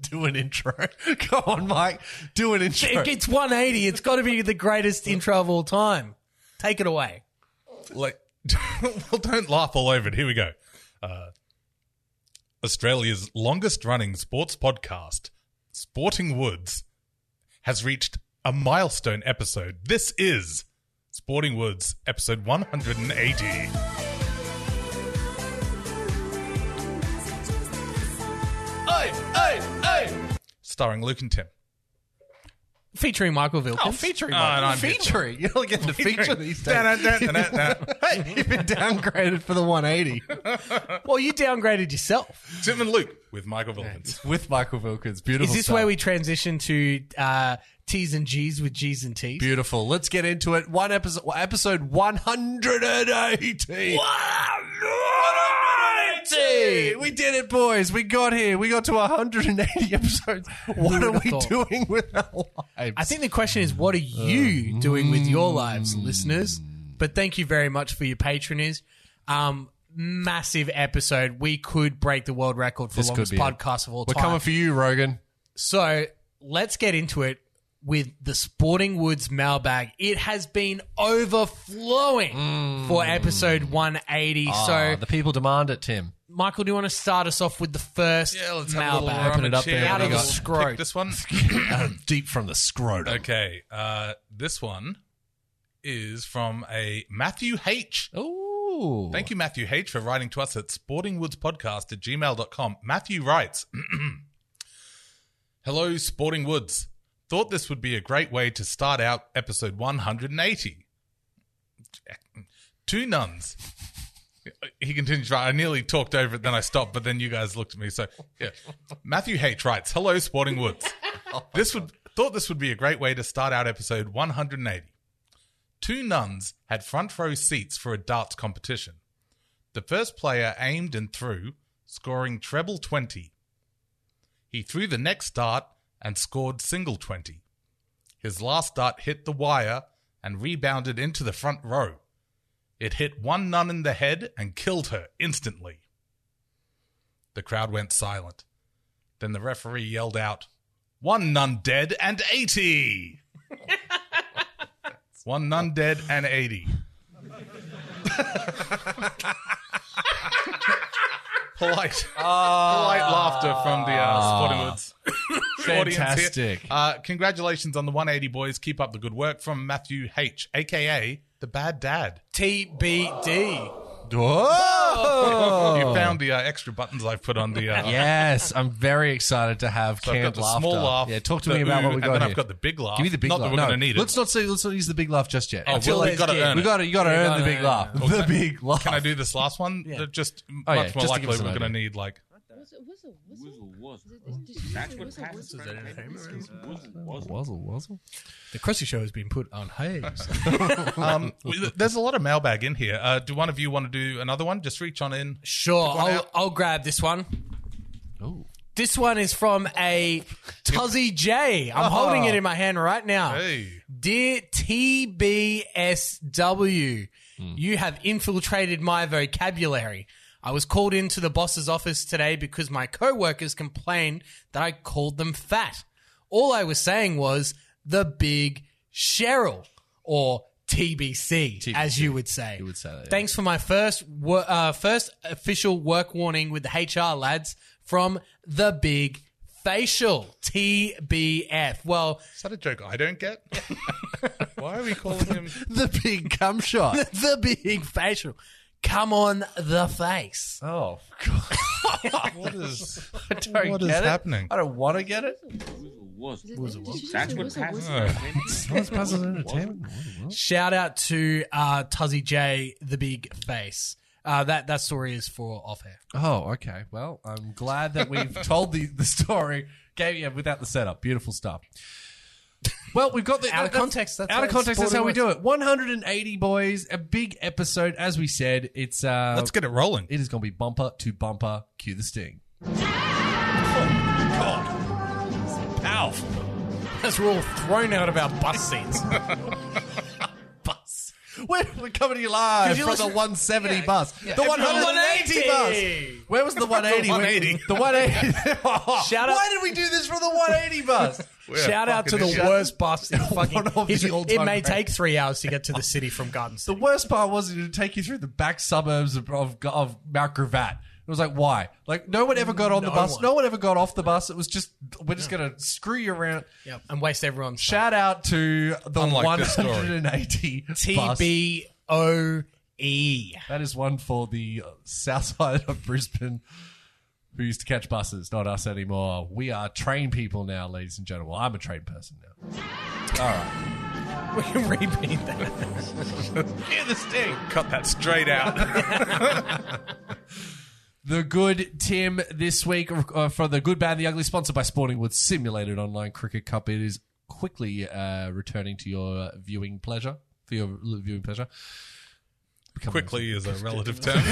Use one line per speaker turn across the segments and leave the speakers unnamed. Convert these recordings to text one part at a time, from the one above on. do an intro. Go on, Mike. Do an intro.
It's 180. It's got to be the greatest intro of all time. Take it away.
like well don't laugh all over it here we go uh, australia's longest running sports podcast sporting woods has reached a milestone episode this is sporting woods episode 180
Hey, hey, hey.
starring luke and tim
Featuring Michael Vilkins.
Oh, featuring,
Oh,
Mike.
no, I'm
featuring. You're not getting to feature these days.
Da-da-da-da-da.
hey, you've been downgraded for the 180
well, you downgraded yourself.
tim and luke with michael Vilkins.
with Michael Wilkins. Beautiful.
Is this
stuff.
where we transition to uh, T's and G's with G's and T's?
Beautiful. Let's get into it. One episode, well, episode 180. 180. We did it, boys. We got here. We got to 180 episodes. What are
would've
we
thought?
doing with our lives?
I think the question is, what are
Mm.
you doing with your lives, listeners? But thank you very much for your patronage. Um, massive episode. We could break the world record for
This could
longest
be it.
podcast of all
we're
time.
coming for you, Rogan.
So let's get into it with the Sporting Woods mailbag. It has been overflowing
Mm.
for episode 180.
Ah,
Mm. so,
the people demand it, Tim.
Michael, do you want to start us off with the first
yeah let's have a little
mailbag?
Open it up there.
Out
What
of
do
the
you
scroll.
scrote.
this one
Uh, deep from the scrotum.
okay uh, this one is from a matthew h
Ooh.
Thank you, Matthew H., for writing to us at sportingwoodspodcast at gmail.com. Matthew writes Hello, Sporting Woods. Thought this would be a great way to start out episode 180. Two nuns. He continues, right? I nearly talked over it, then I stopped, but then you guys looked at me. So, yeah. Matthew H. writes Hello, Sporting Woods. this would thought this would be a great way to start out episode 180 two nuns had front row seats for a darts competition. The first player aimed and threw, scoring treble 20. He threw the next dart and scored single 20. His last dart hit the wire and rebounded into the front row. It hit one nun in the head and killed her instantly. The crowd went silent. Then the referee yelled out, One nun dead and 80! One nun dead and 80. polite,
Uh,
polite
Ah.
laughter from the uh, Sportingwoods audience here.
Fantastic.
Uh, congratulations on the 180 boys. Keep up the good work from Matthew H, aka the Bad Dad.
TBD.
Whoa!
You found the uh, extra buttons I've put on the. Uh,
Yes, I'm very excited to have
So I've
canned
got the
laughter.
small laugh.
yeah, talk to
the
me about
ooh,
what we got.
And then
here.
I've got the big laugh.
Give me the big
Not
laugh.
that we're
no,
going to need it.
Let's not say let's not use the big laugh just yet.
Oh,
Until
well, we've
there's
got to
game.
earn
we
it.
got to you got to
Yeah,
earn
no,
the
no,
big
no,
laugh.
no.
The big laugh.
Can I do this last one?
Yeah.
They're Just
Oh,
much
yeah,
more
just to
likely
give us
we're
an
going to
idea.
need like
That's what passes as entertainment.
Wuzzle, wuzzle.
The Krusty Show has been put
Oh,
on hiatus.
um, we- there's a lot of mailbag in here. Uh, do one of you want to do another one? Just reach on in.
sure,
one
I'll,
out.
I'll grab this one.
Ooh.
This one is from a Tuzzy J. I'm holding it in my hand right now.
Oh. Hey.
Dear TBSW,
Hmm.
you have infiltrated my vocabulary. I was called into the boss's office today because my coworkers complained that I called them fat. All I was saying was the big Cheryl or TBC, as you would say. You
would say that, yeah.
Thanks for my first wor- uh, first official work warning with the HR lads from the big facial TBF. Well,
Is that a joke I don't get? Why are we calling him?
The big cum shot.
the big facial. Come on, the face.
oh God!
What is?
I don't
What is
get it.
happening?
I don't want to get it.
That's what passes
Oh.
as entertainment.
Shout out to uh, Tuzzy J, the big face. Uh, that that story is for off air.
Oh, okay. Well, I'm glad that we've told the, the story. Gave yeah, without the setup. Beautiful stuff. Well, we've got the
Out of
that-
context, that's
out of
how
context. That's how we
sporting
do it. 180 boys, a big episode. As we said, it's uh,
Let's get it rolling.
it is going to be bumper to bumper. Cue the sting.
Powerful. As we're all thrown out of our bus seats. bus.
We're coming to you live
'Cause you
from the
listen-
170
yeah,
bus.
yeah.
The
From the
180
180.
bus. Where was the 180?
180.
The 180.
Shout out-
Why did we do this from the 180 bus?
We're
Shout out to
fucking
the
idiots.
worst bus. in fucking,
One of
it,
the all-time
it may
greats.
take three hours to get to the city from Garden
The
City.
worst part was it would take you through the back suburbs of, of, of Mount Gravatt. It was like, why? Like, no one ever got on the
No
bus.
one.
No one ever got off the bus. It was just, we're just going to screw you around.
Yep. And waste everyone's time.
Shout out to the
Unlike this story.
180 bus.
TBOE.
That is one for the uh, south side of Brisbane who used to catch buses, not us anymore. We are train people now, ladies and gentlemen. Well, I'm a train person now.
We can repeat that.
Hear the sting.
Cut that straight out.
The good Tim this week uh, for the good, bad, and the ugly, sponsored by Sporting Woods Simulated Online Cricket Cup. It is quickly uh, returning to your viewing pleasure. For your l- viewing pleasure, Becoming-
Quickly is a relative term.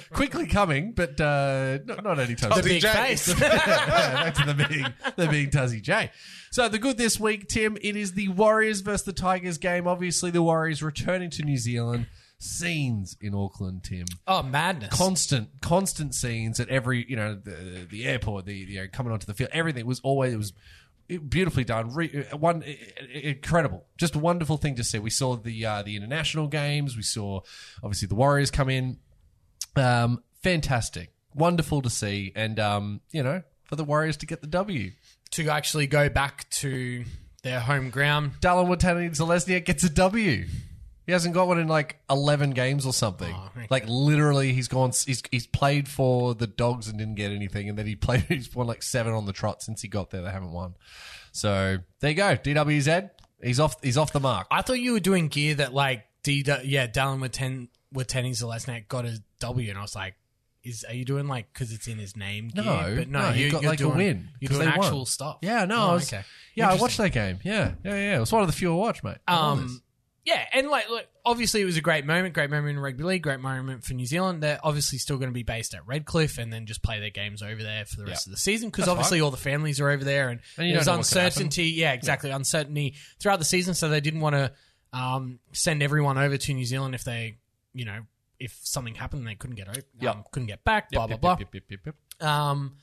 quickly coming, but uh, not, not anytime soon.
The big
Jay.
face.
back to the big, the big Tuzzy J. So the good this week, Tim, it is the Warriors versus the Tigers game. Obviously, the Warriors returning to New Zealand. Scenes in Auckland, Tim.
oh, madness.
Constant, constant scenes at every, you know, the, the airport, the you know, coming onto the field. Everything was always it was beautifully done. Re, uh, one i- i- incredible, just a wonderful thing to see. We saw the uh, the international games. We saw obviously the Warriors come in. Um, fantastic, wonderful to see, and um, you know, for the Warriors to get the W.
to actually go back to their home ground.
Dallin Watani Zalesniak gets a W. He hasn't got one in like eleven games or something.
Oh, okay.
Like literally, he's gone. He's he's played for the Dogs and didn't get anything, and then he played. He's won like seven on the trot since he got there. They haven't won. So there you go. DWZ. He's off. He's off the mark.
I thought you were doing gear that like D yeah, Dallin with ten with Tenny's the last night got a W, and I was like, is are you doing like because it's in his name? Gear?
No,
but no,
no,
you,
you got,
you're
like, a
doing,
win,
You're
'cause
doing
they won.
actual stuff.
yeah. No.
Oh,
I was,
okay.
Yeah, I
Interesting.
watched that game. Yeah. Yeah. Yeah. It was one of the few I watched, mate. I love this.
Um, yeah, and like, look, obviously it was a great moment, great moment in rugby league, great moment for New Zealand. They're obviously still going to be based at Redcliffe and then just play their games over there for the rest of the season because obviously all the families are over there and,
And you
there's
don't know what could happen.
uncertainty. Yeah, exactly, uncertainty throughout the season, so they didn't want to um, send everyone over to New Zealand if they, you know, if something happened and they couldn't get over,
Yep.
um, couldn't get back, blah
Yep,
blah
yep,
blah.
yep, yep, yep, yep.
Um,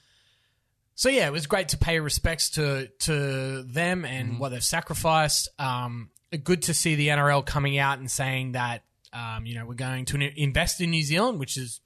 so yeah, it was great to pay respects to to them
Mm-hmm.
and what they've sacrificed. Um, good to see the NRL coming out and saying that um, you know we're going to in- invest in New Zealand, which is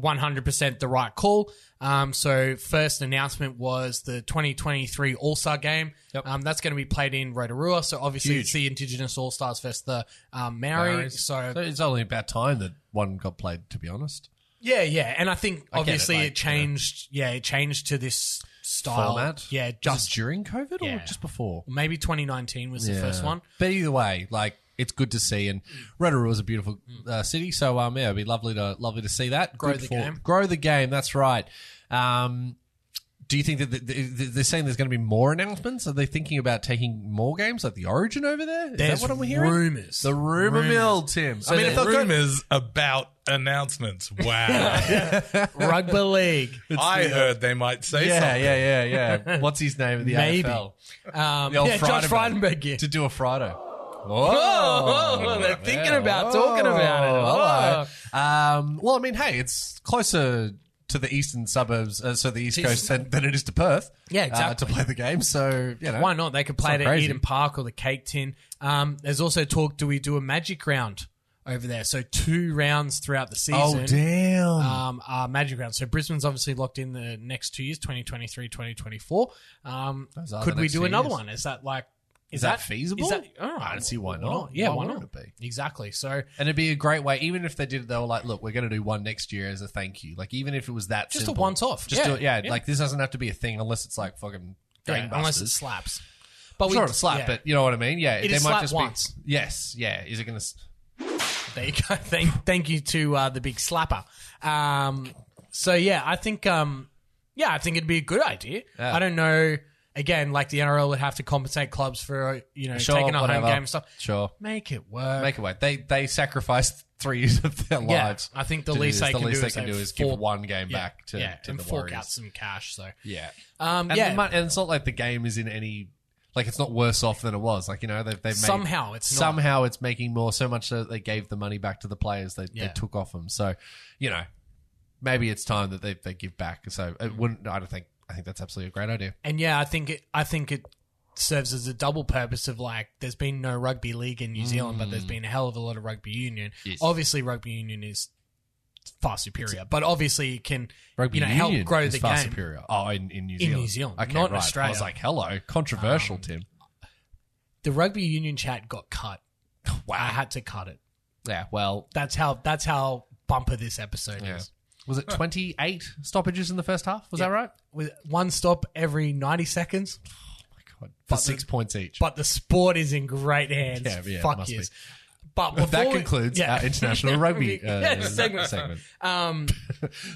one hundred percent the right call. Um, so first announcement was the twenty twenty three All Star Game.
Yep.
Um, that's going to be played in Rotorua. So obviously
Huge.
it's the Indigenous All Stars versus the um, Maori.
Maoris.
So
So it's only about time that one got played. To be honest,
yeah, yeah, and I think
get it,
obviously it,
like, you know.
changed. Yeah, it changed to this style.
format.
Yeah,
Was it
just
during COVID or
Yeah.
just before.
maybe 2019 was the first
Yeah.
one. Mm.
But either way, like it's good to see, and Rotorua is a beautiful uh, city. So um, yeah, it'd be lovely to lovely to see that
Grow
Good
the game.
Grow the game. That's right. Um, do you think that the, the, the- they're saying there's going to be more announcements? Are they thinking about taking more games like the Origin over there? Is
There's
that what I'm hearing?
rumors.
the rumor
Rumors.
mill, Tim.
So
I mean,
the
if they've got-
Rumors about announcements. Wow.
Rugby league.
I heard they might say
yeah,
something.
yeah, yeah, yeah. What's his name in the
Maybe.
AFL?
Um,
The old
yeah, Josh
Frydenberg.
Frydenberg. Yeah.
To do a Friday.
Oh, oh, they're thinking about talking about it.
all
Oh.
right. Um, well, I mean, hey, it's closer to the eastern suburbs, uh, so the east coast than, than it is to Perth.
Yeah,
uh,
exactly.
to play the game, so you know,
Why not? They could play
It's
it
not
at
crazy.
Eden Park or the Cake Tin. Um, there's also talk: do we do a magic round over there? So two rounds throughout the
Oh
season.
damn!
Um, are magic round. So Brisbane's obviously locked in the next two years, 2023, 2024. Um,
Those are
could
the
we
next
do
two
another
years.
one? Is that like, is,
that feasible?
Is that, all right,
I don't see why not.
Yeah,
Why
why,
wouldn't
not?
it
Exactly. So
and it'd be a great way, even if they did. They were like, "Look, we're going to do one next year as a thank you." Like, even if it was that
just
simple.
a once off.
just
yeah.
do it. Yeah, like this doesn't have to be a thing unless it's like fucking
Yeah,
gangbusters.
unless it slaps. But
sure, it'll slap,
Oh, yeah.
but you know what I mean. Yeah,
It
they
is
might
slap
just
once.
Be, yes, yeah. Is it going to?
There you go. Thank, thank you to uh, the big slapper. Um, so yeah, I think um, yeah, I think it'd be a good idea.
Yeah.
I don't know. Again, like the NRL would have to compensate clubs for you know
Sure,
taking a home
whatever.
game and stuff.
Sure.
Make it work.
Make it work. They they sacrificed three years of their
yeah,
lives.
I think the
to do
least
this.
they
the
can
least
do
they
is
can
they
do is
fork-
give one game
yeah,
back to,
yeah,
to
and
the
fork
Warriors.
out some cash. So
Yeah,
um,
and,
yeah,
the mon- and it's not like the game is in any Like it's not worse off than it was. Like you know they've they've made,
Somehow it's not.
somehow it's making more. So much that they gave the money back to the players they,
Yeah.
they took off them. So you know maybe it's time that they, they give back. So it wouldn't. I don't think. I think that's absolutely a great idea.
And yeah, I think it. I think it serves as a double purpose of like there's been no rugby league in New Zealand, but there's been a hell of a lot of rugby union.
Mm. Yes.
Obviously, rugby union is far superior, but obviously it can
Rugby
you know
Union
help grow
is
the
far
game.
superior. Oh, in, in New
In
Zealand.
New Zealand,
Okay,
not
right.
in
I
Australia. Um,
was like, hello, controversial, Tim.
The rugby union chat got cut. I
Wow.
had to cut it.
Yeah. Well,
That's how. That's how bumper this episode
Yeah.
is.
was it 28 stoppages in the first half? Was that right?
With one stop every ninety seconds,
God. For
But
six points each.
but the sport is in great hands.
Yeah, yeah, it
Fuck
must be.
yes. But
that
before we-
concludes
yeah.
our international rugby uh,
Yeah,
segment.
segment.
segment.
Um,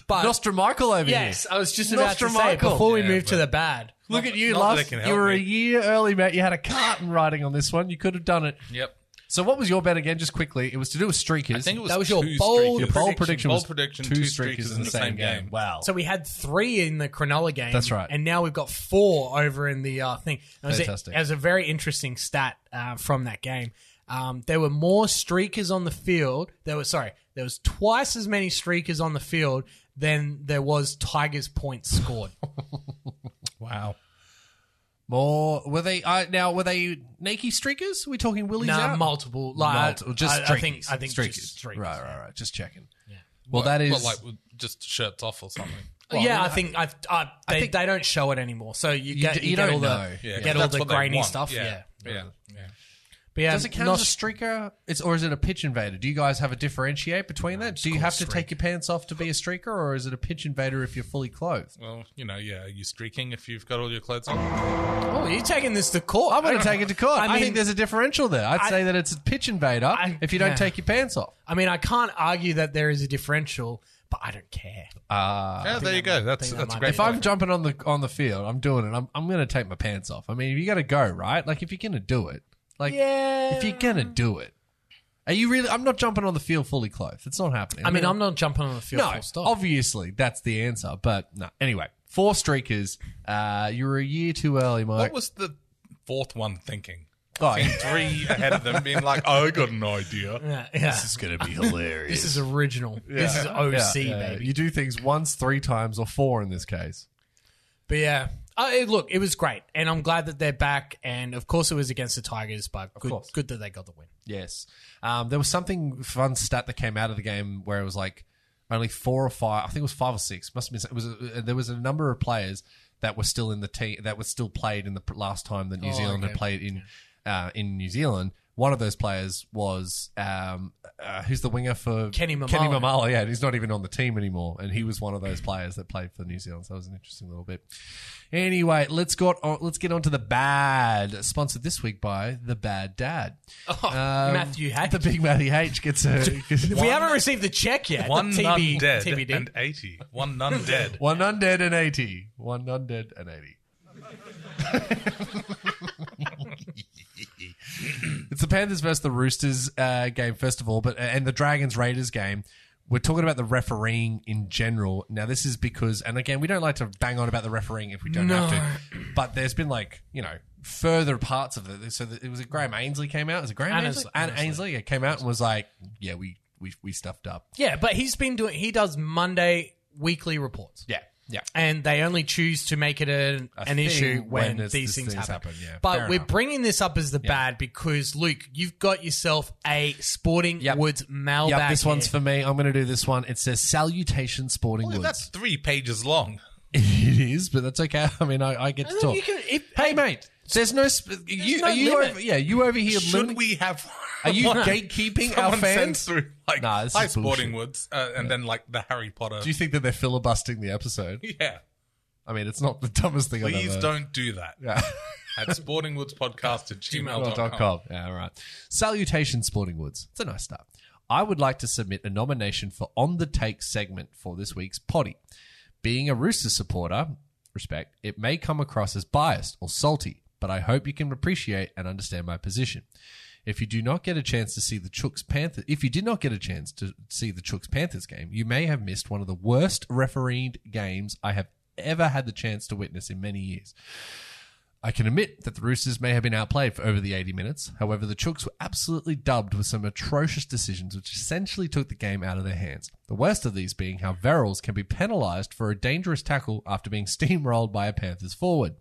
but
Nostromichael over
yes, uh,
here.
I was just about to say
Nostromichael.
before we
Yeah,
move to
but-
the bad.
Look at you,
not that
last.
it can
You
help
were a
me.
year early, mate. You had a carton riding on this one. You could have done it.
Yep.
So, what was your bet again? Just quickly, it was to do with streakers.
I think it was
That was your
two
bold
streakers.
your bold prediction
bold
was
prediction,
two streakers in the same game. Wow.
So we had three in the Cronulla game.
That's right.
And now we've got four over in the uh, thing. It was
Fantastic.
A, it was a very interesting stat uh, from that game. Um, there were more streakers on the field. There were sorry, there was twice as many streakers on the field than there was Tigers points scored.
Wow.
More were they uh, now? Were they Nike streakers? Are we talking Willie's
nah,
out?
multiple. Like,
Multi-
I-
just
I, I
streakers.
think I think
streakers.
just streakers.
Right, right, right. Just checking. Well, that
Well,
is
like with just shirts off or something.
yeah, I, think I, I, they,
think-
they don't show it anymore. So you
You
get
d-
you,
you
get
don't
all the
know.
Yeah,
you
'cause
get all
that's
the
what they
grainy
want.
stuff. Yeah.
Yeah. Yeah.
But yeah,
Does it count
not-
as a streaker? It's or is it a pitch invader? Do you guys have a differentiate between that? Do you have to take your pants off to be a streaker, or is it a pitch invader if you're fully clothed?
Well, you know, yeah. Are you streaking if you've got all your clothes on?
oh, you're taking this to court.
I'm going to take it to court. I,
I mean-
think there's a differential there. I'd
I-
say that it's a pitch invader
I-
if you don't
yeah.
take your pants off.
I mean, I can't argue that there is a differential, but I don't care.
Uh,
yeah, there you go. That's
that might
that's a
be-
great.
if I'm jumping on the on the field, I'm doing it. I'm I'm going to take my pants off. I mean, if you got to go, right? Like if you're going to do it, like
Yeah.
if you're going to do it, are you really? I'm not jumping on the field fully clothed. It's not happening.
I mean, I'm not jumping on the field.
No,
full stop.
obviously that's the answer. But no, anyway, four streakers. Uh, you were a year too early, Mike.
what was the fourth one thinking?
Oh,
Being three ahead of them, being like, "I got an idea."
yeah, yeah. This,
this
is,
is going to be hilarious.
original. This is
Yeah,
OC,
yeah.
baby.
You do things once, three times, or four in this case.
But yeah, uh, it, look, it was great, and I'm glad that they're back. And of course, it was against the Tigers, but good,
course.
good that they got the win.
Yes. Um, there was something fun stat that came out of the game where it was like only four or five. I think it was five or six. Must have been. It was. A, there was a number of players that were still in the team that were still played in the pr- last time that New
Oh,
Zealand
okay.
had played in uh, in New Zealand. One of those players was um, uh, who's the winger for
Kenny
Kenny
Mamalo.
Mamalo, yeah, and he's not even on the team anymore, and he was one of those players that played for New Zealand. So that was an interesting little bit. Anyway, let's got on, let's get on to the bad. Sponsored this week by the Bad Dad.
Oh,
Um,
Matthew Hatch.
The big Matty H gets a gets
we haven't received the check yet.
One
TB,
nun dead
TBD.
and eighty. One nun dead.
one undead and eighty. One undead and eighty. it's the Panthers versus the Roosters uh, game, first of all, but and the Dragons Raiders game. We're talking about the refereeing in general. Now, this is because, and again, we don't like to bang on about the refereeing if we don't
No.
have to. But there's been like you know further parts of it. So the, it was a Graham Ainsley came out. Was it Graham Ainsley?
Annesley-
Anne
Annesley.
Ainsley yeah, came out and was like, "Yeah, we we we stuffed up."
yeah, but he's been doing. He does Monday weekly reports.
Yeah, yeah.
and they only choose to make it an,
A
an
thing
issue when,
when this-
these
this
things,
things
happen.
happen, yeah.
but
Fair
we're
enough.
bringing this up as the bad because Luke, you've got yourself a Sporting
Yep.
Woods mailbag.
Yep, this one's
here.
for me. I'm going to do this one. It says Salutation Sporting
Well,
Woods.
that's three pages long.
it is, but that's okay. I mean, I, I get to
And
talk.
you can- if-
hey, mate, there's no. Sp- you,
no
are you
limit.
over, yeah, you over here.
Should
lim-
we have?
are you
one?
gatekeeping our
Someone sends
fans?
through like
Nah, this
Hi
is
Sporting
bullshit.
Woods, uh, and then like the Harry Potter.
Do you think that they're filibustering the episode?
yeah,
I mean, it's not the dumbest thing I've
please
ever.
don't do that.
Yeah.
At sportingwoodspodcast at
dot
gmail.com.
com. Yeah, all right. Salutation Sporting Woods. It's a nice start. I would like to submit a nomination for On the Take segment for this week's potty. Being a Rooster supporter, respect, it may come across as biased or salty, but I hope you can appreciate and understand my position. If you do not get a chance to see the Chooks Panthers, if you did not get a chance to see the Chooks Panthers game, you may have missed one of the worst refereed games I have ever had the chance to witness in many years. I can admit that the Roosters may have been outplayed for over the 80 minutes. However, the Chooks were absolutely dubbed with some atrocious decisions which essentially took the game out of their hands. The worst of these being how Verrills can be penalised for a dangerous tackle after being steamrolled by a Panthers forward.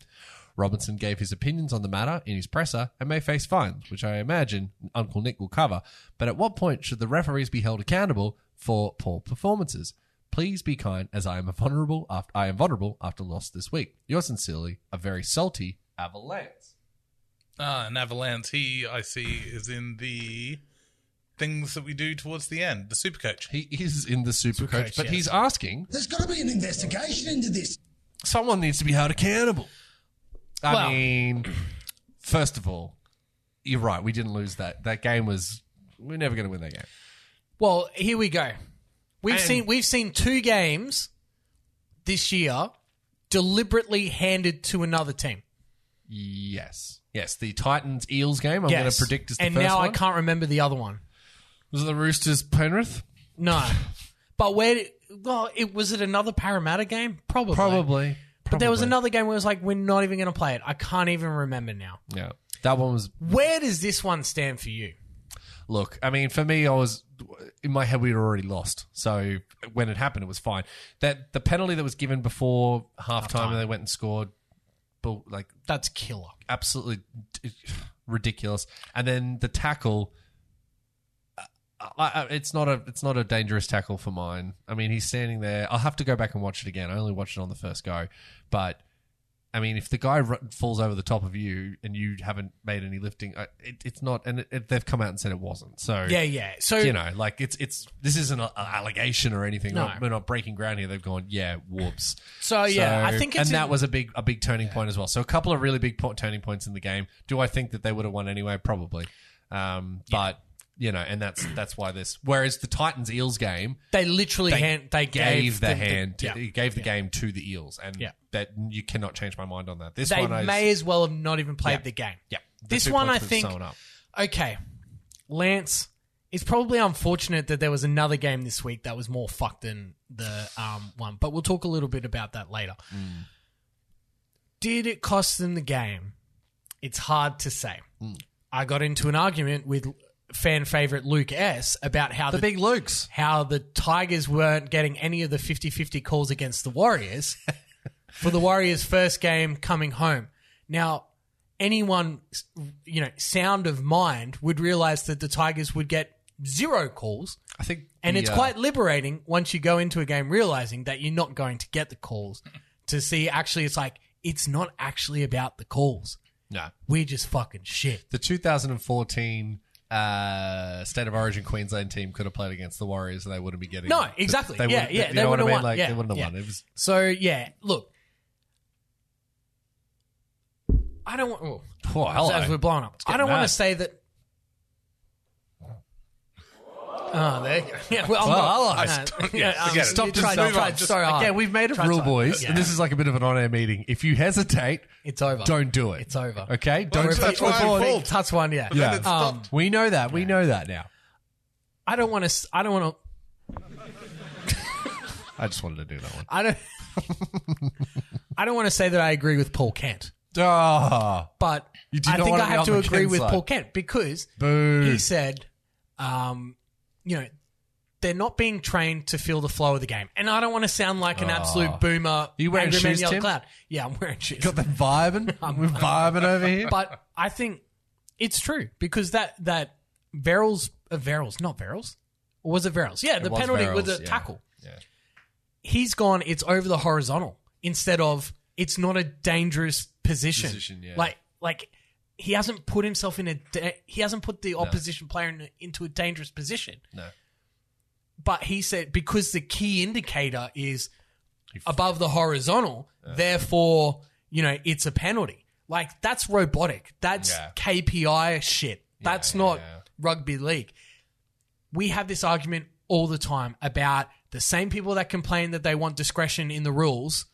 Robinson gave his opinions on the matter in his presser and may face fines, which I imagine Uncle Nick will cover. But at what point should the referees be held accountable for poor performances? Please be kind, as I am vulnerable after I am vulnerable after loss this week. Yours sincerely, a very salty Avalanche.
Ah, and Avalanche, he, I see, is in the things that we do towards the end, the super coach.
He is in the super, coach,
Supercoach,
but
yes.
he's asking
There's got to be an investigation into this.
someone needs to be held accountable. I
Well-
mean, first of all, you're right. We didn't lose that. That game was. We're never going to win that game.
Well, here we go. We've
And-
seen we've seen two games this year deliberately handed to another team.
Yes. Yes, the Titans Eels game. I'm going to
Yes.
predict is the
and
first
now
one.
I can't remember the other one.
Was it the Roosters Penrith?
No, but where? did- Well, it was it another Parramatta game? Probably.
Probably.
But there was
Probably.
another game where it was like we're not even going to play it. I can't even remember now.
Yeah, that one was.
Where does this one stand for you?
Look, I mean, for me, I was in my head. We'd already lost, so when it happened, it was fine. That the penalty that was given before halftime, and they went and scored, but like
That's killer.
absolutely d- ridiculous. And then the tackle, I, I, it's not a it's not a dangerous tackle for mine. I mean, he's standing there. I'll have to go back and watch it again. I only watched it on the first go, but I mean, if the guy ru- falls over the top of you and you haven't made any lifting, I- it, it's not. And it, it- they've come out and said it wasn't. So
Yeah, yeah. So
You know, like it's it's this isn't an allegation or anything.
No.
We're, we're not breaking ground here. They've gone, yeah, whoops.
So, Oh, yeah, I think it's
and that
in-
was a big a big turning point as well. So a couple of really big po- turning points in the game. Do I think that they would have won anyway? Probably, um, but you know, and that's that's why this. Whereas the Titans Eels game
they literally hand, they
gave, the
them
hand,
yeah.
it gave the game to the Eels, and
Yeah.
that you cannot change my mind on that. This
They
one, I
may as well have not even played
Yeah.
the game.
yeah, the
this
two
one
points
I
was
think-
sewn up.
Okay, Lance. It's probably unfortunate that there was another game this week that was more fucked than the um, one, but we'll talk a little bit about that later.
Mm.
Did it cost them the game? It's hard to say.
Mm.
I got into an argument with fan favorite Luke S about how
the big Lukes.
how the Tigers weren't getting any of the 50 50 calls against the Warriors for the Warriors' first game coming home. Now, anyone, you know, sound of mind would realize that the Tigers would get zero calls.
I think,
And
the,
it's
uh,
quite liberating once you go into a game realizing that you're not going to get the calls to see actually, it's like, it's not actually about the calls.
no.
We're just fucking shit.
the 2014 uh, State of Origin Queensland team could have played against the Warriors and they wouldn't be getting
No, exactly. Yeah,
wouldn't-
yeah,
you
they
know what I
would've
mean?
won.
Like
Yeah,
they wouldn't have
yeah.
won. It was
So, yeah, look. I don't want. oh.
oh hello.
as we're blown up. I don't
mad.
want to say that. Oh, there you go. Yeah, well, I'm
Well,
not-
I'll- I
no,
stopped-
yeah,
yeah,
um,
forget it.
stop,
Just
tried,
move on.
tried
Just-
so hard.
yeah, we've made it
Tried
rule,
so-
boys, and this is like a bit of an on-air meeting. If you hesitate,
It's over.
don't do it.
It's over.
Okay, don't
it's-
touch
that's
my
why I'm
ball.
fault.
Touch one, yeah.
Yeah.
Then it stopped.
Um,
We know that. We know that now.
I don't want to. I don't want to.
I just wanted to do that one.
I don't. I don't want to say that I agree with Paul Kent,
Ah,
but
You do
I
not
think
wanna
I
be
have
on
to
the
agree
Kent
with
side.
Paul Kent because
boo.
he said, um, you know, they're not being trained to feel the flow of the game. And I don't want to sound like an absolute boomer.
Ah. You wearing
angry man
shoes,
yelling
Tim?
cloud. Yeah, I'm wearing shoes.
Got the vibing. We're vibing over here.
but I think it's true because that that Verrills, uh, Verrills, not Verrills, or was it Verrills? Yeah, the
was
penalty with
Verrills,
the
yeah.
tackle.
Yeah.
He's gone. It's over the horizontal instead of it's not a dangerous position.
Position, yeah.
Like like he hasn't put himself in a da- he hasn't put the opposition player in, into a dangerous position.
No.
But he said because the key indicator is above the horizontal, therefore, you know, it's a penalty. Like that's robotic. That's
Yeah.
KPI shit. That's not rugby league. We have this argument all the time about the same people that complain that they want discretion in the rules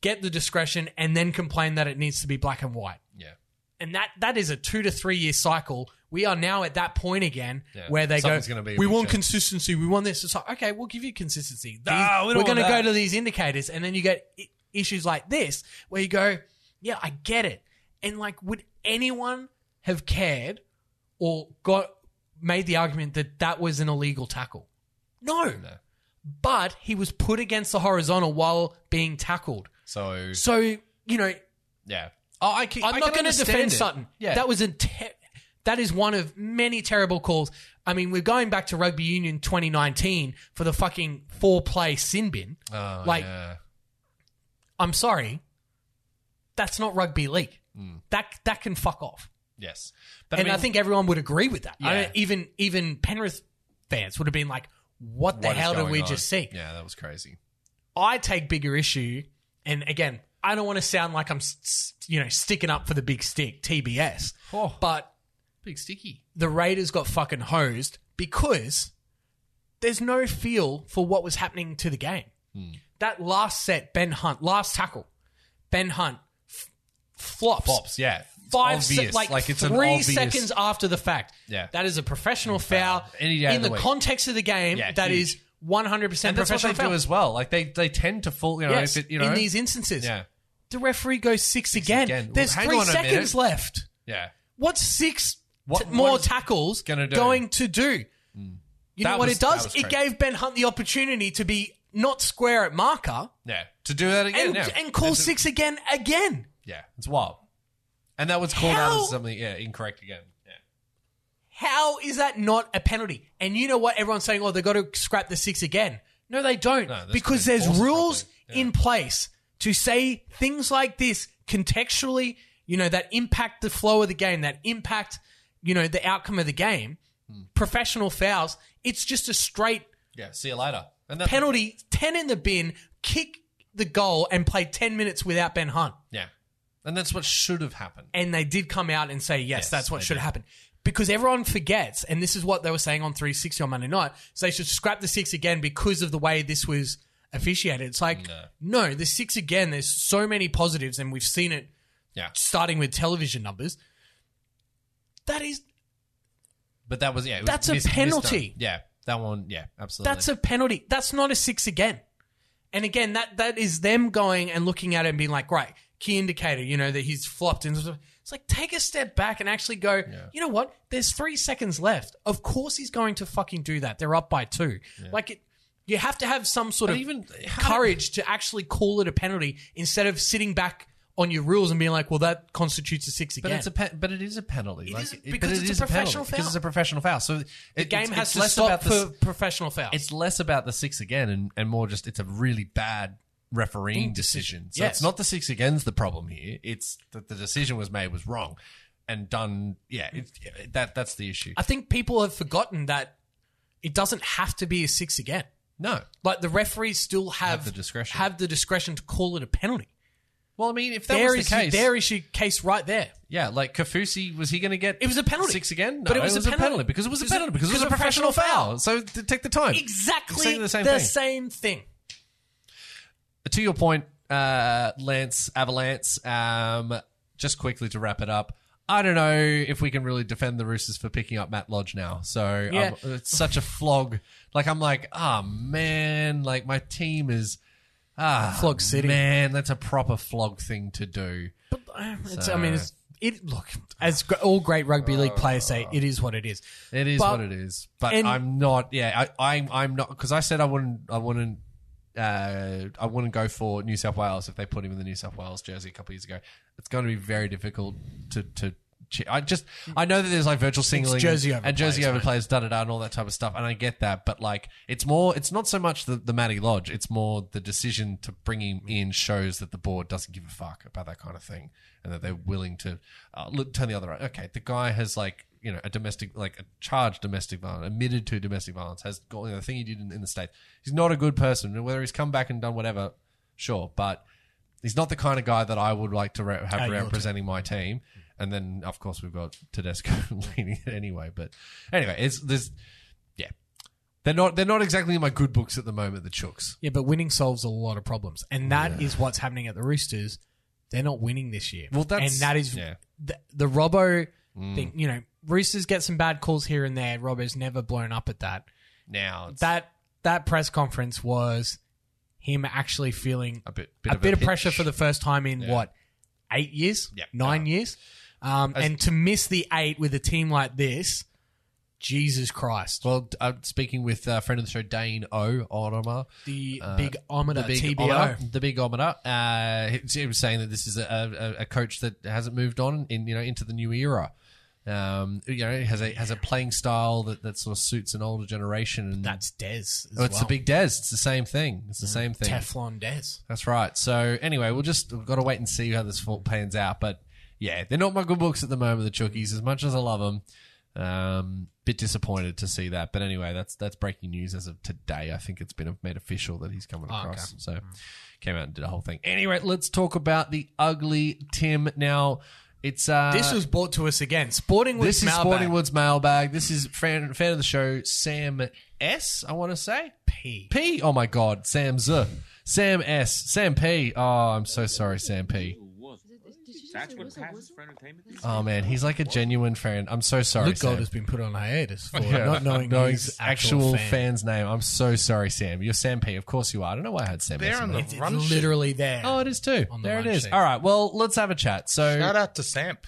get the discretion and then complain that it needs to be black and white.
Yeah.
And that that is a 2 to 3 year cycle. We are now at that point again
Yeah.
where they
Something's
go
gonna be a
we
big
want
change."
consistency, we want this. It's like okay, we'll give you consistency. These,
Nah, we don't
we're going to
want
go
that.
to these indicators and then you get I- issues like this where you go, yeah, I get it. And like, would anyone have cared or got made the argument that that was an illegal tackle? No. But he was put against the horizontal while being tackled.
So
So you know,
yeah, oh, I can,
I'm not
going to
defend Sutton.
Yeah,
that was a te- that is one of many terrible calls. I mean, we're going back to rugby union 2019 for the fucking four play sin bin.
Oh,
like,
yeah.
I'm sorry, that's not rugby league. That that can fuck off.
yes, Hmm. but
and I,
mean,
think everyone would agree with that. I
Yeah.
don't- even even Penrith fans would have been like, "What the
what is
hell did
going
we
on?
just see?"
Yeah, that was crazy.
I take bigger issue, and again, I don't want to sound like I'm, s- s- you know, sticking up for the big stick, TBS.
Oh.
But
Big sticky.
the Raiders got fucking hosed because there's no feel for what was happening to the game.
Hmm.
That last set, Ben Hunt, last tackle, Ben Hunt f- flops.
Flops. Yeah, It's
Five se-
obvious.
like,
like it's an
three
obvious-
seconds after the fact.
Yeah.
that is a professional foul.
Any day
in
of the
the
week.
context of the game,
Yeah,
that
huge.
is 100 percent
and that's what
professional
they do
foul.
as well. Like they they tend to fall. You know,
yes,
if it, you know,
in these instances,
yeah,
the referee goes six, again.
again. Well,
There's
hang
three
on a minute.
seconds left.
yeah.
What's six
What-
t-
what
more
is it
tackles
gonna do? Mm.
going to do? You know
That
what
was-
it
that
does?
was crazy.
It gave Ben Hunt the opportunity to be not square at marker
Yeah, to do that again
and,
yeah.
and call
That's it.
six again again.
Yeah, it's wild. And that was called out
How-
as something yeah incorrect again. Yeah.
How is that not a penalty? And you know what? Everyone's saying, oh, they've got to scrap the six again. No, they don't.
No, that's
because
gonna
there's
enforce it
rules
properly. Yeah.
in place to say things like this contextually, you know, that impact the flow of the game, that impact, you know, the outcome of the game.
Hmm.
Professional fouls. It's just a straight
Yeah. See you later. And that,
penalty, 10 in the bin, kick the goal, and play 10 minutes without Ben Hunt.
Yeah. And that's what should have happened.
And they did come out and say, yes,
Yes,
that's what
they
should
did.
happen. Because everyone forgets, and this is what they were saying on 360 on Monday night, so they should scrap the six again because of the way this was officiated. It's like, no, the six again, there's so many positives, and we've seen it
Yeah.
starting with television numbers. That is,
But that was yeah. It was
That's a
mis-
penalty.
misdone. Yeah. That one. Yeah. Absolutely.
that's a penalty. That's not a six again. And again, that that is them going and looking at it and being like, right, key indicator, you know, that he's flopped. And it's like, take a step back and actually go, you know what? There's three seconds left. Of course he's going to fucking do that. They're up by two. Like, it, you have to have some sort
But
of
even- how-
courage to actually call it a penalty instead of sitting back on your rules and being like, well, that constitutes a six
But
again.
it's a pe- but it is a penalty.
It
like,
is-
it- but
because it's
it
a
is penalty,
professional
Because
foul.
it's a professional foul. So
the game has to
less
stop
about the
for
s-
professional fouls.
it's less about the six again and, and more just it's a really bad refereeing
decision.
decision. So
Mm. Yes.
it's not the six again's the problem here. It's that the decision was made was wrong and done. Yeah, it's that that's the issue.
I think people have forgotten that it doesn't have to be a six again.
No.
Like the referees still have,
Have the discretion.
have the discretion to call it a penalty.
Well, I mean, if that
There
was
is
the case,
there is your case right there.
yeah, like Kafusi, was he going to get?
It was a penalty.
Six again, no,
But it was a penalty.
because it was a penalty because it was a professional, foul. So t- take the time.
Exactly
Saying
the
the same thing.
same thing.
to your point, uh, Lance Avalanche. Um, just quickly to wrap it up. I don't know if we can really defend the Roosters for picking up Matt Lodge now. So
Yeah.
I'm- uh, it's such a flog. Like I'm like, ah man, like my team is ah
Flog city.
Man, that's a proper flog thing to do.
But uh, it's, I mean, it's, it look as gr- all great rugby
Uh,
league players say, it is what it is.
It is
But-
what it is. But
and-
I'm not. Yeah, I, I'm. I'm not because I said I wouldn't. I wouldn't. Uh, I wouldn't go for New South Wales if they put him in the New South Wales jersey a couple years ago. It's going to be very difficult to to. che- I just I know that there's like virtual singling
jersey
and jersey
overplays,
overplays, da da da, and all that type of stuff, and I get that. But like, it's more. It's not so much the the Matty Lodge. It's more the decision to bring him in shows that the board doesn't give a fuck about that kind of thing, and that they're willing to uh, look, turn the other eye. Okay, the guy has like you know, a domestic, like a charged domestic violence, admitted to domestic violence, has got you know, the thing he did in, in the States. He's not a good person. And Whether he's come back and done whatever, sure, but he's not the kind of guy that I would like to re- have
your
representing my team.
Mm-hmm.
And then, of course, we've got Tedesco leading it anyway. But anyway, it's there's yeah, they're not they're not exactly in my good books at the moment. The Chooks,
Yeah, but winning solves a lot of problems, and that is what's happening at the Roosters. They're not winning this year.
Well, that's-
and that is
yeah. Mm.
the, the Robbo thing. You know, Roosters get some bad calls here and there. Robbo's never blown up at that.
now it's
That that press conference was him actually feeling
a bit
a
a
bit of pressure
pinch.
for the first time in what eight years,
Yeah.
nine years. Um, and to miss the eight with a team like this, Jesus Christ.
Well, I'm speaking with a friend of the show, Dane O. Onoma.
The
Uh,
big ometer,
the big
TBO.
ometer, the big ometer. Uh, he, he was saying that this is a, a, a coach that hasn't moved on in you know into the new era. Um, you know, has a has a playing style that, that sort of suits an older generation. And
That's Dez. As
oh, it's
well.
the big Des. It's the same thing. It's the same thing.
Teflon Dez.
That's right. So anyway, we'll just we've got to wait and see how this fall pans out. But yeah, they're not my good books at the moment. The Chookies, as much as I love them, um, bit disappointed to see that. But anyway, that's that's breaking news as of today. I think it's been made official that he's coming
Oh, okay. Mm.
across. So came out and did a whole thing. Anyway, let's talk about the ugly Tim now. It's uh,
This was brought to us again. Sporting with
this is Sporting Woods mailbag. This is fan, fan of the show Sam S. I want to say
P.
P. Oh my God, Sam Z, Sam S, Sam P. Oh, I'm so sorry, Sam P.
Was. That's
That's
what passes for entertainment.
Oh man, he's like a genuine fan. I'm so sorry,
Luke Gold
Sam.
has been put on hiatus for
Yeah.
not knowing
Knowing
his actual,
actual
fan.
fan's name. I'm so sorry, Sam. You're Sam P. Of course you are. I don't know why I had Sam.
They're
S in
on
there.
the
It's
run sheet.
literally there.
Oh, it is too.
on the
there it
run
is.
sheet.
All right. Well, let's have a chat. So
Shout out to Samp.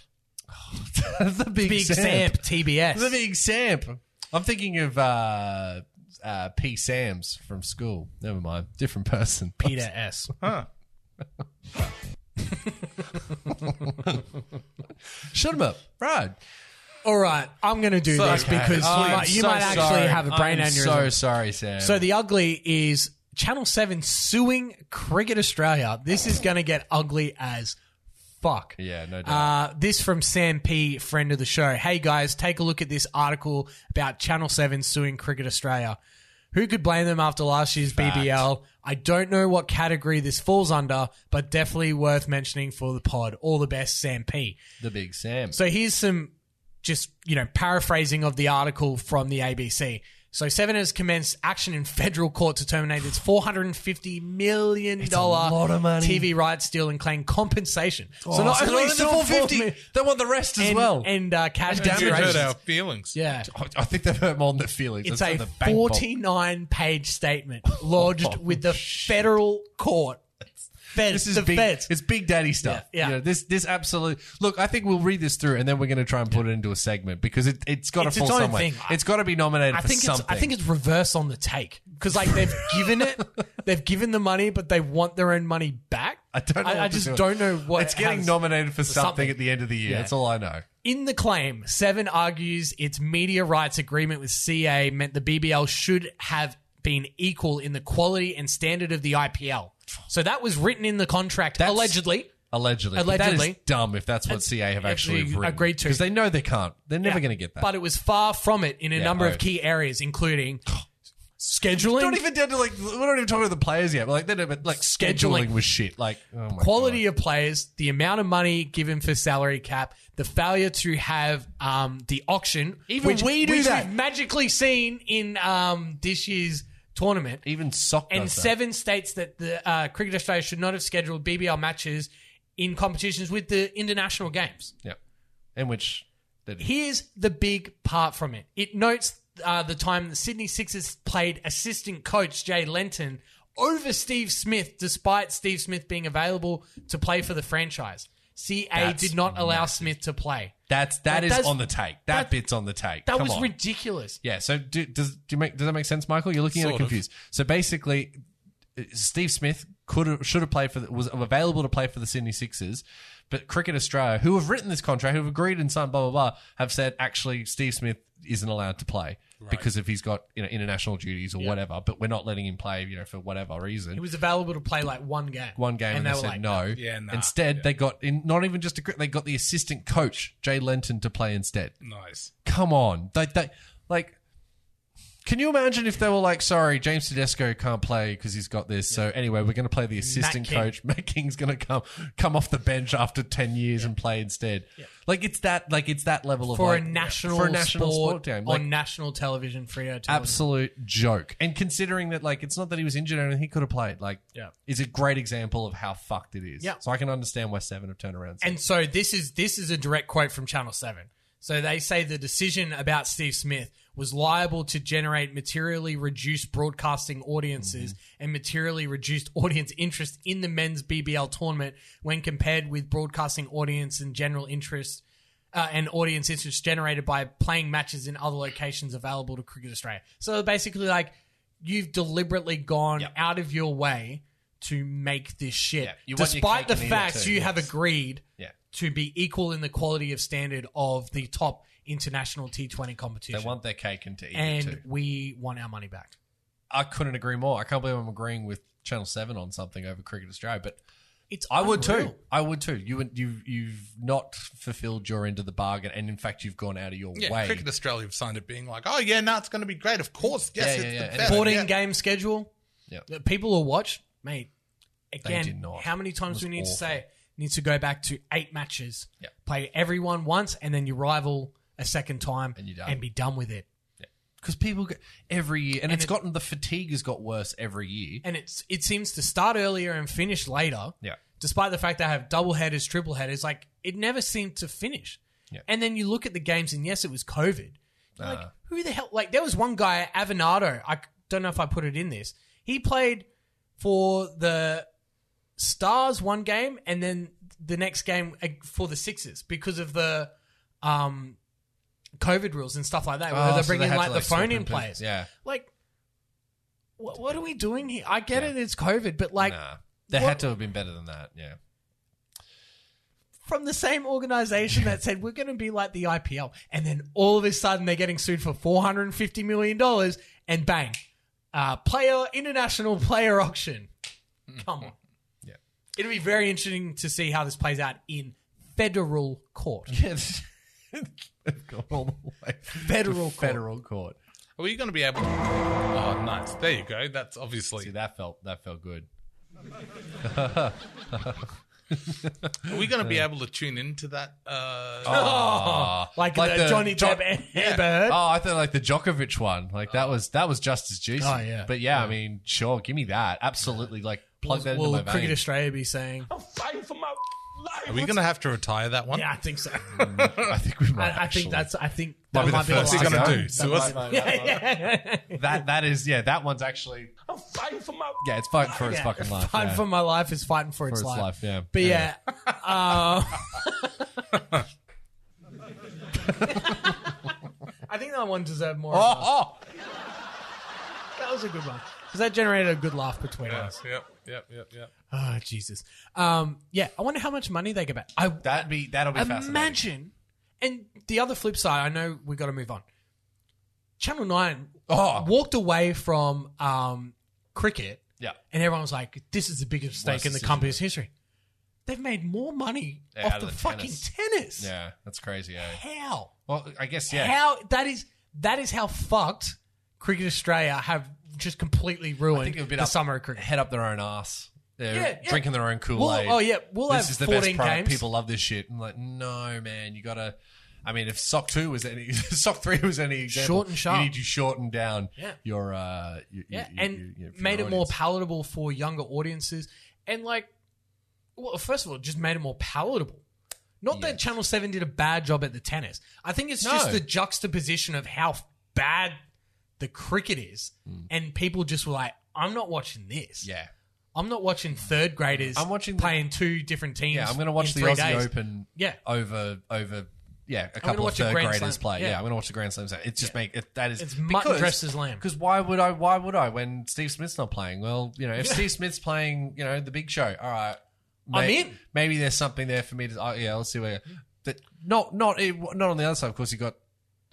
the big,
Big Samp, TBS.
the big Samp. I'm thinking of uh, uh, P. Sam's from school. Never mind, different person.
Peter S.
Huh.
Shut him up, right?
All right, I'm going to do
So-
this because
I
you
am
might, you
Oh, so
might actually
sorry.
have a brain
I'm So
aneurysm. So,
sorry, Sam.
the ugly is Channel 7 suing Cricket Australia. This is going to get ugly as fuck.
yeah, no doubt.
Uh, this from Sam P, friend of the show. Hey guys, take a look at this article about Channel 7 suing Cricket Australia. Who could blame them after last year's BBL? I don't know what category this falls under, but definitely worth mentioning for the pod. All the best, Sam P.
the big Sam.
So here's some just, you know, paraphrasing of the article from the ABC. So Seven has commenced action in federal court to terminate its $450 million
lot of money. Oh,
TV rights deal and claim compensation. so not
so
only
not
the
only the
450
450, they want the rest as
and,
well.
and uh, cash
damage.
You hurt
considerations.
our feelings.
Yeah.
I- I think they've hurt more than their feelings.
It's
That's
a
in the bank vault.
49 page statement lodged with the federal court. Fed,
This is
the
big.
feds.
It's big daddy stuff.
Yeah, yeah.
You know, this this absolute look. I think we'll read this through and then we're going to try and put it into a segment because it it's got to
It's
fall
its own
somewhere.
thing.
It's got to be nominated
I
for
think it's
something.
I think it's reverse on the take because like they've given it, they've given the money, but they want their own money back.
I don't know
I,
what to
just
do.
don't know what
it's getting
has-
nominated for something,
something.
at the end of the year.
Yeah.
That's all I know.
In the claim, Seven argues its media rights agreement with CA meant the BBL should have been equal in the quality and standard of the IPL. So that was written in the contract
That's-
allegedly.
Allegedly, But that is
Allegedly.
dumb. If that's what CA have actually
actually
written.
agreed to.
because they know they can't. They're never going to get that.
But it was far from it in a
Yeah,
number
oh.
of key areas, including scheduling,
not even down to like we're not even talking about the players yet. But like, they know, but like scheduling,
Scheduling.
was shit. Like oh my
quality of players, the amount of money given for salary cap, the failure to have um, the auction.
Even we do
which
that.
We've magically seen in um, this year's tournament.
God. even sock
and
does that.
seven states that the uh, Cricket Australia should not have scheduled BBL matches in competitions with the international games.
Yeah, in which they did.
Here's the big part from it. It notes uh, the time the Sydney Sixers played assistant coach Jay Lenton over Steve Smith, despite Steve Smith being available to play for the franchise. CA
That's
did not allow Smith to play.
that's
That
that is
does-
on the take. That,
that-
bit's on the take.
That
Come
was
on.
ridiculous.
yeah. So do, does do you make does that make sense, Michael? You're looking at it
Sort of.
confused. So basically, uh, Steve Smith could have, should have played for the, was available to play for the Sydney Sixers. But Cricket Australia, who have written this contract, who have agreed and signed, blah blah blah, have said actually Steve Smith isn't allowed to play because if he's got you know international duties or whatever. But we're not letting him play, you know, for whatever reason.
He was available to play like one game.
one game and, they,
were
said
like,
no.
Yeah, nah.
instead, they got in, not even just a gr- they got the assistant coach Jay Lenton to play instead.
Nice.
Come on, they, they like. Can you imagine if they were like, "Sorry, James Tedesco can't play because he's got this." So anyway, we're going to play the assistant
King.
coach. Matt King's going to come come off the bench after ten years and play instead. Like it's that like it's that level of
For,
like,
a national
for a national sport, game like,
on national television, free
absolute joke. And considering that, like, it's not that he was injured or anything, he could have played. Like,
Yeah.
is a great example of how fucked it is.
Yeah.
So I can understand why Seven have turned around.
And so this is this is a direct quote from Channel 7. So they say the decision about Steve Smith was liable to generate materially reduced broadcasting audiences
Mm-hmm.
and materially reduced audience interest in the men's BBL tournament when compared with broadcasting audience and general interest uh, and audience interest generated by playing matches in other locations available to Cricket Australia. So basically, like you've deliberately gone
Yep.
out of your way to make this shit,
Yeah, you want your cake
despite the
and eat it
fact
too,
you have
yes.
agreed
Yeah.
to be equal in the quality of standard of the top international T20
They
competition.
want their cake and to eat it
and
too.
we want our money back.
I couldn't agree more. I can't believe I'm agreeing with Channel Seven on something over Cricket Australia, but
It's
I would too.
unreal.
I would too. You would- you've you've not fulfilled your end of the bargain, and in fact, you've gone out of your
Yeah,
way.
Cricket Australia have signed it being like, oh, yeah, no, it's going to be great. Of course. Yes,
Yeah,
it's
yeah, yeah.
the
And
best.
14
Yeah.
game schedule.
Yeah.
that People will watch, mate. Again,
did not.
how many times
It
do we
was
need
awful.
to say need to go back to eight matches,
Yeah.
play everyone once, and then you rival a second time
And you're done.
be done with it.
because people get every year, and,
And
it's
it-
gotten the fatigue has got worse every year.
And it's it seems to start earlier and finish later.
Yeah.
Despite the fact they have double headers, triple headers, like it never seemed to finish.
Yeah.
And then you look at the games, and yes, it was COVID. You're Like
Ah.
who the hell? Like there was one guy, Avenado. I c- don't know if I put it in this. He played for the Stars one game, and then the next game uh, for the Sixers because of the um, COVID rules and stuff like that. Where
Oh,
they're
so
bringing
had
like,
to,
the phone
swap
in
people.
players.
Yeah,
Like, what, what are we doing here? I get it, it's COVID, but like
nah, they
what-
had to have been better than that. Yeah,
from the same organization that said we're going to be like the IPL, and then all of a sudden they're getting sued for four hundred and fifty million dollars, and bang, uh, player international player auction. Come on,
Yeah.
it'll be very interesting to see how this plays out in federal court.
yeah, they've gone all the way
Federal
to federal court.
Are you going to be able to. Oh, nice. There you go. That's
See,
obviously.
that felt that felt good.
Are we going to be able to tune into that? Uh,
Ah,
Oh, Like, the, Johnny
Jo-
Depp and Amber Heard.
Oh, I thought like the Djokovic one. Like that was that was just as juicy.
Oh, yeah.
But yeah, I mean, sure, give me that. Absolutely, like plug that into
Will
my
Cricket
veins.
Australia be saying?
Are we going to have to retire that one?
Yeah, I think so.
I think we might.
I, I
Mm, actually.
think that's. I think
Might
that
be the
might be the
first
What's he
I
last
going
know.
to
one.
do? Suicide?
Yeah, yeah.
that that is yeah. That one's actually. I'm fighting for my. Yeah, it's fighting for its
Yeah.
fucking life.
Fighting
yeah.
for my life is fighting for,
For
its,
its
life.
life, yeah.
But yeah, uh, I think that one deserved more. of us.
Oh, oh.
That was a good one because that generated a good laugh between
Yeah,
us.
Yep, yep, yep, yep.
Oh Jesus! Um, yeah, I wonder how much money they get back. I
That'd be that'll be fascinating.
imagine. And the other flip side, I know we got to move on. Channel Nine
Oh.
walked away from um, cricket
Yeah.
And everyone was like, this is the biggest mistake in the
decision
company's history. They've made more money
Yeah,
off
out
the,
of the
fucking
tennis.
tennis.
Yeah, that's crazy. Yeah.
How?
Well, I guess yeah.
How that is that is how fucked Cricket Australia have just completely ruined
I think it would be
the
up,
summer of cricket.
head up their own ass. They're
Yeah, yeah.
drinking their own Kool
We'll,
Aid.
oh yeah, we'll
this
have
is the best
14
product.
games.
People love this shit. I'm like, no, man, you gotta. I mean, if sock two was any, sock three was any example,
Short and sharp.
You need to shorten down
Yeah.
your, uh, your,
yeah,
your-
and
your- your- your
made it more
audience.
palatable for younger audiences, and like, well, first of all, just made it more palatable. Not that Channel Seven did a bad job at the tennis. I think it's just
No.
the juxtaposition of how bad the cricket is, and people just were like, "I'm not watching this.
Mm. yeah,
I'm not watching third graders.
I'm watching the-
playing two different teams.
yeah. I'm gonna watch
in
the
three
Aussie
days.
Open.
Yeah.
over over. Yeah, a couple of
watch a
third
Grand
graders
Slam.
play. Yeah.
Yeah.
I'm gonna watch the Grand Slams. It's just make it, that is
It's mutton dressed as lamb.
Because why would I? Why would I when Steve Smith's not playing? Well, you know, if Steve Smith's playing, you know, the Big Show. All right,
I'm
may-
in.
Maybe there's something there for me to. Oh, yeah, let's see where. That not not it- not on the other side. Of course, you got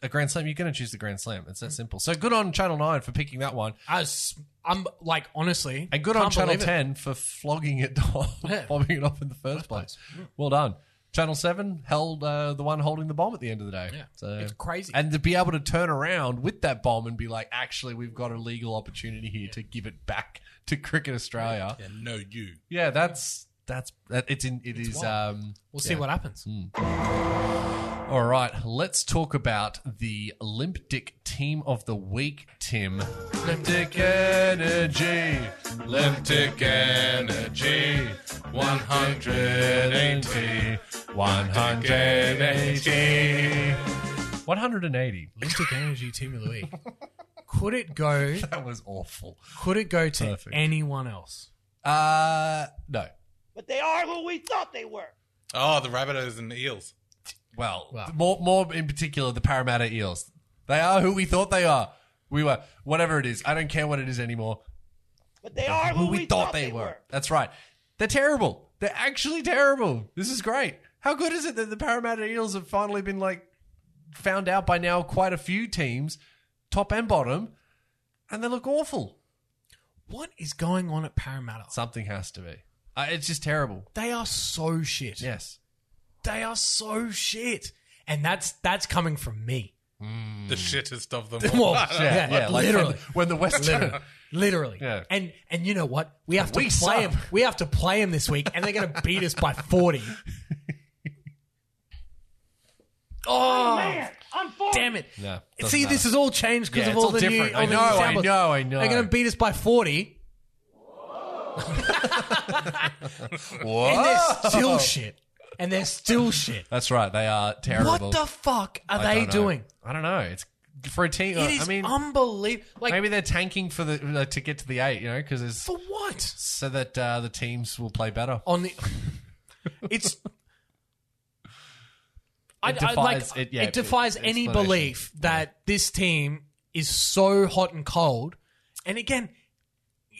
a Grand Slam. You're going to choose the Grand Slam.
Mm.
It's that simple. So good on Channel Nine for picking that one,
I was, I'm like, honestly,
and good
can't
on Channel
believe it.
Ten for flogging it, off,
Yeah.
bombing it off in the first place. Well done. Channel Seven held uh, the one holding the bomb at the end of the day.
Yeah.
So
It's crazy.
and to be able to turn around with that bomb and be like, actually, we've got a legal opportunity here to give it back to Cricket Australia. Yeah,
Yeah, no, you.
that's that's that, it's in it is, um.
We'll see what happens.
Hmm. All right, let's talk about the Limp Dick Team of the Week, Tim. Limp Dick Energy, Limp Dick Energy, 180, 180. 180.
Olympic energy Timmy Louis. Could it go?
That was awful.
Could it go to
Perfect.
anyone else?
Uh, no.
But they are who we thought they were.
Oh, the rabbitos and the eels.
Well,
Wow.
more more in particular, the Parramatta Eels. They are who we thought they are. We were whatever it is. I don't care what it is anymore.
But they are who, we thought, they were.
That's right. They're terrible. They're actually terrible. This is great. How good is it that the Parramatta Eels have finally been like found out by now quite a few teams, top and bottom, and they look awful.
What is going on at Parramatta?
Something has to be. Uh, it's just terrible.
They are so shit.
Yes.
They are so shit. And that's that's coming from me.
Hmm.
The shittest of them all.
Well, yeah,
Oh, Yeah, like
literally.
when, when the Western
Literally. Literally.
Yeah.
And and you know what? We have to
We
play
suck.
them. We have to play them this week and they're going to beat us by 40. Oh,
Man, I'm for
damn it.
No, doesn't
See,
matter.
this has all changed because
Yeah,
of
it's
all
all
the
different.
new all
I
the
know,
new
I
samples.
know, I know.
They're going to beat us by 40 and they're still shit. And they're still shit.
That's right. They are terrible.
What the fuck are
I
they
don't know.
doing?
I don't know. It's for a team. uh,
It is
I mean,
unbelievable. Like
maybe they're tanking for the like, to get to the eight. You know, because it's
for what?
so that uh, the teams will play better.
On the, it's. I,
It
I- like,
defies- it- yeah,
it defies
it-
any
explanation.
belief that this team is so hot and cold. And again,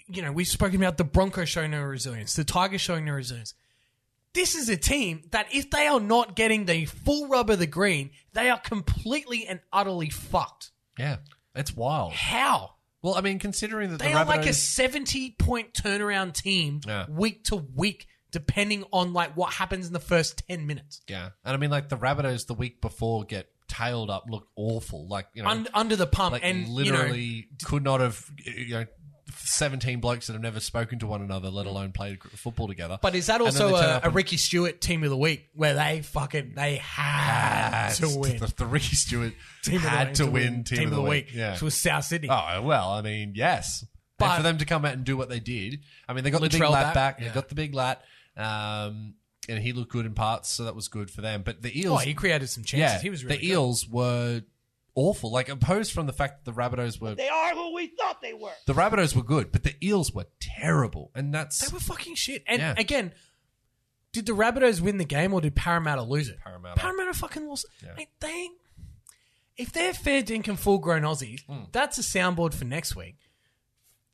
you know, we've spoken about the Broncos showing their resilience, the Tigers showing their resilience. This is a team that if they are not getting the full rub of the green, they are completely and utterly fucked.
Yeah, it's wild.
How?
Well, I mean, considering that
They
the
are like a
Rabbitohs-
70 point turnaround team
Yeah.
week to week, depending on like what happens in the first 10 minutes.
yeah, and I mean, like the Rabbitohs the week before get tailed up, look awful. Like you know,
Un- under the pump
like
and
literally
you know,
could not have you know. 17 blokes that have never spoken to one another, let alone played football together.
but is that
And then
also
they turn
a,
up
a
and-
Ricky Stewart team of the week where they fucking they had
Ah,
to win?
The, the Ricky Stewart
Team of the
had
week
to win team, of the week. Yeah.
which was South Sydney.
Oh well, I mean, yes. But
But-
for them to come out and do what they did, I mean, they got the big
Latrell
lat
back,
back. They
yeah.
got the big lat, um, and he looked good in parts, so that was good for them. But the
Oh,
eels,
he created some chances.
yeah,
he was really
the
good.
eels were awful. Like opposed from the fact that the Rabbitohs were
They are who we thought they were.
the Rabbitohs were good, but the eels were terrible, and that's
They were fucking shit. And
Yeah.
again, did the Rabbitohs win the game or did Parramatta lose it?
Parramatta.
Parramatta fucking lost. Like, they, if they're fair dinkum full grown Aussies,
Hmm.
that's a soundboard for next week.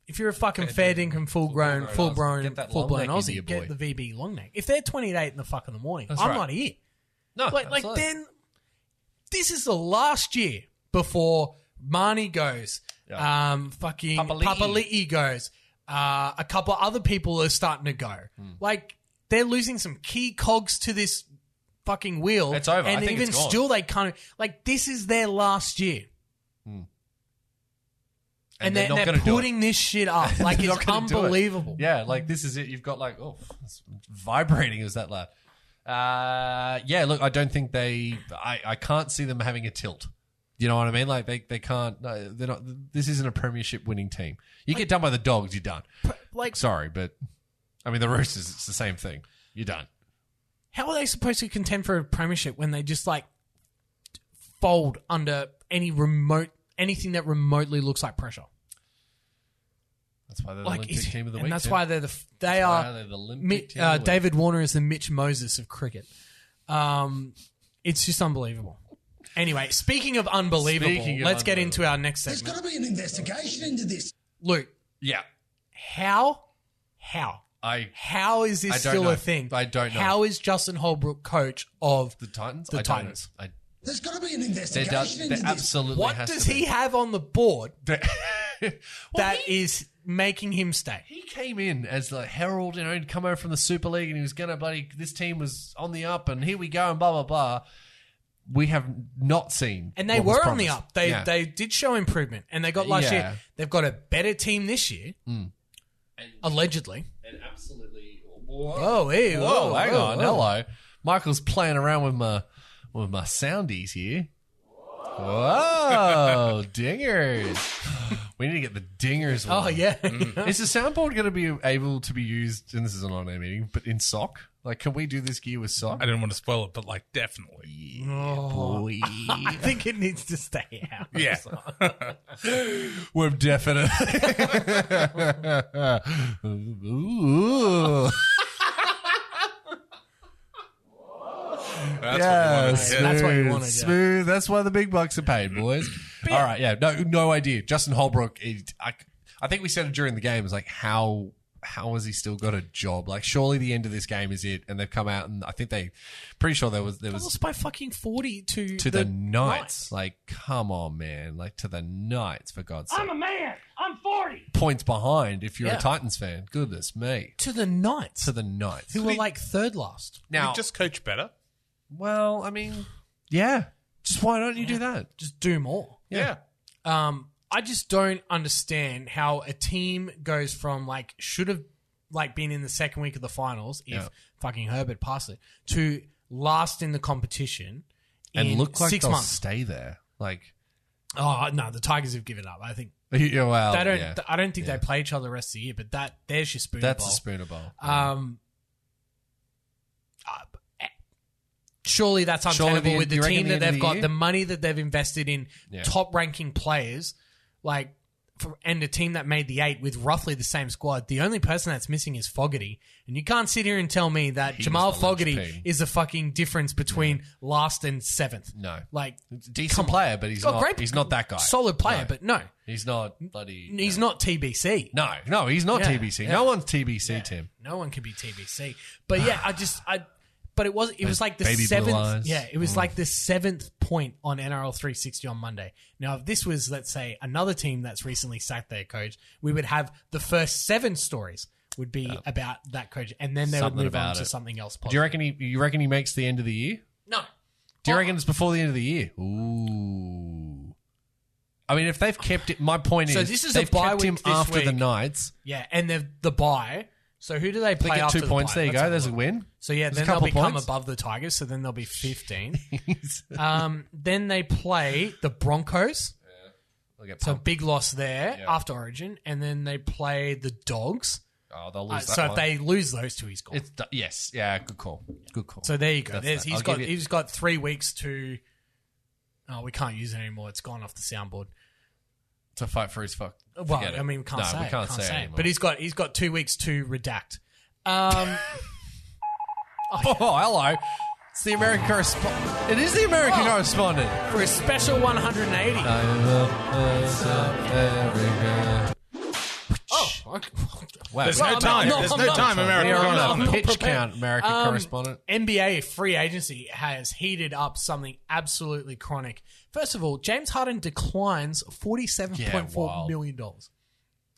If you're a fucking fair dinkum full
full-grown
grown, full
Aussie.
grown,
Get that
full
long
blown
neck into
Aussie,
your
get
boy.
the VB long neck. If they're 28 in the fuck in the morning,
That's
I'm
right.
not here.
no,
Like, like
absolutely.
then, this is the last year before Marnie goes, um, fucking
Papali'i.
Papali'i goes, uh, a couple of other people are starting to go.
Hmm.
Like they're losing some key cogs to this fucking wheel.
It's over. I
And
think
even
it's gone.
still, they kind of like this is their last year. And, they're, they're,
not going to do it.
putting this shit up like
They're
it's
not gonna do it.
unbelievable.
Yeah, like this is it. You've got like oh, it's vibrating. It was that loud? Uh, yeah. Look, I don't think they. I I can't see them having a tilt. You know what I mean? Like they they can't. No, they're not. This isn't a premiership winning team. You get done by the dogs, you're done.
Like,
Sorry, but I mean the Roosters. It's the same thing. You're done.
how are they supposed to contend for a premiership when they just like fold under any remote anything that remotely looks like pressure?
That's why they're the
like
Olympic
it's-
team of the
and
week.
that's
Tim.
why they're the f- they
That's
are
why they're the Olympic
Mi-
team of
uh,
the week.
David Warner is the Mitch Moses of cricket. Um, it's just unbelievable. Anyway, speaking of unbelievable,
Speaking of
let's get
unbelievable.
into our next
There's
segment.
got to be an investigation into this.
Luke,
Yeah,
how, how,
I
how is this
I don't
still
know.
a thing?
I don't know.
How is Justin Holbrook coach of
the Titans.
The
I don't know.
Titans.
I,
There's got to be an
there does.
investigation
There
into this.
absolutely.
what
has
does
to be.
he have on the board
That is.
that is making him stay?
he came in as the herald, you know, he'd come over from the Super League and he was going to bloody, this team was on the up and here we go and blah, blah, blah. We have not seen.
And they
what was
were on the
promised.
up. They
Yeah.
they did show improvement, and they got last
Yeah.
year. They've got a better team this year, allegedly.
And absolutely. Whoa,
Oh, hey,
whoa, hang on.
whoa.
Hello. Michael's playing around with my with my soundies here. Whoa, dingers. We need to get the dingers.
Oh
one.
yeah.
Is the soundboard going to be able to be used? And this is an on-air meeting, but in sock. Like, can we do this gear with sock?
I didn't want to spoil it, but like definitely.
Oh, I think it needs to stay out.
Yeah.
We're definitely. Ooh.
That's
yes,
That's
what we wanted.
what you
smooth,
wanted, yeah.
Smooth. That's why the big bucks are paid, boys. All right. Yeah. No. No idea. Justin Holbrook. It, I, I think we said it during the game. It's like how how has he still got a job? Like surely the end of this game is it, and they've come out and I think they pretty sure there was there was
Lost by fucking forty to
to the, Knights. Like come on, man. Like to the Knights for God's sake.
I'm a man. I'm 40.
Points behind if you're
Yeah.
a Titans fan. Goodness me.
to the Knights,
To the Knights.
who were like third last.
Now,
We just coach better.
well, I mean, yeah. Just why don't you do that?
Just do more.
Yeah.
Um, I just don't understand how a team goes from like should have like been in the second week of the finals if
Yeah.
fucking Herbert passed it to last in the competition
and
in
look like
six
they'll
months.
stay there. Like,
oh no, the Tigers have given up. I think
yeah, well,
they don't.
Oh, yeah.
I don't think
Yeah.
they play each other the rest of the year. But that there's your spoon.
that's
bowl.
a spooner bowl.
Um, uh, eh, surely that's
Surely
untenable
the-
with the
you reckon the
team that
end of
they've
the
got,
year?
the money that they've invested in
Yeah.
top-ranking players, like, for, and a team that made the eight with roughly the same squad. The only person that's missing is Fogarty, and you can't sit here and tell me that
He was
Jamal
the
Fogarty
linchpin.
is the fucking difference between last and seventh.
no,
Like,
decent player, but he's
Oh,
not.
great.
He's not that guy.
solid player,
No.
but no,
he's not bloody.
he's not TBC.
No, no, he's not
Yeah,
TBC.
yeah.
No one's TBC, Tim.
No one can be TBC. But yeah, I just I. But it was it was like the
Baby blue
seventh.
eyes. Mm.
Yeah, it was like the seventh point on NRL 360 on Monday. Now, if this was let's say another team that's recently sacked their coach, we would have the first seven stories would be about that coach, and then they
Something
would move on
about
to
it.
something else.
Do you
Positive.
reckon he? You reckon he makes the end of the year?
no.
Do you
Oh.
reckon it's before the end of the year? Ooh. I mean, if they've kept it, my point
So
is,
this is a
they've
bye
kept
week
him
this
after the
week.
Knights.
Yeah, and the the buy. So who do they
They
play
get
after
two
the
points.
bye?
There you
Let's
go.
have a
There's a
look.
win.
So yeah,
There's a
then they'll
couple
become
points.
above the Tigers. So then they'll be 15. um, then they play the Broncos.
They'll get
So
pumped.
big loss there
Yeah.
after Origin, and then they play the Dogs.
oh, they'll
Uh,
lose that
so if
one.
they lose those two, he's gone.
It's d- yes, yeah, good call, good call.
so there you go.
That's
There's,
that.
he's
I'll
got
give you-
he's got three weeks to. Oh, we can't use it anymore. It's gone off the soundboard.
to fight for his fuck.
Well,
Forget it.
I mean, we can't
no,
say
we
it,
can't, say, it
it.
anymore.
But he's got he's got two weeks to redact. Um,
oh, hello. It's the American correspondent. It is the American
Oh.
correspondent.
for a special 180.
I love us, America.
oh, okay.
Wow,
There's
we-
no
Well, I'm
time.
not-
There's
I'm
no
not-
time,
I'm
American
we are
not-
on a
correspondent.
I'm not
pitch
prepared.
count, American
Um,
correspondent.
NBA free agency has heated up something absolutely chronic. First of all, James Harden declines forty-seven point
Yeah,
four
wild.
million dollars.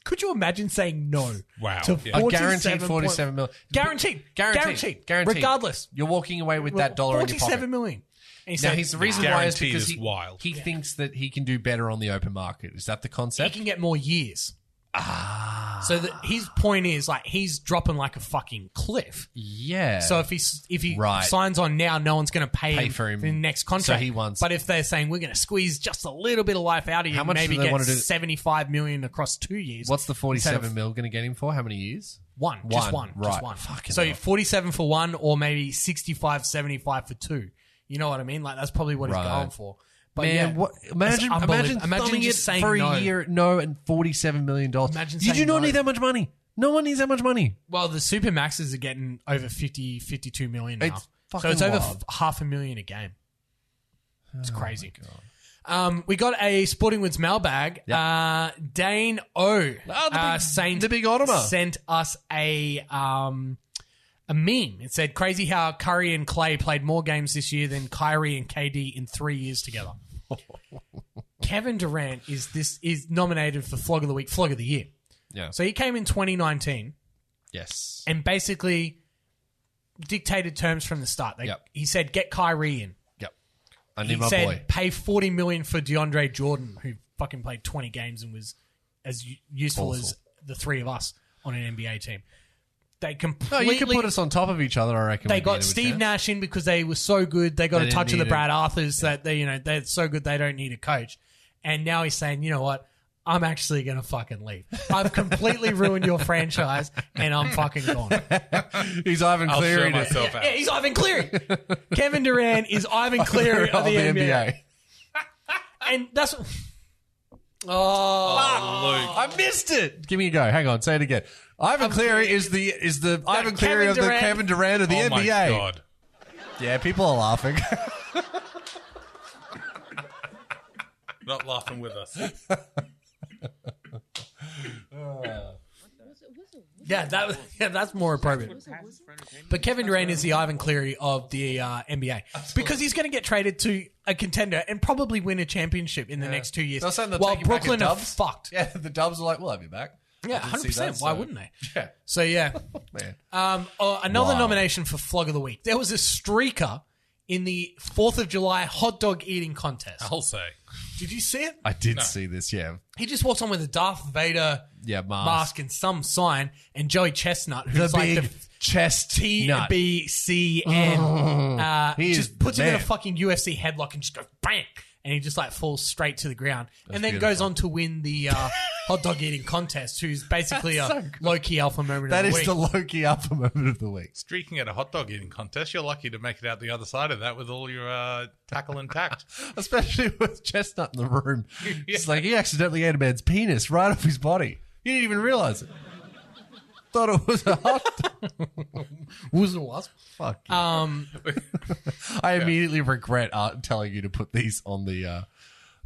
Could you imagine saying no?
Wow.
To
Yeah.
A
47
guaranteed
point-
forty-seven million.
Guaranteed.
Guaranteed.
Guaranteed.
Guaranteed.
Regardless.
You're walking away with that dollar in your pocket.
Forty-seven million. And he
Now,
said
he's the reason why is
Guarantee
because
is
he,
wild.
he thinks that he can do better on the open market. Is that the
he
concept?
can get more years. Ah. So the, his point is like he's dropping like a fucking cliff.
yeah.
So if he if he
Right.
signs on now, no one's going to pay,
Pay
him
for him.
the next contract.
So he wants-
But if they're saying we're going to squeeze just a little bit of life out of you,
How
and
much do
maybe
they
get
wanna do?
seventy five million across two years.
what's the
instead
forty-seven
of
mil going to get him for? How many years?
One, just one,
One,
just
right.
one.
Fucking
so
hell.
forty seven for one, or maybe 65, 75 for two. You know what I mean? Like that's probably what he's
Right.
going for. But
Man,
Oh, yeah,
what, imagine
That's
imagine
unbelievable. Imagine
thumbing
just
it
saying
for a
no.
year at no and forty seven million dollars.
Imagine
you do
saying
not
no.
need that much money. No one needs that much money.
Well, the super maxes are getting over 50, 52 million now.
It's
so
fucking
it's over
wild. Oh
f- half a million a game. It's crazy. Um, we got a Sporting Woods mailbag. Uh, Dane O.
Ah, the
uh,
big-
sent-
the big Ottawa.
Sent us a um, a meme. It said, "Crazy how Curry and Clay played more games this year than Kyrie and KD in three years together." Kevin Durant is this is nominated for Flog of the Week, Flog of the Year.
Yeah.
So he came in 2019
Yes.
and basically dictated terms from the start. They,
Yep.
He said, "Get Kyrie in."
Yep. I
He
need my
said,
boy.
"Pay forty million for DeAndre Jordan, who fucking played twenty games and was as u- useful
Awful.
as the three of us on an NBA team." They
No,
completely.
you can put us on top of each other. I reckon
they
we'd be in
got
with
Steve
that.
Nash in because they were so good. They got
They
a
didn't
touch of the
need a-
Brad Arthurs that they, you know, they're so good they don't need a coach. And now he's saying, you know what? I'm actually going to fucking leave. I've completely ruined your franchise and I'm fucking gone.
He's Ivan
I'll show
Cleary. to-
myself
Yeah,
out.
he's Ivan Cleary. Kevin Durant is Ivan Cleary of the, NBA. And that's. Oh.
Oh,
I missed it. Give me a go. Hang on. Say it again. Ivan Cleary is the is the Ivan Cleary
Kevin
of the
Durant.
Kevin Durant of the
Luke. Oh,
NBA.
my God.
Yeah, people are laughing.
Not laughing with us.
Yeah, that was, yeah, that's more appropriate. But Kevin Durant is the Ivan Cleary of the uh, NBA because he's going to get traded to a contender and probably win a championship in the next two years.
They're saying they'll
While
take him back
Brooklyn
at
are
dubs.
fucked.
yeah, the Dubs are like, we'll have you back.
Yeah,
I did see
hundred percent.
that,
Why
so-
wouldn't they?
Yeah,
So yeah,
man.
um, oh, another
Wow.
nomination for flog of the week. There was a streaker in the Fourth of July hot dog eating contest.
Oh.
I'll say.
Did you see it?
I did see this. Yeah,
He just walks on with a Darth Vader
yeah. Mask.
mask and some sign, and Joey Chestnut, who's
The
like
big
the
chest
T
nut. Oh,
B C N. Uh,
He is
just puts
the
him in a
man.
fucking UFC headlock and just goes bang, and he just like falls straight to the ground, and then goes
beautiful.
on to win the uh, hot dog eating contest. Who's basically a
That's so good.
low key alpha moment.
That
of
is
the week.
the Loki alpha moment of the week.
Streaking at a hot dog eating contest, you're lucky to make it out the other side of that with all your uh, tackle intact.
Especially with Chestnut in the room. It's like he accidentally ate a man's penis right off his body. You didn't even realize it. Thought it was a hot dog.
was it was.
Fuck. you.
Um,
I immediately regret uh, telling you to put these on the uh,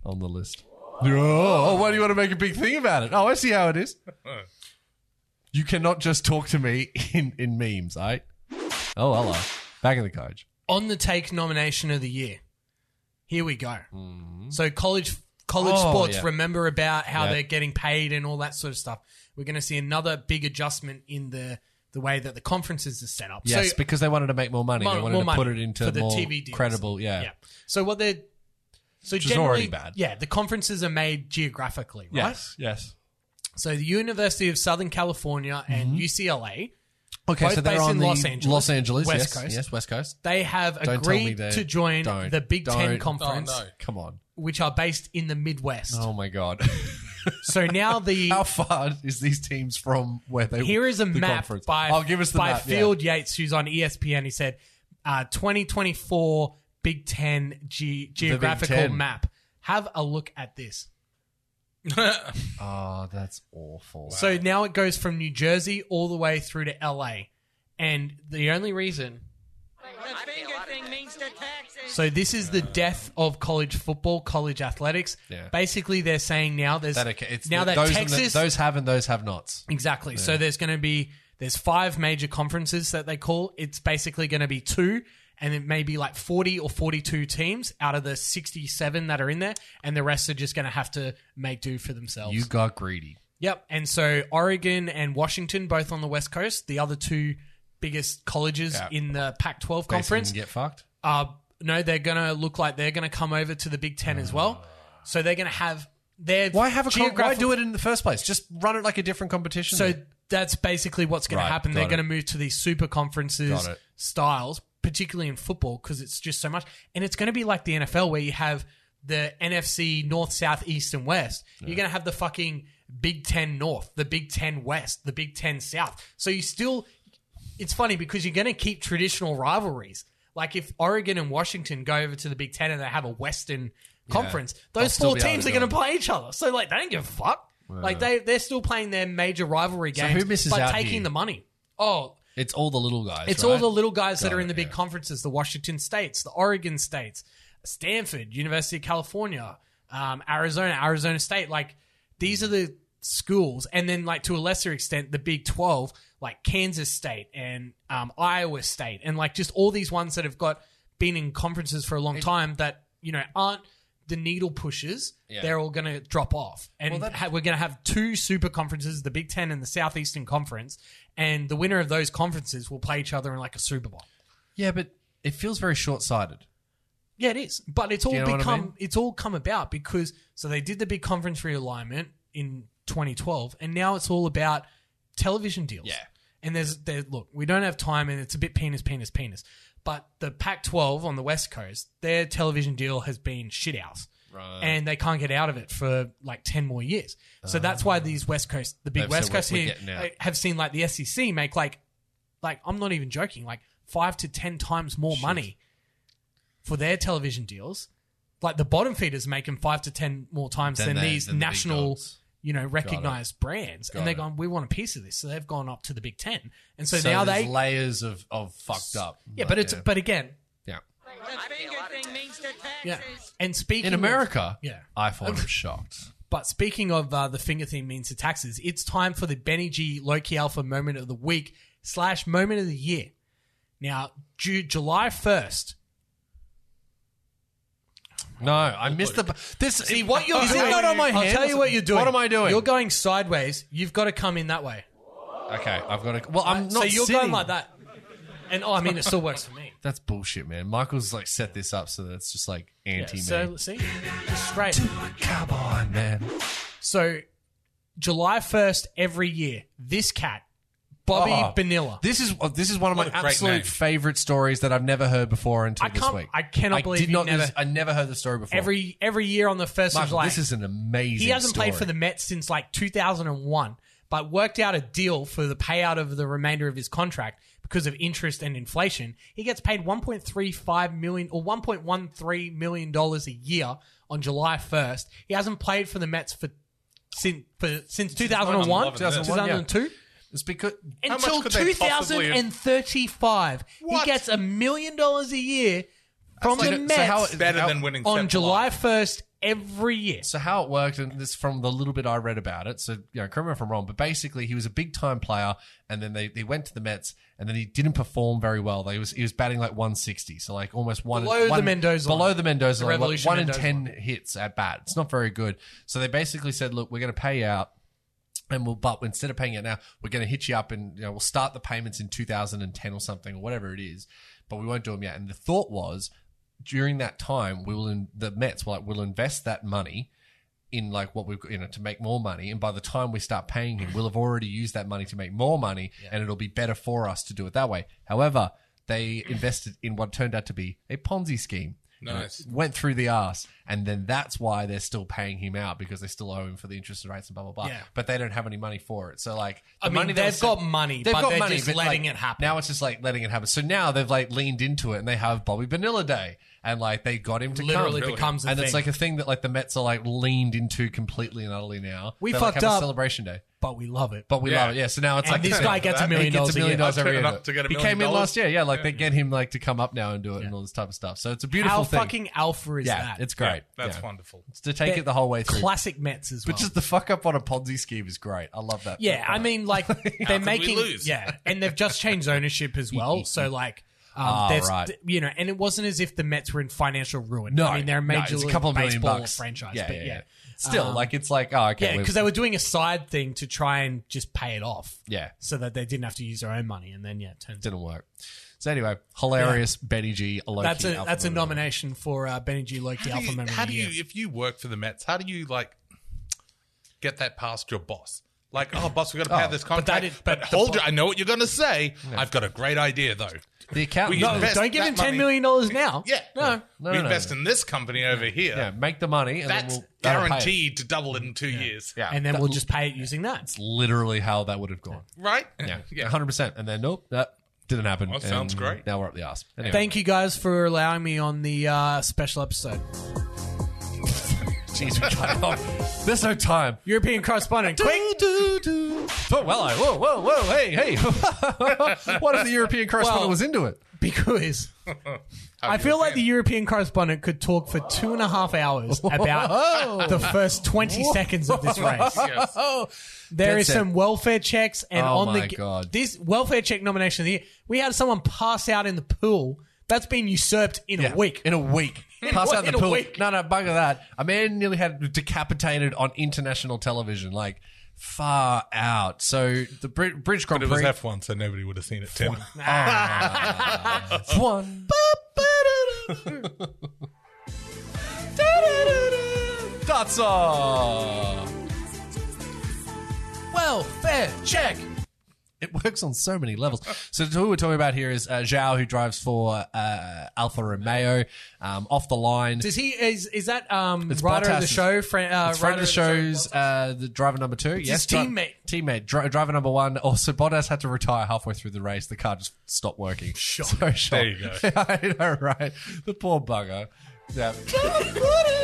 on the list. Oh, why do you want to make a big thing about it? Oh, I see how it is. You cannot just talk to me in, in memes, right? Oh, hello. Back in the coach.
on the take nomination of the year. Here we go. So college college
Mm-hmm. Oh,
sports
yeah.
remember about how
Yeah.
they're getting paid and all that sort of stuff. We're going to see another big adjustment in the the way that the conferences are set up.
Yes,
so,
because they wanted to make more money.
More-
they wanted
more
to put it
money
into
for the
more
TV deals.
credible. Yeah.
yeah. So what they're so
is
generally
already bad.
Yeah, the conferences are made geographically, right?
Yes. Yes.
So the University of Southern California
Mm-hmm.
and UCLA,
Okay,
Both
so they're
based
on
in
the
Los Angeles.
Los Angeles,
West
yes,
Coast.
yes, West Coast.
they have
Don't tell me
agreed
they
to join
don't.
the Big Ten
Don't.
conference,
Oh, no.
Come on!
which are based in the Midwest.
Oh my God!
So now the
How far is these teams from where they?
Here is a
the
map
Conference?
by
oh, give us the
by
map, yeah.
Field Yates, who's on E ESPN. He said, uh, "2024 Big Ten ge- geographical
Ten.
map. Have a look at this."
Oh, that's awful.
So now it goes from New Jersey all the way through to LA, and the only reason. So this is the death of college football, college athletics.
Yeah.
Basically, they're saying now there's
that okay, it's
now
the-
that
those and the-
Texas
those have and those have nots.
Exactly. So there's going to be there's five major conferences that they call. It's basically going to be two, and it may be like 40 or 42 teams out of the 67 that are in there, and the rest are just going to have to make do for themselves.
You got greedy.
yep. And so Oregon and Washington, both on the west coast, the other two biggest colleges
Yeah.
in the Pac-12
Basically,
conference,
you can get fucked.
uh, no, they're going to look like they're going to come over to the Big Ten as well. So they're going to have their
Ah. Why have a con- why
geographic-
do it in the first place? Just run it like a different competition.
so
then.
that's basically what's going
Right,
to happen.
got
They're
it.
going to move to these super conferences
Got it.
styles, particularly in football, because it's just so much. And it's going to be like the NFL where you have the NFC North, South, East, and West. You're going to have the fucking Big Ten North, the Big Ten West, the Big Ten South. So you still, it's funny because you're going to keep traditional rivalries. Like if Oregon and Washington go over to the Big Ten and they have a Western conference, those
still
four
be able
teams
to
are
do
going
it.
to play each other. So like they don't give a fuck. Like they they're still playing their major rivalry
So
games,
who misses
but
out
taking
here?
the money. Oh,
it's all the little guys.
it's
right?
all the little guys that
Got
are in
it,
the big
yeah.
conferences: the Washington States, the Oregon States, Stanford, University of California, um, Arizona, Arizona State. Like these are the schools, and then like to a lesser extent, the Big Twelve, like Kansas State and um, Iowa State, and like just all these ones that have got been in conferences for a long time that you know aren't the needle pushers.
Yeah.
They're all going to drop off, and
Well, that-
ha- we're going to have two super conferences: the Big Ten and the Southeastern Conference. And the winner of those conferences will play each other in like a Super Bowl.
yeah, but it feels very short sighted.
Yeah, it is. But it's all
you know what I
become
mean?
it's all come about because so they did the big conference realignment in 2012, and now it's all about television deals.
Yeah.
And there's there look, we don't have time, and it's a bit penis, penis, penis. But the Pac-12 on the West Coast, their television deal has been shit house.
Right.
and they can't get out of it for like 10 more years. So that's why these West Coast, the big
Uh-huh. They've
West
said,
Coast
"We're- we're
here,
getting out."
uh, have seen like the SEC make like, like I'm not even joking, like five to 10 times more money for their television deals. Like the bottom feeders make them five to 10 more times
Than
than,
they-
these
than the big
national,
dogs.
you know, recognized brands.
Got
and they're
it.
gone, we want a piece of this. So they've gone up to the Big 10. And so,
so
now
there's
they.
layers of, of fucked up.
yeah, but it's,
yeah.
but again,
yeah.
yeah. And speaking
in
of-
America.
Yeah.
I find them shocked.
But speaking of uh, the finger thing means to taxes, it's time for the Benny G Loki Alpha moment of the week slash moment of the year. Now, Ju- July 1st.
No, I missed the. This
See, what you're
Is it
doing-
not on my
I'll
hands?
tell you what you're doing.
What am I doing?
You're going sideways. You've got to come in that way.
okay, I've got to. Well, I'm not.
so you're
sitting.
going like that. And oh, I mean, it still works for me.
That's bullshit, man. Michael's like set this up so that it's just like
Yeah,
anti me.
so, see? Straight.
Come on, man.
So, July 1st every year, this cat, Bobby
Oh.
Benilla.
This is uh, this is one of my
What a great name.
absolute favorite stories that I've never heard before until
I
this
can't-
week.
I cannot believe
did
you
not-
never-
this- I never heard the story before.
every every year on the 1st of
Michael,
July.
this is an amazing.
he hasn't played for
story.
the Mets since like 2001, but worked out a deal for the payout of the remainder of his contract because of interest and inflation. He gets paid 1.35 million or 1.13 million dollars a year on July 1st. He hasn't played for the Mets for since for, since
2001,
2001,
yeah.
2002.
It's because
How much
Until
could they possibly have-
2035,
What?
he gets a million dollars a year from
That's
the
like-
Mets
so how-
It's better
How-
than winning
on
Step
July
Alive.
1st every year.
So how it worked, and this from the little bit I read about it. So you know, correct me if I'm wrong, but basically he was a big time player, and then they, they went to the Mets, and then he didn't perform very well. They was he was batting like 160, so like almost one
Below the
one-
Mendoza
below
line.
the Mendoza
The
line, like
Revolution
one
Mendoza
in ten hits at bat. It's not very good. So they basically said, look, we're going to pay out. And we'll, but instead of paying it now, we're going to hit you up and you know, we'll start the payments in 2010 or something or whatever it is, but we won't do them yet. And the thought was during that time, we will, in, the Mets will like, we'll invest that money in like what we've got, you know, to make more money. And by the time we start paying him, we'll have already used that money to make more money and it'll be better for us to do it that way. However, they invested in what turned out to be a Ponzi scheme. And it
Nice.
Went through the arse. And then that's why they're still paying him out because they still owe him for the interest rates and blah, blah, blah.
Yeah.
But they don't have any money for it. So, like, the
I mean,
money that
they've
was
got
sent-
money, but they're just letting
like,
it happen.
Now it's just like letting it happen. So now they've like leaned into it and they have Bobby Vanilla Day and like they got him to
literally
come.
becomes a
and
thing.
it's like a thing that like the Mets are like leaned into completely and utterly now.
We
They, like,
fucked
have
up.
a celebration day,
but we love it.
but we
Yeah.
love it. Yeah, so now it's
And
like
this
yeah.
guy gets a
He
million
gets
dollars a
a million
year.
dollars every
Turn
year.
it up to get a
he
million
came in
dollars.
last year. Yeah, like they get him like to come up now and do it and all this type of stuff. So it's a beautiful
How
thing.
fucking alpha is
yeah,
that?
it's great.
That's
yeah.
wonderful.
It's to take
They're
it the whole way through.
classic Mets as well.
But just the fuck up on a Ponzi scheme is great. I love that.
yeah, I mean, like
How
they're
could we
making
lose?
yeah, and they've just changed ownership as well. So like. Um,
Ah,
they've-
right.
You know, and it wasn't as if the Mets were in financial ruin.
no,
I mean they're a major
no, it's a
league
couple of million
baseball
bucks
franchise,
Yeah,
but
yeah,
yeah,
yeah. Still,
Um,
like it's like oh okay,
yeah,
we've-
because they were doing a side thing to try and just pay it off,
yeah,
so that they didn't have to use their own money. And then yeah, it turns out
didn't work. So anyway, hilarious Benny G. low-key
that's a
alpha
that's a
winner.
nomination for uh, Benny G. Loki
How do
Alpha
you,
Memory
how
of
do
the
you
Year.
if you work for the Mets, how do you like get that past your boss? Like, oh, boss, we've got to pay
Oh,
out this
but
contract.
that
But,
is- but the
hold,
bo-
your- I know what you're going to say. I've got a great idea though.
The account.
We
No,
invest
Don't give
that
him ten
money-
million dollars now.
Yeah,
no,
No,
we
no, no,
invest
no.
in this company over here.
Yeah, make the money and
That's
then we'll that'll pay it.
guaranteed to double it in two years.
Yeah,
and then
that-
we'll just pay it using that.
literally how that would have gone.
Right?
Yeah, hundred percent. And then nope, that didn't happen.
Well, sounds
And
great.
Now we're up the ass. Anyway,
Thank you guys for allowing me on the uh, special episode.
Jeez, we cut it off. There's no time.
European correspondent, quick.
Do, do. Oh well, I whoa whoa whoa hey hey. what if the European correspondent
Well-
was into it?
because I feel like the European correspondent could talk for two and a half hours about the first 20 seconds of this race.
Oh,
There
Dead
is
set.
some welfare checks, and
Oh
on the
my God.
this welfare check nomination of the year, we had someone pass out in the pool. That's been usurped in
Yeah,
a week.
In a week.
In a
Pass
week-
out in the
in a
pool.
week.
No, no, bugger that. A man nearly had decapitated on international television. Like, far out. So, the Bri- British Grand
But it was
Prix.
F1, so nobody would have seen it, Tim.
one. That's all.
welfare check.
It works on so many levels. So who we're talking about here is uh, Zhao, who drives for uh, Alfa Romeo, um, off the line.
Does he is is that um
It's
writer of the
Bottas.
show? Friend, uh,
It's friend of the
writer
show's uh, the driver number two. yes,
his
dri-
teammate.
teammate, dri- driver number one. Also, Bottas had to retire halfway through the race. The car just stopped working. Sure, so shocked.
There you go.
I know, right? The poor bugger. Yeah.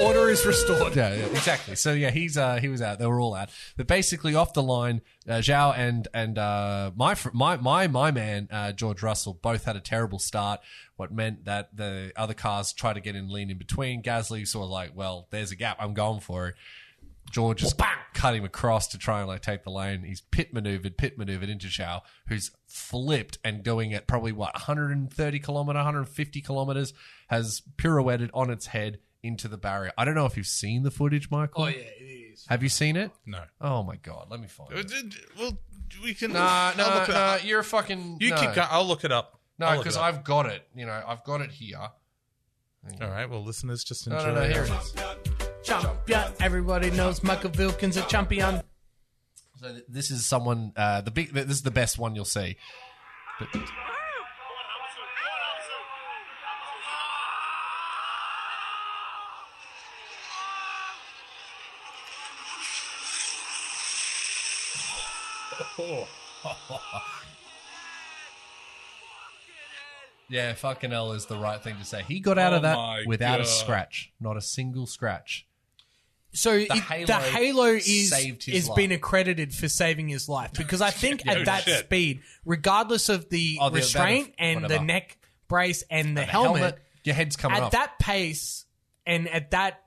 Order is restored.
Yeah, yeah, exactly. So yeah, he's uh, he was out. They were all out. But basically, off the line, uh, Zhao and and uh, my fr- my my my man uh, George Russell both had a terrible start. What meant that the other cars tried to get in lean in between. Gasly sort of like, well, there's a gap. I'm going for it. George just cut him across to try and like take the lane. He's pit maneuvered, pit maneuvered into Zhao, who's flipped and going at probably what 130 kilometer, 150 kilometers, has pirouetted on its head into the barrier. I don't know if you've seen the footage, Michael.
Oh yeah, it is.
Have you seen it?
No.
Oh my god, let me find
Uh,
it.
d- d- Well, we can.
Nah,
I'll
no,
look it
no,
up.
you're a fucking.
You
no.
keep going. I'll look it up. I'll
No,
look
because
it up.
I've got it. You know, I've got it here.
All right. Well, listeners, just enjoy.
No, no, no, here it is.
Champion. Everybody knows Michael Vilkins a champion.
So th- this is someone. Uh, the big. This is the best one you'll see. Yeah, fucking hell is the right thing to say. He got out
Oh
of
my
that without a
God.
scratch, not a single scratch.
So it- the
Halo
Halo, is
saved his
is
life.
been accredited for saving his life because I think at that
shit.
speed, regardless of the
Oh, the- that is-
restraint and
whatever.
the neck brace and the,
The
helmet,
your head's coming
at
off.
that pace and at that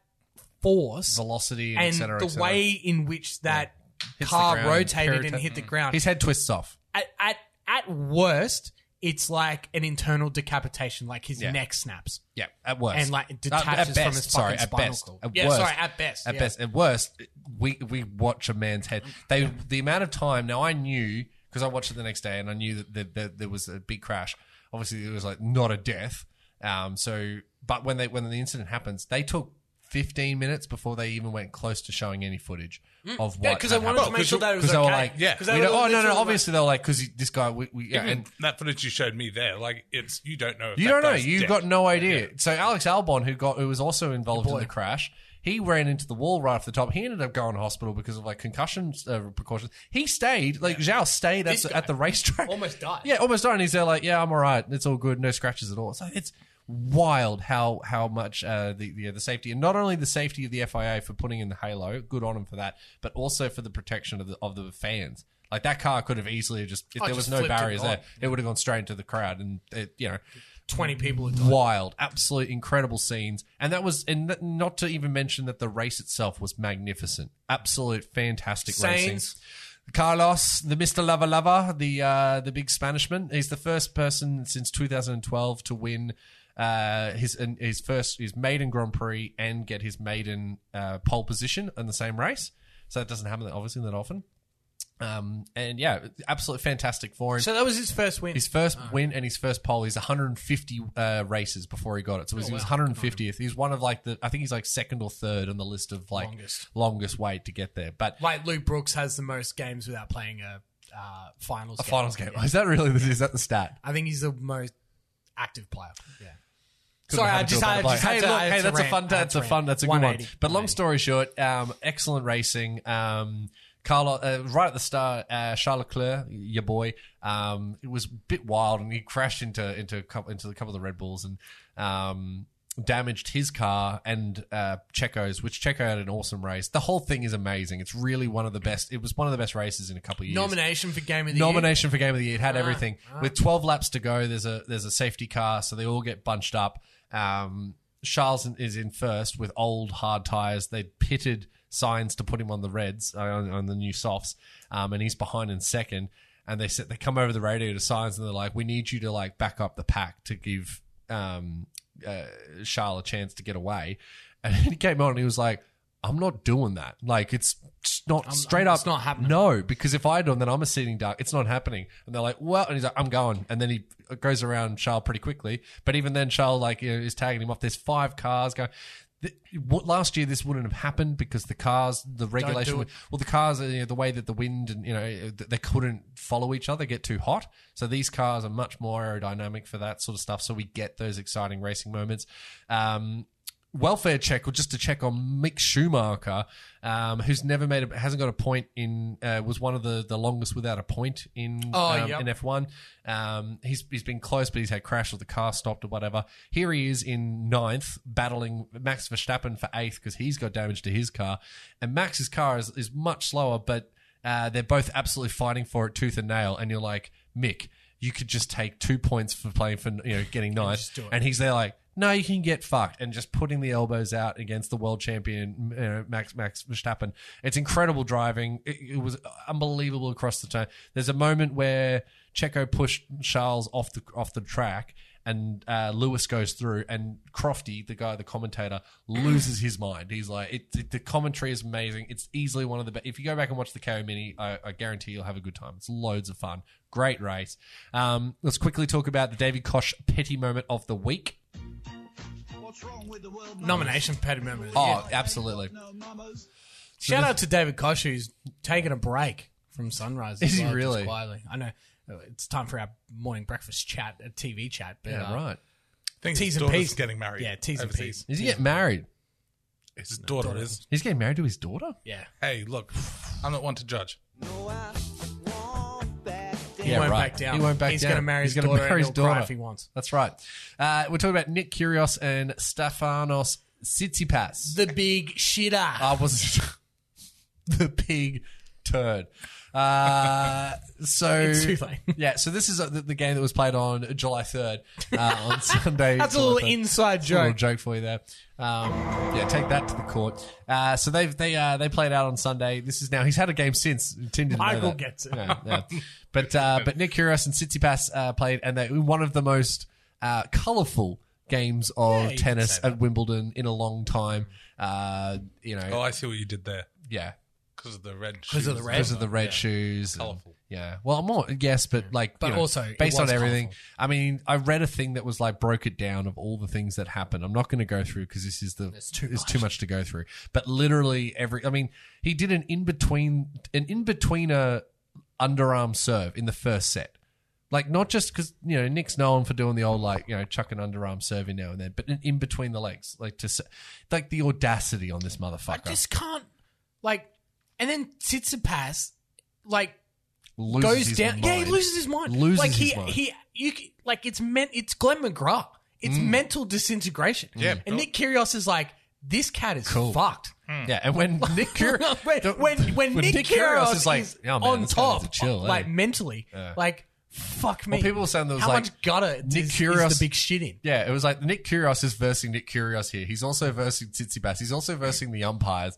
force
velocity and,
and
et cetera, et
the
cetera.
way in which that
Hits the
car
ground, Mm.
rotated
parata-
and hit the ground,
his head twists off.
at, at at worst, it's like an internal decapitation, like his
Yeah.
neck snaps.
Yeah, at worst,
And, like,
Uh,
detaches
at
from
best,
his fucking
sorry, at
spinal
best,
cord.
At
Yeah,
worst,
sorry, at best,
at
yeah.
best, at worst, we we watch a man's head. They the amount of time. Now I knew because I watched it the next day, and I knew that, that, that there was a big crash. Obviously, it was like not a death. Um, so, but when they when the incident happens, they took. 15 minutes before they even went close to showing any footage of what
Mm. Yeah, because I
had
wanted to
happened.
make sure that it was
Because they were
okay.
like,
yeah.
Because
we
they
know-
were
oh no, no,
literally like-
obviously they're like, because this guy, we, we yeah,
Even
and
that footage you showed me there, like it's you don't know. If
you
that
don't know.
guy's
You've
dead.
got no idea. So Alex Albon, who got who was also involved in the crash, he ran into the wall right off the top. He ended up going to hospital because of like concussion uh, precautions. He stayed, like Zhao stayed at,
This guy
at the racetrack.
almost died.
Yeah, almost died. And he's there like, yeah, I'm all right. It's all good. No scratches at all. So it's wild how how much uh, the the, the safety and not only the safety of the FIA for putting in the halo, good on them for that, but also for the protection of the of the fans. Like that car could have easily just if
Oh,
there
just
was no
flipped and
barriers there,
gone.
it would have gone straight into the crowd and it, you know
Twenty people have died.
wild, absolute incredible scenes. And that was, and th- not to even mention that the race itself was magnificent, absolute fantastic
Saints.
racing. Carlos, the Mister Lava Lava, the uh, the big Spanishman, he's the first person since 2012 to win uh, his and his first his maiden Grand Prix and get his maiden uh, pole position in the same race. So that doesn't happen that obviously that often. Um, and yeah, absolutely fantastic for him.
So that was his first win.
His first win and his first pole is 150 uh, races before he got it. So he was, he was 150th. He's one of like the I think he's like second or third on the list of like
Longest.
longest wait to get there. But
like Luke Brooks has the most games without playing a uh, finals.
a finals game is that really is that the stat?
I think he's the most active player. Yeah.
Couldn't
Sorry,
have
I
happened
just
to a
had,
better
I just
player.
had
hey,
to-
look,
I had
hey,
to
that's a
rant.
fun,
I had
that's
to
a fun,
rant.
that's a good one.
180,
But long story short, um, excellent racing, um, Carlo, uh, right at the start, uh, Charles Leclerc, your boy, um, it was a bit wild, and he crashed into into a couple, into the couple of the Red Bulls and um, damaged his car and uh, Checo's, which Checo had an awesome race. The whole thing is amazing. It's really one of the best. It was one of the best races in a couple of years
Nomination for game of the year. Ah,
nomination for game of the year. It had everything. With 12 laps to go, there's a there's a safety car, so they all get bunched up. Um, Charles in- is in first with old hard tires. They pitted signs to put him on the reds uh, on, on the new softs, um, and he's behind in second. And they said they come over the radio to signs, and they're like, "We need you to like back up the pack to give um, uh, Charles a chance to get away." And he came on, and he was like. I'm not doing that. Like it's just not straight up.
it's not happening.
No, because if I do, then I'm a sitting duck. It's not happening. And they're like, well, and he's like, I'm going. And then he goes around Charles pretty quickly. But even then, Charles like you know, is tagging him off. There's five cars going. th- what, last year this wouldn't have happened because the cars, the regulation,
do
would- well, the cars, uh, you know, the way that the wind and you know th- they couldn't follow each other, get too hot. So these cars are much more aerodynamic for that sort of stuff. So we get those exciting racing moments. Um, welfare check or just to check on Mick Schumacher, um, who's never made a hasn't got a point in uh, was one of the the longest without a point in
Oh,
um,
yep.
in F one. Um, he's he's been close, but he's had crash or the car stopped or whatever. Here he is in ninth, battling Max Verstappen for eighth because he's got damage to his car, and Max's car is is much slower, but uh, they're both absolutely fighting for it tooth and nail. And you're like Mick. You could just take two points for playing for you know getting ninth,
do it.
and he's there like, no, you can get fucked, and just putting the elbows out against the world champion you know, Max Max Verstappen. It's incredible driving. It, it was unbelievable across the turn. There's a moment where Checo pushed Charles off the off the track, and uh, Lewis goes through, and Crofty, the guy, the commentator, loses his mind. He's like, it, it- the commentary is amazing. It's easily one of the best. If you go back and watch the KO Mini, I, I guarantee you'll have a good time. It's loads of fun. Great race. Um, let's quickly talk about the David Kosh petty moment of the week.
Nomination petty moment.
Oh, absolutely.
Shout out to David Kosh who's taking a break from Sunrise. as
Is he
well, just
really?
quietly. I know. uh, It's time for our morning breakfast chat, uh, TV chat. But,
Yeah,
uh,
right.
think
T's
his
and
daughter's
P's.
getting married.
Yeah, T's and
overseas.
P's.
Is he getting married?
His daughter is.
He's getting married to his daughter?
Yeah.
Hey, look, I'm not one to judge.
He won't back down.
He won't back
He's
down.
gonna marry his
gonna
daughter and
marry his
he'll cry
daughter.
if he wants.
That's right. Uh, we're talking about Nick Kyrgios and Stefanos Tsitsipas.
The big shitter.
I was the pig turd. Uh, so
It's too late.
yeah, so this is uh, the, the game that was played on July third uh, on Sunday.
That's a
July
little
3rd.
inside
Just a little
joke.
joke for you there. Um, yeah, take that to the court. Uh, so they've they uh, they played out on Sunday. This is now he's had a game since. Tim didn't know
Michael
that.
gets it.
Yeah, yeah. But uh, but Nick Kyrgios and Tsitsipas uh, played, and they one of the most uh, colourful games of
you could
tennis
say that.
at Wimbledon in a long time. Uh, you know,
Oh, I see what you did there.
yeah,
Because of the red.
of the
shoes.
red.
because of the red shoes. and-
Colourful.
yeah. Well, more yes, but like,
But
you know,
also, it
based on
was
everything.
colourful.
I mean, I read a thing that was like broke it down of all the things that happened. I'm not going to go through because this is the
It's too
it's
much.
too much to go through. But literally every, I mean, he did an in between an in between a underarm serve in the first set. Like not just because you know Nick's known for doing the old like you know chuck an underarm serve in now and then, but in- in between the legs, like to s- like the audacity on this motherfucker
Just can't. Like, and then Tsitsipas, like,
loses
goes
his
down. Yeah, he
mind.
loses his mind.
Loses
like he
his mind.
he you c- like it's meant it's Glenn McGrath. It's
Mm.
mental disintegration.
Yeah,
and Nick Kyrgios is like this cat is
Cool.
fucked.
Yeah, and when Nick Kyrgios,
when, Mm. when when Nick, Kyrgios, is like
"Oh, man,
on
this guy needs
top,
to chill, eh?"
like mentally, like fuck me.
Well, people were saying there was,
how
like,
much gutter
Nick
Nick is,
Kyrgios-
is the big shit in.
yeah, it was like Nick Kyrgios is versing Nick Kyrgios here. He's also versing Tsitsipas. He's also versing the umpires.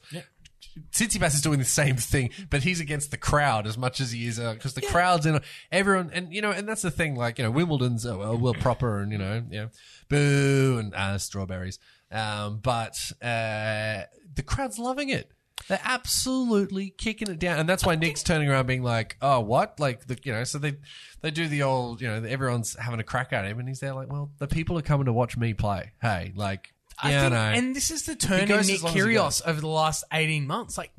Tsitsipas is doing the same thing, but he's against the crowd as much as he is because the crowd's in everyone, and you know, and that's the thing. Like you know, Wimbledon's uh, well, well proper, and you know, yeah, boo and uh, strawberries. Um, but uh, the crowd's loving it. They're absolutely kicking it down, and that's why Nick's turning around, being like, "Oh, what?" Like the you know, so they they do the old you know, everyone's having a crack at him, and he's there like, "Well, the people are coming to watch me play. Hey, like,
I
yeah,
think,
I know."
and this is the turn
goes
in
as
Nick
long as he goes. Hmm.
Kyrgios over the last eighteen months. Like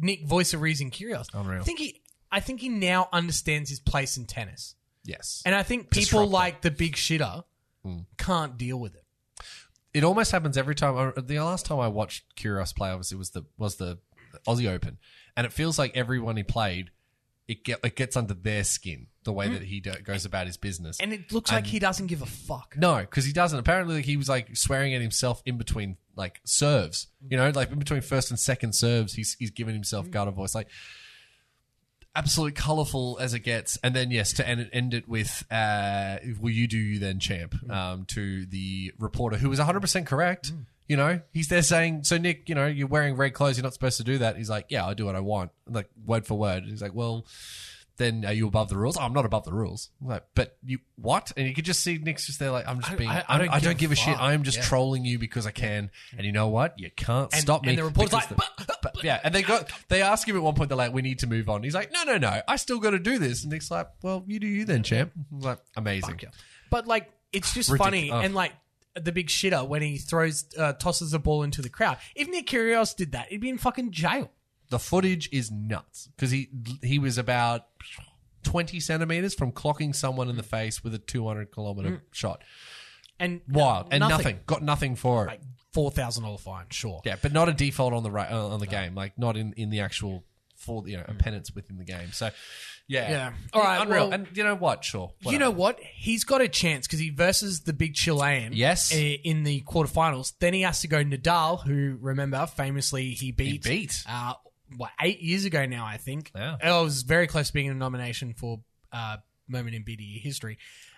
Nick, voice of reason, Kyrgios.
Unreal.
I think he, I think he now understands his place in tennis,
yes,
and I think people
Disruptor.
like the big shitter
Hmm.
can't deal with it.
it almost happens every time. I, the last time I watched Kyrgios play, obviously was the was the Aussie Open, and it feels like everyone he played, it get it gets under their skin the way that he do, goes about his business.
And it looks like he doesn't give a fuck.
No, because he doesn't. Apparently, like, he was like swearing at himself in between like serves. You know, like in between first and second serves, he's he's giving himself gutter voice. Like absolute colourful as it gets. And then yes, to end, end it with uh, "Will you do you then, champ?" Um, to the reporter who was 100 percent correct. You know, he's there saying, "So Nick, you know, you're wearing red clothes. You're not supposed to do that." He's like, "Yeah, I do what I want," like word for word. He's like, "Well." Then are you above the rules? "Oh, I'm not above the rules. I'm like, but you what? And you could just see Nick's just there, like I'm just
I-
being. I,
I- I
don't, I don't give a shit.
fuck.
I'm just
Yeah.
trolling you because I can. And you know what? You can't
And-
stop me.
and the reporter's
because
like,
the-
"But-
but- yeah, and they got they ask him at one point. They're like, "We need to move on." He's like, "No, no, no. I still got to do this." And Nick's like, "Well, you do you then, champ." I'm like, amazing.
But like, it's just
Ridic-
funny,
oh.
and like, the big shitter when he throws uh, tosses the ball into the crowd. If Nick Kyrgios did that, he'd be in fucking jail.
The footage is nuts because he he was about twenty centimeters from clocking someone in the face with a two hundred kilometer shot.
And
Wild and nothing.
Mm. Nothing.
Got nothing for it.
like four thousand dollar fine, sure.
yeah, but not a default on the right uh, on the game. Like not in in the actual for you know a penance within the game. So yeah,
Mm. Yeah. All right,
unreal.
well-
and you know what? Sure.
You know what? He's got a chance because he versus the big Chilean.
Yes.
i- In the quarterfinals, then he has to go Nadal, who remember famously he
He
beat.
beat.
Uh, what eight years ago now? I think.
Yeah.
I was very close to being a nomination for uh, moment in BDE history.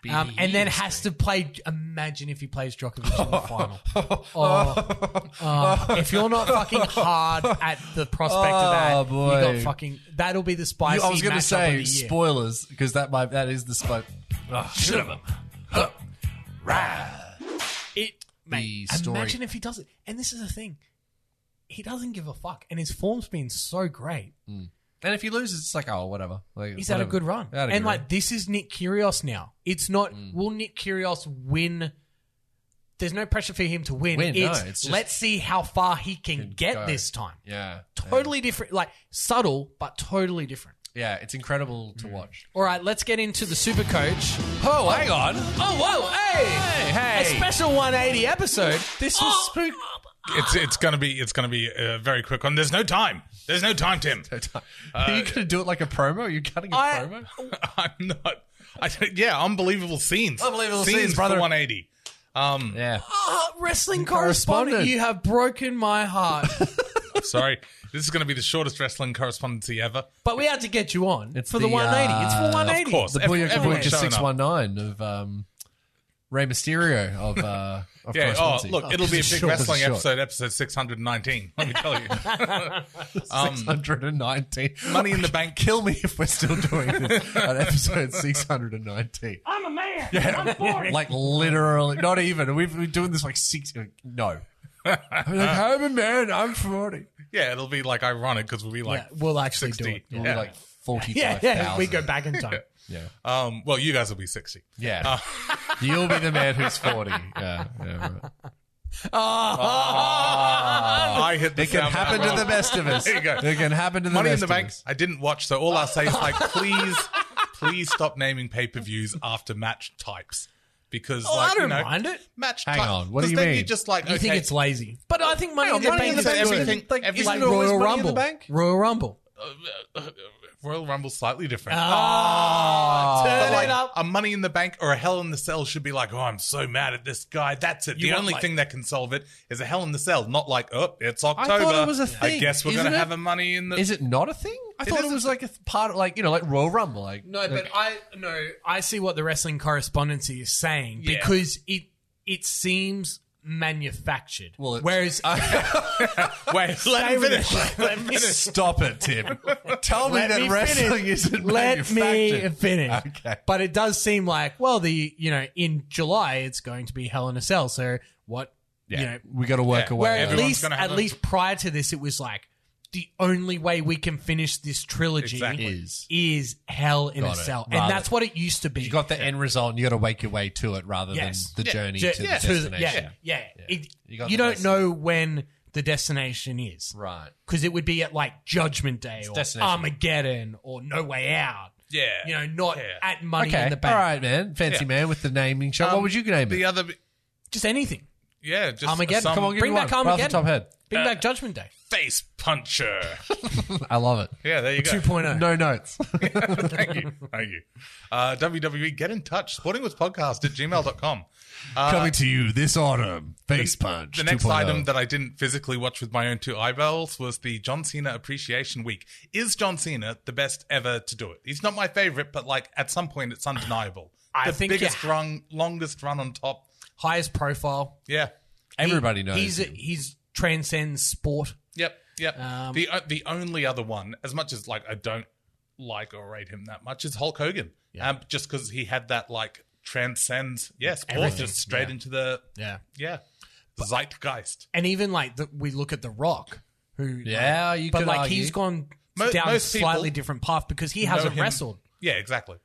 Um,
BDE
and then
E history.
has to play. Imagine if he plays Djokovic in the final. Oh, uh, if you're not fucking hard at the prospect of that,
Oh, boy.
you got fucking. That'll be the spicy.
I was going
matchup
to
of the
say
year.
spoilers because that might that is the spoil. Oh, shit of 'em.
It mate,
story.
imagine if he does it. And this is the thing. He doesn't give a fuck. And his form's been so great.
And if he loses, it's like oh whatever. Like,
He's had a
whatever.
good run.
Had a
and
good
like
run. Mm.
this is Nick Kyrgios now. It's not will Nick Kyrgios win there's no pressure for him to win.
Win, no,
it's
it's just-
let's see how far he can,
Can
get
go.
this time.
yeah,
Totally different like subtle, but totally different.
yeah, it's incredible to watch.
All right, let's get into the super coach.
Oh, hang on.
Oh whoa, hey!
Hey, Oh, hey.
A special 180 episode. This was spook
It's it's gonna be it's gonna be uh, very quick. And there's no time. There's no time, Tim.
Are you going to do it like a promo? Are you cutting a
I-
promo?
I'm not. I, yeah, unbelievable scenes.
Unbelievable scenes,
for
brother.
180. Um,
Yeah.
Ah, wrestling
oh, Correspondent.
correspondent. You have broken my heart.
sorry, this is going to be the shortest wrestling correspondency ever.
but we had to get you on.
It's
for the,
the,
180. it's
uh,
for 180.
Of course,
The
ev-
Booyaka
everyone's
Booyaka
showing up.
619 of um, Rey Mysterio of, uh, of
Yeah. Oh,
Correspondency.
look, it'll be a
it's
big
short, it's
wrestling
short.
episode, episode 619. Let me tell you. um,
619.
Money in the Bank.
Kill me if we're still doing this on episode 619.
I'm a man. I'm 40.
Like literally, not even. We've been doing this like six. No. I'm like, I'm a man. I'm 40.
Yeah, it'll be like ironic because we'll be like,
yeah, we'll actually do
60.
it. Yeah,
We'll
Yeah.
be like 45,000.
yeah, yeah, we go back in time.
Yeah.
um, well, you guys will be 60.
Yeah. You'll be the man who's 40. Yeah. yeah right.
I hit the
It can
sound
happen
button.
to the best of us.
Ah. There you go.
It can happen to the
Money
best
in the
of
Bank.
us.
I didn't watch, so all I say is like, please, please stop naming pay per views after match types because
Oh,
like
I don't
you know,
mind it.
match.
Hang
types.
on, what do
'Cause
you
then
mean?
You just like
You think
okay,
it's lazy. But I think Money in the
Money
Bank
in the
is
Bank,
good.
everything-
Like,
everything-
isn't
Like
it always
Royal
Money in
Rumble.
the Bank?
Royal Rumble.
Uh,
Royal Rumble's slightly different.
Ah,
Oh, But,
turn
like,
it up.
A Money in the Bank or a Hell in the Cell should be like, oh, I'm so mad at this guy. That's it.
You
the
want,
only
like-
thing that can solve it is a Hell in the Cell, not like, oh, it's
thought
October.
it was a
I
thing,
guess we're
isn't
gonna
it?
have a Money in the.
Is it not a thing? I
It
thought
is
it
a
was like a th- part of, like, you know, like Royal Rumble. Like,
No, but I no, I see what the wrestling correspondency is saying
Yeah.
because it it seems manufactured.
Well, it-
Whereas
Wait, let me
with
finish.
it.
Let me finish.
Stop it, Tim. Tell me
Let
that
me
wrestling
finish.
isn't
Let me
manufactured.
finish.
Okay.
But it does seem like, well, the you know, in July it's going to be Hell in a Cell. So what?
Yeah,
You know,
we got to work
Yeah.
away.
where
at
at
it.
everyone's
least
gonna have
at
a-
least prior to this, it was like the only way we can finish this trilogy
Exactly.
Is.
is Hell in
Got
a
it.
Cell, and
Rather-
that's what it used to be.
you got the end result, and you got to wake your way to it rather
Yes.
than the
Yeah.
journey
Ju-
to
yeah.
the
to the-
destination.
yeah, yeah. It-
You
you
got the
don't
destination.
know when the destination is,
Right.
Because it would be at like Judgment Day or
destination.
Armageddon or No Way Out.
Yeah.
You know, not
Yeah.
at Money
okay.
in the Bank.
All right, man. Fancy
Yeah.
man with the naming show.
Um,
what would you name
The
it?
other. bi-
Just anything.
Yeah, just
Armageddon.
some
Come on,
Give me
Bring
one,
back
right off the
Armageddon.
top head.
Bring back Judgment Day.
face puncher.
I love it. oh.
yeah, there you go.
2.0.
No notes.
Thank you. Thank you. Uh, WWE, get in touch. Sportingwithpodcast at gmail.com.
Coming to you this autumn. Face punch. oh.
The next
2.0.
item that I didn't physically watch with my own two eyeballs was the John Cena Appreciation Week. Is John Cena the best ever to do it? He's not my favorite, but like at some point, it's undeniable.
I
the
think you
biggest
ha-
run, longest run on top.
Highest profile.
Yeah.
everybody knows.
He's
him.
he's transcends sport.
Yep. Yep.
Um,
the o- the only other one, as much as like I don't like or rate him that much, is Hulk Hogan. Um, just because he had that like transcends, yes, yeah, sport,
Everything,
just straight
yeah.
into the
Yeah.
yeah zeitgeist.
And even like the, we look at The Rock, who
Yeah,
like-
you
but
could
like
argue.
he's gone
Mo-
down a
most people
slightly different path because he
know
hasn't
him-
wrestled.
Yeah, exactly.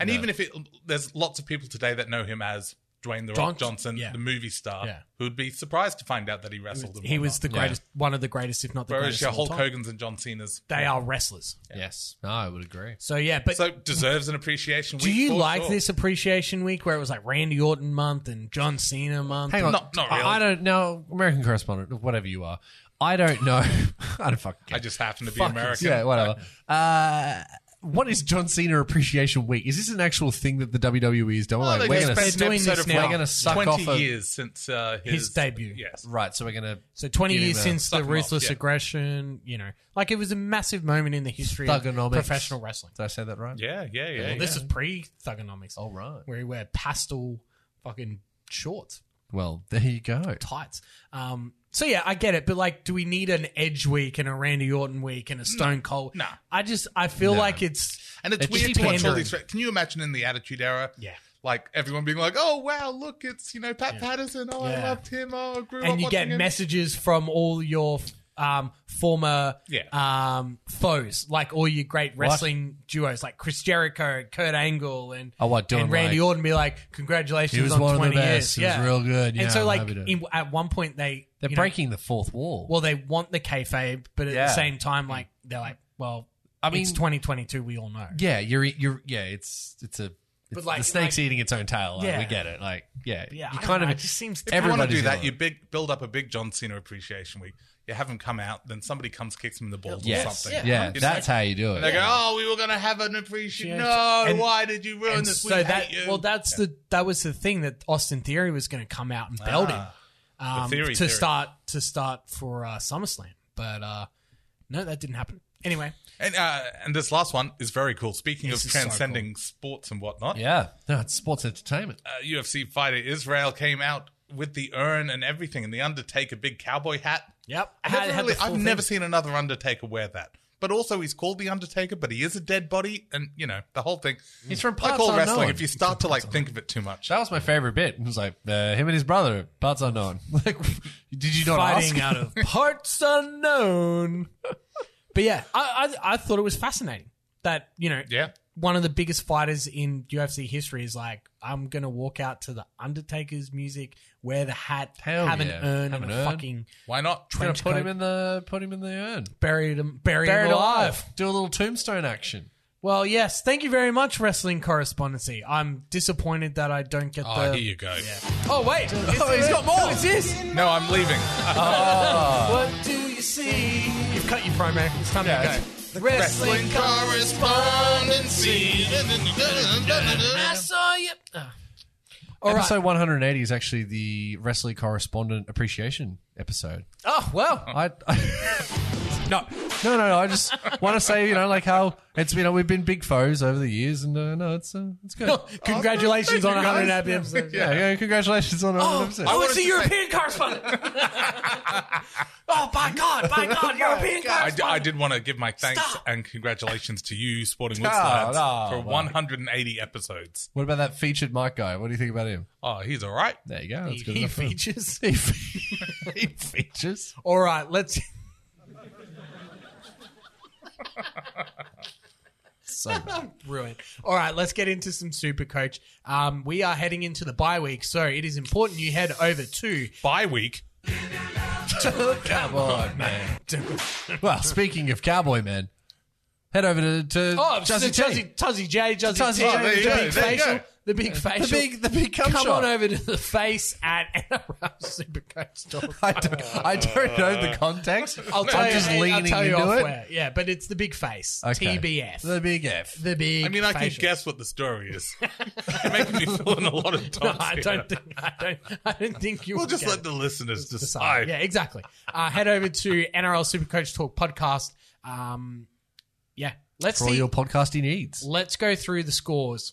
And even if it, there's lots of people today that know him as Dwayne the Rock
Johnson?
Johnson,
Yeah.
the movie star,
Yeah.
who'd be surprised to find out that he wrestled. and
He was
whatnot.
the greatest, one of the greatest, if not the
Whereas
greatest.
your
of all
Hulk
time.
Hogan's and John Cena's,
They are wrestlers.
Yes. No, I would agree.
So yeah, but
so deserves an appreciation.
do
week
you
for
like
sure.
this appreciation week where it was like Randy Orton month and John Cena month?
Hang on.
Not- not really.
I, I don't know. American correspondent, whatever you are. I don't know. I don't fucking care.
I just happen to be
Fuck it.
American.
Yeah, whatever. Uh, what is John Cena Appreciation Week? Is this an actual thing that the WWE is doing?
Oh,
Well,
like,
they've
we're
Oh, just
going
spent
to
They're doing
an episode
this
of
now.
We're gonna suck
twenty
off a-
years since uh, his,
His debut.
Yes,
right. So we're going to
So 20
Getting
years
the-
since the
Sucking off,
ruthless
yeah.
aggression, you know, like it was a massive moment in the history of
Thugonomics.
professional wrestling.
Did I say that right?
yeah, yeah, yeah.
Well,
yeah.
this was pre thugonomics,
All right.
where he wear pastel fucking shorts,
Well, there you go.
tights. Um, so yeah, I get it, but like, do we need an Edge week and a Randy Orton week and a Stone Cold?
Mm. Nah.
I just I feel like it's
And it's
It's
weird
just
to watch all
pandering.
these. Can you imagine in the Attitude Era?
Yeah.
Like everyone being like, "Oh wow, look, it's you know Pat Patterson. Oh, I
Yeah.
loved him. Oh, I grew up
and you get
watching him."
messages from all your um, former
Yeah.
um, foes, like all your great wrestling duos, like Chris Jericho, and Kurt Angle, and
Oh, what, doing
and Randy
like-
Orton, be like,
He
congratulations
was
on
one of the
twenty years,
best. He was
yeah,
real good. Yeah,
and so
I'm
like
happy to-
in, at one point they
They're
you know,
breaking the fourth wall.
well, they want the kayfabe, but at
Yeah.
the same time, like they're like, well,
I mean-
it's twenty twenty two. We all know.
yeah, you're you're yeah. It's it's a. It's,
like-
the snake's
like-
eating its own tail. Like,
Yeah.
We get it. Like yeah,
Yeah,
you
I
kind
don't
of
know, it just seems
If you want to
everybody's
do that,
doing
you
it.
big build up a big John Cena Appreciation Week. You have him come out, then somebody comes kicks him in the balls or
yes,
something.
yeah.
It's
That's
like-
how you do it.
And they go, "Oh, we were going to have an appreciation.
Yeah.
No,
And-
why did you ruin
and
this?
so
we
that
hate you."
well, that's the that was the thing that Austin Theory was going to come out and belt him. um,
Ah, theory,
to
theory.
start to start for uh, SummerSlam, but uh, no, that didn't happen. Anyway,
And uh, and this last one is very cool. Speaking
This
of
is so
transcending sports and whatnot,
Yeah, no, it's sports entertainment.
uh, UFC fighter Israel came out with the urn and everything, and the Undertaker big cowboy hat.
yep,
I
had-
never
had the
really- I've
full
never
thing.
seen another Undertaker wear that. But also, he's called the Undertaker, but he is a dead body, and you know the whole thing.
He's from
Like
parts
all
unknown.
wrestling, if you start to like think of it too much, oh,
That was my favorite bit. It was like uh, him and his brother, parts unknown. Like, did you not
fighting
ask?
out of parts unknown. But yeah, I, I I thought it was fascinating that you know
yeah,
one of the biggest fighters in UFC history is like I'm gonna walk out to the Undertaker's music, wear the hat,
Hell
have an
yeah.
urn,
Have
and
an
a
urn.
fucking
why not?
Gonna
trench
put him
coat,
in the put him in the urn.
buried him, buried,
Bury
him
him
alive.
Do a little tombstone action.
Well, yes. Thank you very much, Wrestling Correspondency. I'm disappointed that I don't get
Oh,
the.
here you go.
Oh, wait. oh, he's got more. What's this?
No, I'm leaving.
What do you see? You've cut your promo. It's time
Yeah,
to go. Wrestling.
correspondency.
I saw you. Ah. All right.
episode 180 is actually the wrestling correspondent appreciation episode.
Oh, well.
I, no, no, no, no. I just want to say, you know, like how it's you know we've been big foes over the years, and uh, no, it's uh, it's good.
Congratulations on 100 happy episodes.
yeah, yeah, congratulations on another
Oh,
episode.
oh,
wanted
it's a
to say-
European correspondent. oh, by God, by God, European
I,
correspondent.
d- I did want to give my thanks
Stop.
and congratulations to you, Sporting
No,
Woods lads,
no,
for
no.
180 episodes.
What about that featured mic guy? What do you think about him?
Oh, he's all right.
There you go. That's good
he
enough for him.
features.
He fe- he features.
All right, let's.
So
Ruined. All right, let's get into some super coach. Um, we are heading into the bye week, so it is important you head over to.
Bye week.
come on, man. Well, speaking of cowboy men, head over to, to
Oh, Tuzzy,
Jazzy T.
Tuzzy, Tuzzy J, Juzzy
Tuzzy
T,
J, there
the,
you
big
go, there you
facial,
go.
the big facial.
the big the big cum
Come
shot.
on over to the face at NRL Supercoach.
I don't, I don't know the context.
I'll tell
am
you,
just
I'll
leaning
tell you
into
off
it.
Where. Yeah, but it's the big face,
Okay.
TBF,
The
the,
big F.
big.
I mean, I can
facial.
guess what the story is. You're making me fill in a lot of
No,
dots.
I
here.
don't think. I don't. I don't think you.
We'll
will
just
get
let
it.
the listeners
Sorry.
decide.
Yeah, exactly. Uh, head over to NRL Supercoach Talk podcast. Um, yeah, let's
For all
see.
your podcasting needs.
let's go through the scores.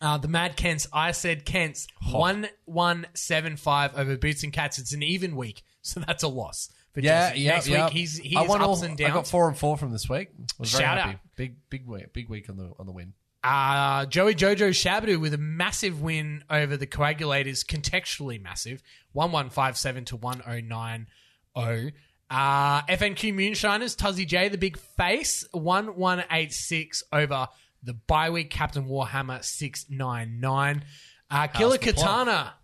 Uh, the Mad Kents, I said Kents, one one seven five over Boots and Cats. It's an even week, so that's a loss. But
Yeah,
Jason,
yeah,
next
yeah.
week he's he's
I won
ups
all-
and
I got
downs.
four and four from this week. I was very
Shout
happy.
out.
Big big week, big week on the on the win.
Uh, Joey Jojo Shabadoo with a massive win over the Coagulators, contextually massive, one one five seven to one oh nine oh. Uh, FNQ Moonshiners, Tuzzy J, the big face, one one eight six over the bye week Captain Warhammer six nine nine. Uh, Killer
the plot.
Katana,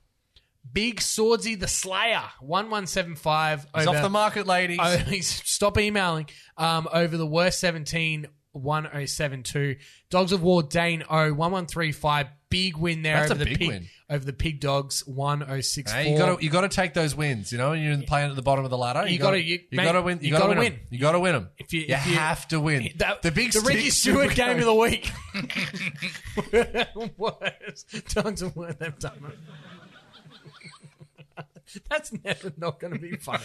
Big Swordsy the Slayer, 1175.
He's
over-
off the market, ladies.
Oh, stop emailing. Um, over the worst 17, 1072. Dogs of War, Dane O, 1135. Big win there
That's
over
a
the
big
pig,
win.
over the pig dogs, 1064.
Hey, you got to you got to take those wins, you know. And you're playing at the bottom of the ladder.
You
gotta-
gotta- you-
you
mate,
got to win. You
you
got to win.
gotta
'em.
win.
You got to win them.
If you-
you
if you-
have to win.
That-
the big
the Ricky
stick
Stewart
Supercoach.
game of the week was dogs of war them done. That's never not going to be funny.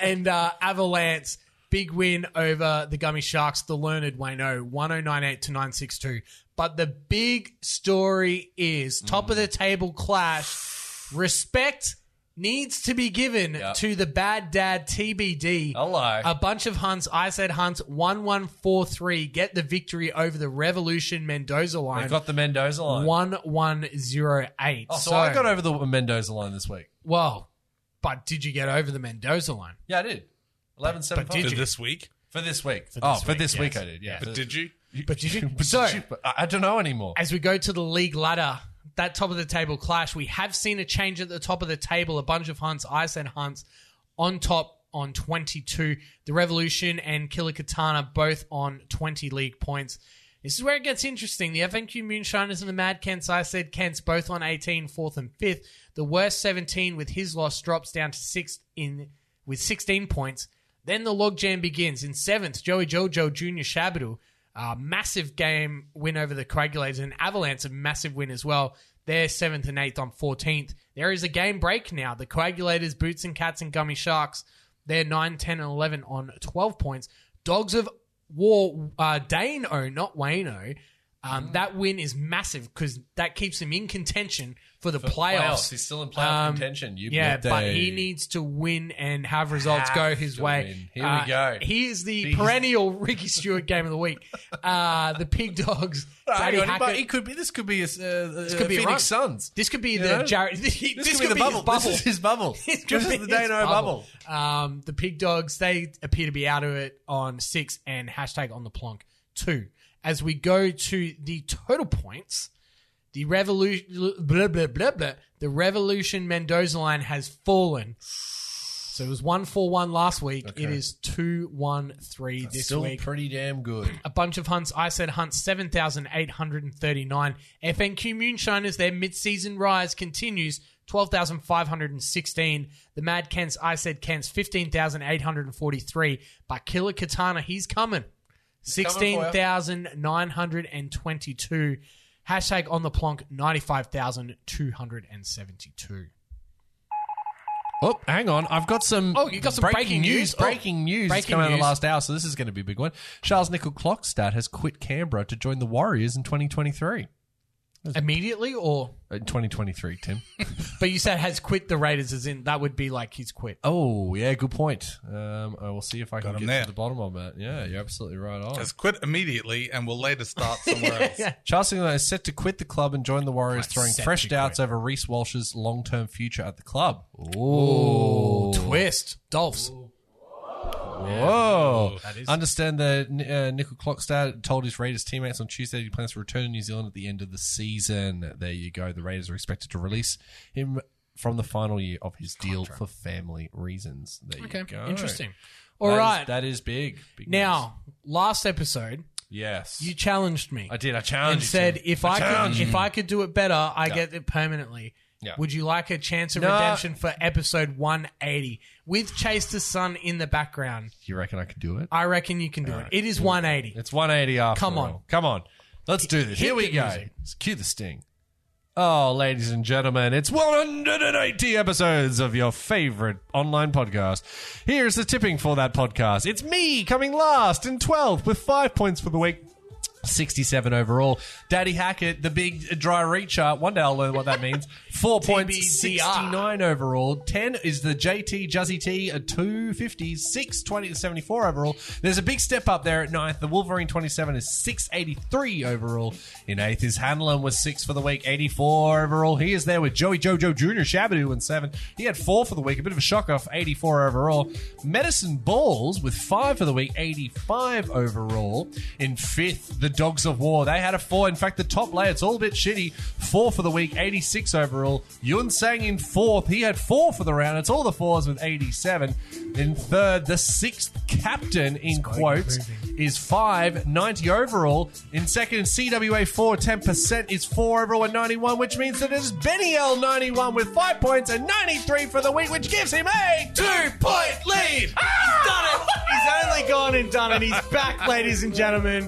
and uh, Avalanche, big win over the Gummy Sharks, the Learned Wayno, 1098 to 962. But the big story is top of the table clash. Respect needs to be given to the bad dad TBD.
Hello.
A bunch of hunts. I said hunts 1143. Get the victory over the Revolution Mendoza
I
line.
got the Mendoza line.
1108.
Oh, so, I got over the Mendoza line this week.
Well, but did you get over the Mendoza line?
Yeah, I did. Eleven seven
but did
five.
For
you?
this week?
for this week.
For
oh,
this
for
week,
this
yes.
week I did. Yeah.
But did you?
But did you?
But did
so,
you? But I, I don't know anymore.
as we go to the league ladder, that top of the table clash, we have seen a change at the top of the table. A bunch of hunts, I said hunts, on top on 22. The Revolution and Killer Katana both on 20 league points. This is where it gets interesting. The FNQ Moonshiners and the Mad Kents, I said Kents, both on 18, 4th and 5th. The worst 17 with his loss drops down to 6th in with 16 points. Then the logjam begins. In 7th, Joey Jojo Jr. Shabadoo uh, massive game win over the Coagulates and Avalanche, a massive win as well. They're seventh and eighth on fourteenth. There is a game break now. The Coagulators, Boots and Cats, and Gummy Sharks. They're 9, 10, and 11 on 12 points. Dogs of War, uh, Dano, not Wayno. Um, That win is massive because that keps him in contention for the playoffs.
He's still in playoff
Um,
contention. You
yeah,
birthday.
but he needs to win and have results
Have
go his
to
way.
win. Here we
Uh,
go.
He is the
He's-
perennial Ricky Stewart game of the week. Uh, the Pig Dogs. Daddy
Hang on, he, might-
Hackett.
he could be. This could be a, this
could be a run.
Phoenix Suns.
this could be
You
the
know?
Jared. This,
This,
could, be,
the bubble.
his bubble.
This is his bubble.
This could
this
be
is the
his
Dano bubble.
Um, the Pig Dogs. They appear to be out of it on six and hashtag on the plonk two. As we go to the total points. The revolution, blah, blah, blah, blah. The revolution Mendoza line has fallen. So it was one four one last week. It is two one three this
Still
week.
pretty damn good.
a bunch of hunts. I said hunts 7,839. FNQ Moonshiners, their mid-season rise continues 12,516. The Mad Kents, I said Kents, 15,843. But Killer Katana, he's coming.
coming for you.
16,922. Hashtag on the plonk, 95,272.
Oh, hang on. I've got some.
Oh, you got some breaking news. Oh,
Breaking news breaking
breaking
coming out of the
news.
last hour, so this is going to be a big one. Charles Nickel Clockstat has quit Canberra to join the Warriors in 2023.
Immediately or?
Uh, 2023, Tim.
But you said has quit the Raiders, as in that would be like he's quit.
oh, yeah, good point. Um, I will see if I
Got
can
him
get
there.
to the bottom of that. Yeah, you're absolutely right on.
Has quit immediately and will later start somewhere else.
Charles Nickel is set to quit the club and join the Warriors, throwing
set
fresh
to
doubts
quit.
over Reese Walsh's long-term future at the club.
Oh, twist. Dolphs.
Whoa.
That is-
Understand the uh, Nickel Clockstar told his Raiders teammates on Tuesday he plans to return to New Zealand at the end of the season. There you go. The Raiders are expected to release him from the final year of his deal for family reasons. There you go.
Interesting.
That
All
is-
right.
that is big. Big
now, last episode,
news. yes.
you challenged me
I did. I
and
challenged you.
said
Tim.
if I
challenged
could if I could do it better, I get it permanently.
Yeah.
Would you like a chance of
No.
redemption for episode 180 with Chase the Sun in the background?
you reckon I could do it?
I reckon you can do it. It is 180.
It's 180 after
Come on.
all. Come on. Let's do this.
hit
Here we
the
go.
music.
Let's cue the sting. Oh, ladies and gentlemen, it's 180 episodes of your favorite online podcast. Here's the tipping for that podcast. It's me coming last in 12th with five points for the week. 67 overall. Daddy Hackett, the big dry reacher. One day I'll learn what that means. Four points,
TBCR.
69 overall. 10 is the JT Juzzy T at 250, 620 to 74 overall. There's a big step up there at ninth. The Wolverine 27 is 683 overall. In eighth is Hanlon with six for the week, 84 overall. He is there with Joey Jojo Jr. Shabadoo in seven. He had four for the week, a bit of a shock off, 84 overall. Medicine Balls with five for the week, 85 overall. In fifth, the Dogs of War. They had a four. In fact, the top layer, it's all a bit shitty. Four for the week, 86 overall. Yun Sang in fourth. He had four for the round. It's all the fours with 87. In third, the sixth captain, in quotes, is five, 90 overall. In second, CWA 4, 10% is four overall and 91, which means that it is Benny L 91 with five points and 93 for the week, which gives him a two point lead.
He's done it. He's only gone and done it. He's back, ladies and gentlemen.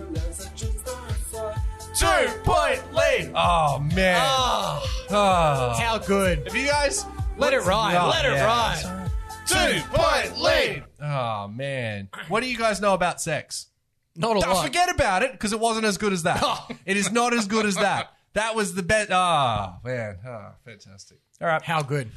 two point lead. Oh man.
Oh,
Oh.
how good.
If you guys
Let it ride.
Oh,
Let it
yeah.
ride.
Two point lead. Oh man. What do you guys know about sex?
Not a
Oh,
lot.
forget about it because it wasn't as good as that. it is not as good as that. That was the best. Ah man. Ah, fantastic. All right.
How good.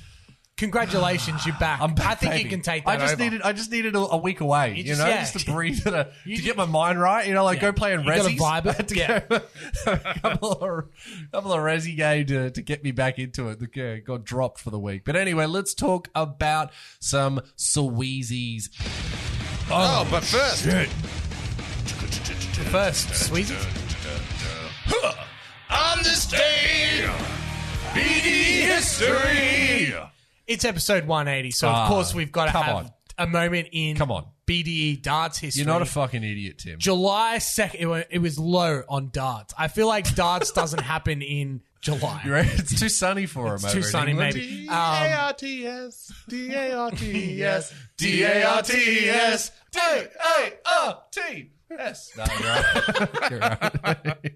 Congratulations, you're back.
I'm back,
I think
baby.
you can take that
I just
over.
needed. I just needed a, a week away. You,
just-
know,
yeah.
just to breathe and a, to get my mind right. You know, like go play in
You gotta
Resi.
vibe it. Yeah.
couple of couple of Resi game to, to get me back into it. The game got dropped for the week. But anyway, let's talk about some Sweezies.
Oh, but first,
First, Sweezy.
on this day, BD history.
It's episode 180, so
Ah,
of course we've got to
come
have
on.
a moment in
Come on.
BDE darts history.
You're not a fucking idiot, Tim.
July 2nd, it wa- it was low on darts. I feel like darts doesn't happen in July.
You're right. It's too sunny for him.
It's too
over in
sunny,
England.
maybe.
D A
Um,
R T S. D A R T S.
D A R T S D A R T S. No, you're right. You're right.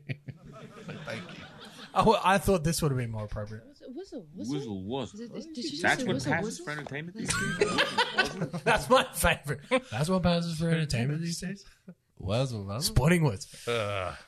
I, wa- I thought this would have been more appropriate.
Whistle, whistle.
Whistle was.
Did- did you just
That's
say
what
whistle,
passes
whistle?
for entertainment these days.
That's my favorite. That's what passes for entertainment these days.
Was was.
Sporting words.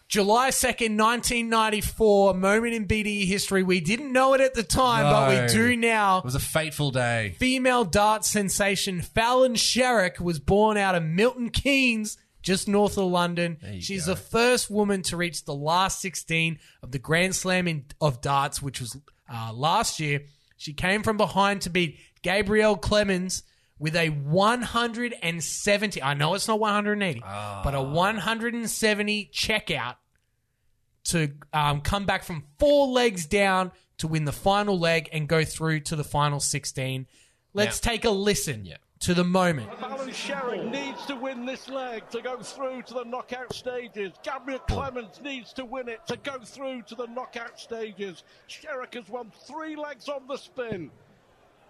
July 2nd, 1994, a moment in BDE history. We didn't know it at the time, but
No.
we do now.
It was a fateful day.
female dart sensation Fallon Sherrick was born out of Milton Keynes, just north of London.
you
She's
go.
the first woman to reach the last 16 of the Grand Slam in, of darts, which was uh, last year. She came from behind to beat Gabrielle Clemens with a 170. I know it's not 180, but
Ah.
a 170 checkout to um, come back from four legs down to win the final leg and go through to the final 16. Let's take a listen to the moment.
Alan Sherrick needs to win this leg to go through to the knockout stages. Gabriel Clemens needs to win it to go through to the knockout stages. Sherrick has won three legs on the spin.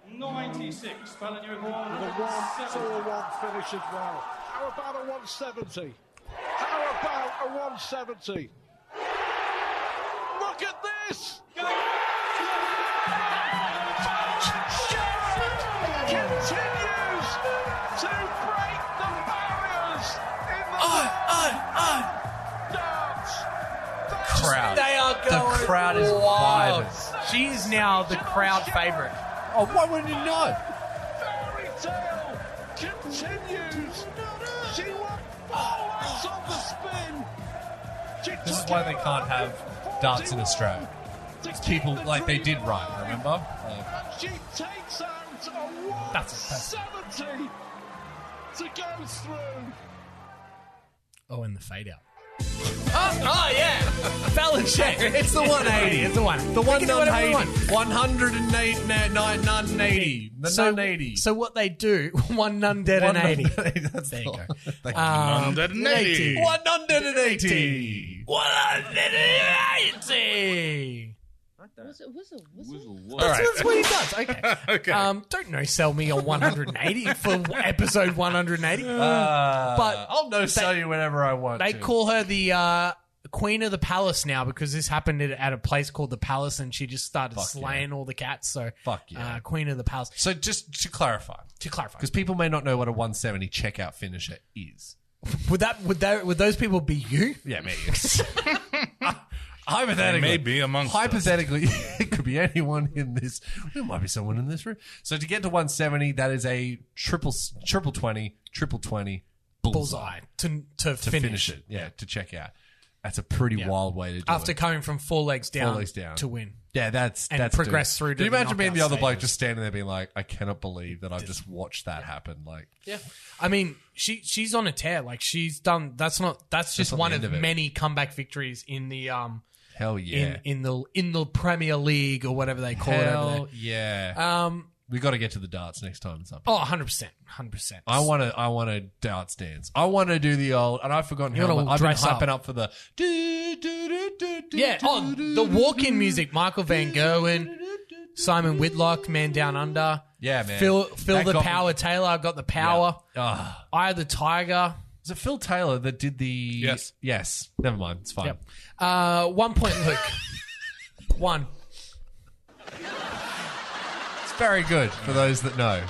96, Fallon
The one, two, one finish as well. How about a 170? How about a 170? Look at this! Sherrick continues to break the barriers in the darts.
Crowd.
They are
The
going
crowd is
wild.
vibing.
She's now the crowd favorite.
Oh, why wouldn't you know?
fairy tale continues. She won four laps on the spin.
This is why they can't have darts in Australia. People like they did right. Remember? Uh, Like,
She takes out a 170
That's
to go through.
Oh, and the fade out. Oh, oh, yeah. Fallon Sherrick. It's the 180. It's the one.
the one
do whatever
nine
we want.
eighty, one hundred and eight, nine, nine, nine eighty, the
So,
nine eighty.
so what they do, one nun dead
One
and 80.
nun- That's
there you
the-
go.
Thank
Um,
Dead and 80.
One hundred and eighty.
180.
Whistle, whistle, whistle.
Whistle
All
was.
right.
That's what he does. Okay.
Okay.
Um, don't no sell me on 180 for episode 180.
Uh,
But
I'll no sell you whenever I want.
they
to.
call her the uh, Queen of the Palace now because this happened at, at a place called the Palace, and she just started
Fuck
slaying all the cats. So
Fuck yeah.
uh, Queen of the Palace.
So just to clarify,
To clarify,
because people may not know what a one seventy checkout finisher is.
would that would that, would those people be you?
Yeah, maybe. hypothetically,
They may be amongst us.
hypothetically, it could be anyone in this. There might be someone in this room. So to get to 170, that is a triple triple twenty triple twenty bullseye,
Bullseye to
to
to, finish.
finish. it. Yeah, to check out. That's a pretty wild way to do
after
it.
coming from four legs down,
legs down.
to win.
Yeah, that's
and
that's
progress
dude.
through to
Can you
the
imagine being the
knockout
other bloke
stages.
just standing there being like, I cannot believe that I've just watched that happen. Like,
Yeah, I mean, she she's on a tear. Like she's done. That's not. That's just
not the
one
end
of,
of it.
many comeback victories in the um
hell yeah,
in in the in the Premier League or whatever they call it.
hell
Over
yeah.
there. Um.
we got to get to the darts next time. It's up.
Oh, 100 percent, hundred percent.
I want to. I want to darts dance. I want to do the old, and I've forgotten
You
how.
wanna
much- I've been
dress up.
hyping up, for the. do, do, do, do, do,
Yeah.
do,
Oh,
do,
the
do,
walk-in
do,
music. Michael Van Gerwen, Simon Whitlock, Man Down Under.
Yeah, man.
Phil Phil
That
the
got me-
Power Taylor got the power.
Ah.
Eye of the Tiger.
Is it Phil Taylor that did the?
Yes.
Yes. Never mind. It's fine.
Yep. Uh, one point, Luke. one.
It's very good for those that know.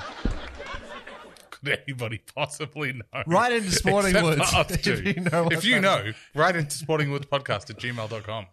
Could anybody possibly know?
Right into Sporting
Except for
Woods,
us
if
two.
you know what
If you
that
know, write into sportingwoodspodcast at gmail.com.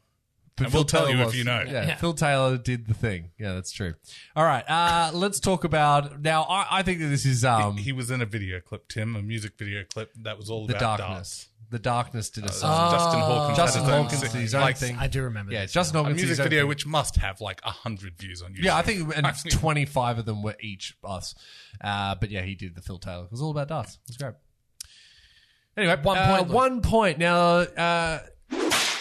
But
And we'll tell you if you know.
Yeah,
Yeah.
Phil Taylor did the thing. Yeah, that's true. All right, uh, let's talk about now. I, I think that this is um,
He was in a video clip, Tim, a music video clip that was all
the
about
darkness.
darts. Uh,
The darkness did a song.
Justin Hawkins. had
Justin
his own
Hawkins
sing-
did his own
like,
thing.
I do remember.
yeah,
this
Justin
A
Hawkins did his
music
own
video
thing.
which must have like hundred views on YouTube.
Yeah, I think and
I think-
twenty five of them were each of us. Uh, but yeah, he did the Phil Taylor. It was all about darts. It was great. Anyway,
One
uh,
point, Luke.
One point. Now, uh,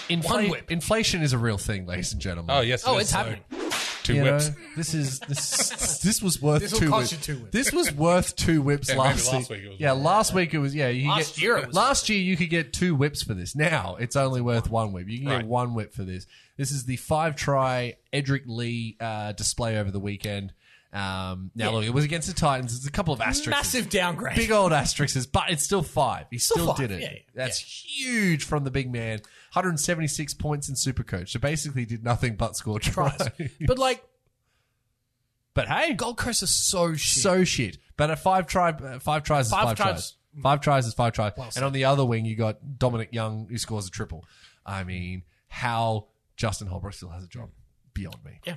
infla-
One whip.
inflation is a real thing, ladies and gentlemen.
Oh yes. it
Oh,
is.
it's
So,
happening.
Two
You know,
whips.
this is this, this was worth
This will
two
cost
whips.
you two whips.
This was worth two whips
Yeah, maybe
last,
last
week.
week it was
yeah,
worth
last week it was. Yeah, you could
Last
get-
year it was
last year you could get two whips for this. Now it's only worth one whip. You can
Right.
get one whip for this. This is the five try Edric Lee uh, display over the weekend. Um, now look, it was against the Titans. It's a couple of asterisks.
Massive downgrade.
Big old asterisks, but it's still five. He still,
five,
did it.
yeah, yeah,
That's huge from the big man. 176 points in Supercoach. So basically, did nothing but score tries.
but like
But hey,
Gold Coast is so shit.
so shit. But at five try, uh, five tries is
Five
five, tries.
tries.
Five tries is five tries.
said.
and on the other wing, you got Dominic Young who scores a triple. I mean, how Justin Holbrook still has a job beyond me.
Yeah.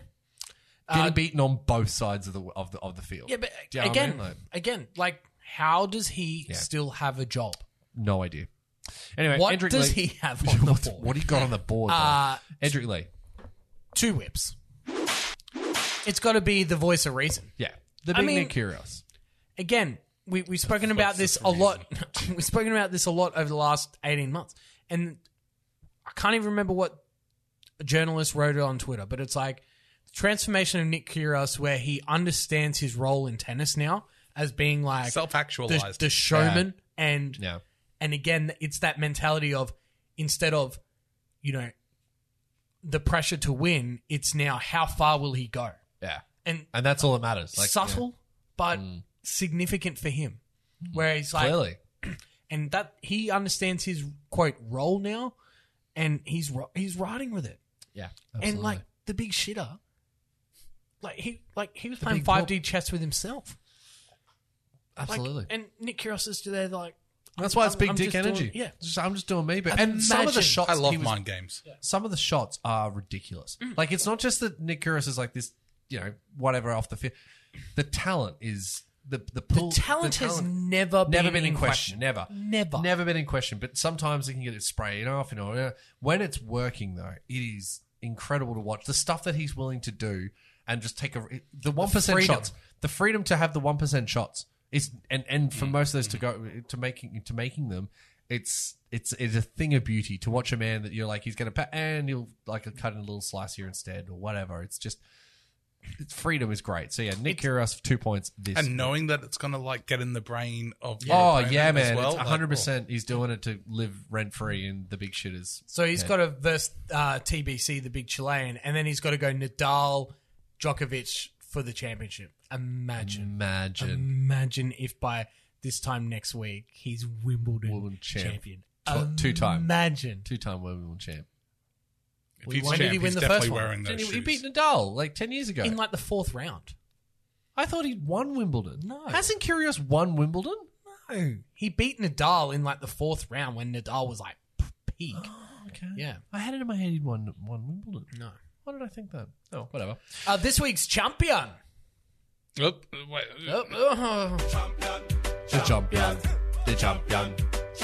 Getting
Uh,
beaten on both sides of the of the of the field.
yeah, but
Do you know what I
again,
mean? Like,
again, like how does he
Yeah.
still have a job?
no idea. Anyway,
What
Edric
does
Lee-
he have on the
what,
board?
what do you got on the board?
Uh,
Uh, Edric Lee.
Two whips. It's got to be the voice of reason.
Yeah, the
I
big
mean-
Nick Kyrgios.
Again, we we've spoken about this a lot. we've spoken about this a lot over the last eighteen months, and I can't even remember what journalist wrote it on Twitter, but it's like the transformation of Nick Kyrgios, where he understands his role in tennis now as being like the,
Self-actualized.
the showman and
Yeah,
and again it's that mentality of instead of you know the pressure to win it's now how far will he go
yeah,
and
and that's all that matters. Like,
subtle but significant for him where he's
yeah,
like
Mm. clearly.
and that he understands his quote role now and he's ri- he's riding with it
Yeah,
and
absolutely.
like the big shitter like he like he was
The
playing
big dog.
5d chess with himself Like,
absolutely.
and nick Kyrgios is there like
That's why it's
I'm-
big
I'm
dick
just doing-
energy.
yeah.
Just- I'm just doing me. But and some of the
Imagine.
shots,
I love
he was-
mind games.
Some of the shots are ridiculous. Like it's not just that Nick Kyrgios is like this, you know, whatever off the field. The talent is the the
the
pull.
talent has never
never been in question. Never,
Never.
never been in question. But sometimes it can get it sprayed off. You know, when it's working though, it is incredible to watch the stuff that he's willing to do and just take a the one percent
freedom.
shots, the freedom to have the one percent shots is and and for most of those to go to making to making them. It's it's it's a thing of beauty to watch a man that you're like he's gonna pa- and he'll like cut in a little slice here instead or whatever. It's just it's, freedom is great. So yeah, Nick Kyrgios two points this
And knowing that it's gonna like get in the brain of the
oh
opponent
yeah,
as
man!
well,
It's
like,
100%. he's doing it to live rent free in the big shitters.
So he's
Yeah.
got to verse uh, TBC, the big Chilean, and then he's got to go Nadal, Djokovic for the championship. Imagine,
Imagine
imagine if by this time next week he's Wimbledon
Wimbledon champ.
champion,
Tw- two time.
Imagine
two-time Wimbledon champ.
oh, If he's
When did
champ,
he win
he's
the
definitely
first one?
wearing those
Didn't he, he
shoes.
beat Nadal like ten years ago.
in like the fourth round.
I thought he'd won Wimbledon.
No.
hasn't Kyrgios won Wimbledon?
No, he beat Nadal in like the fourth round when Nadal was like p- peak.
Okay.
Yeah.
I had it in my head he'd won won Wimbledon.
No.
Why did I think that? Oh, whatever.
Uh, this week's champion.
Oop, wait,
Oh, oh.
The champion, the champion,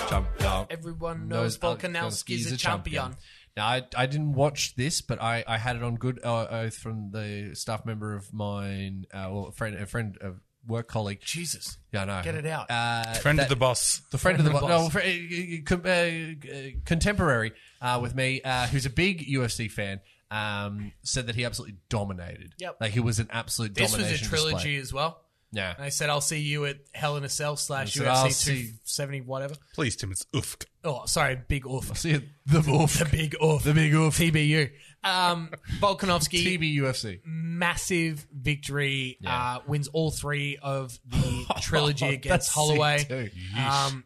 Jump, jump.
Everyone knows Volkanovski's a champion.
Now, I, I didn't watch this, but I, I had it on good uh, oath from the staff member of mine, uh, well, a friend, a friend, a work colleague.
Jesus.
Yeah, I know.
Get it out.
Uh,
Friend
that-
of the boss.
the friend of the
Friend
bo-
of the
no, fr- uh, uh, uh, uh, contemporary uh, with me, uh, who's a big UFC fan, um, said that he absolutely dominated.
Yep.
Like he was an absolute
This was a
domination display.
trilogy as well.
Yeah,
And I said, I'll see you at Hell in a Cell slash
said, "I'll
UFC
see-
270, whatever.
Please, Tim, it's oofk.
Oh, sorry, big oof.
see it, the wolf,
The big oof. The big oof. TBU. Um, Volkanovski.
TB UFC.
massive victory.
Yeah. Oh,
Uh, wins all three of the trilogy
That's
against
sick
Holloway.
too.
Um,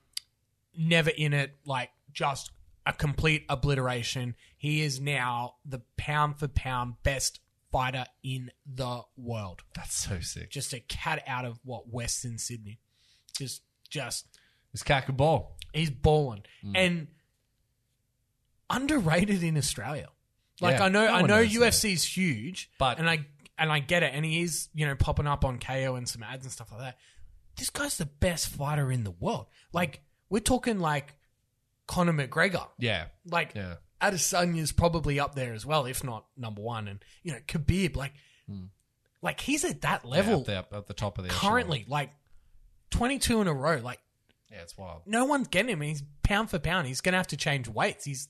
never in it, like just a complete obliteration. He is now the pound for pound best fighter in the world.
That's so sick.
Just a cat out of what Western Sydney. Just, just
It's cack and ball.
he's balling
Mm.
and underrated in Australia. Like
Yeah,
I know,
no
I
one
know
knows that.
UFC's huge,
But-
and I and I get it, and he is you know popping up on KO and some ads and stuff like that. This guy's the best fighter in the world. Like we're talking like Conor McGregor.
Yeah,
Like
yeah.
Adesanya's probably up there as well, if not number one. And you know Khabib, like like he's at that
Mm. yeah,
level
up, there, up at the top of the echelon.
currently. Like twenty two in a row. Like
Yeah, it's wild.
no one's getting him. and He's pound for pound. He's going to have to change weights. He's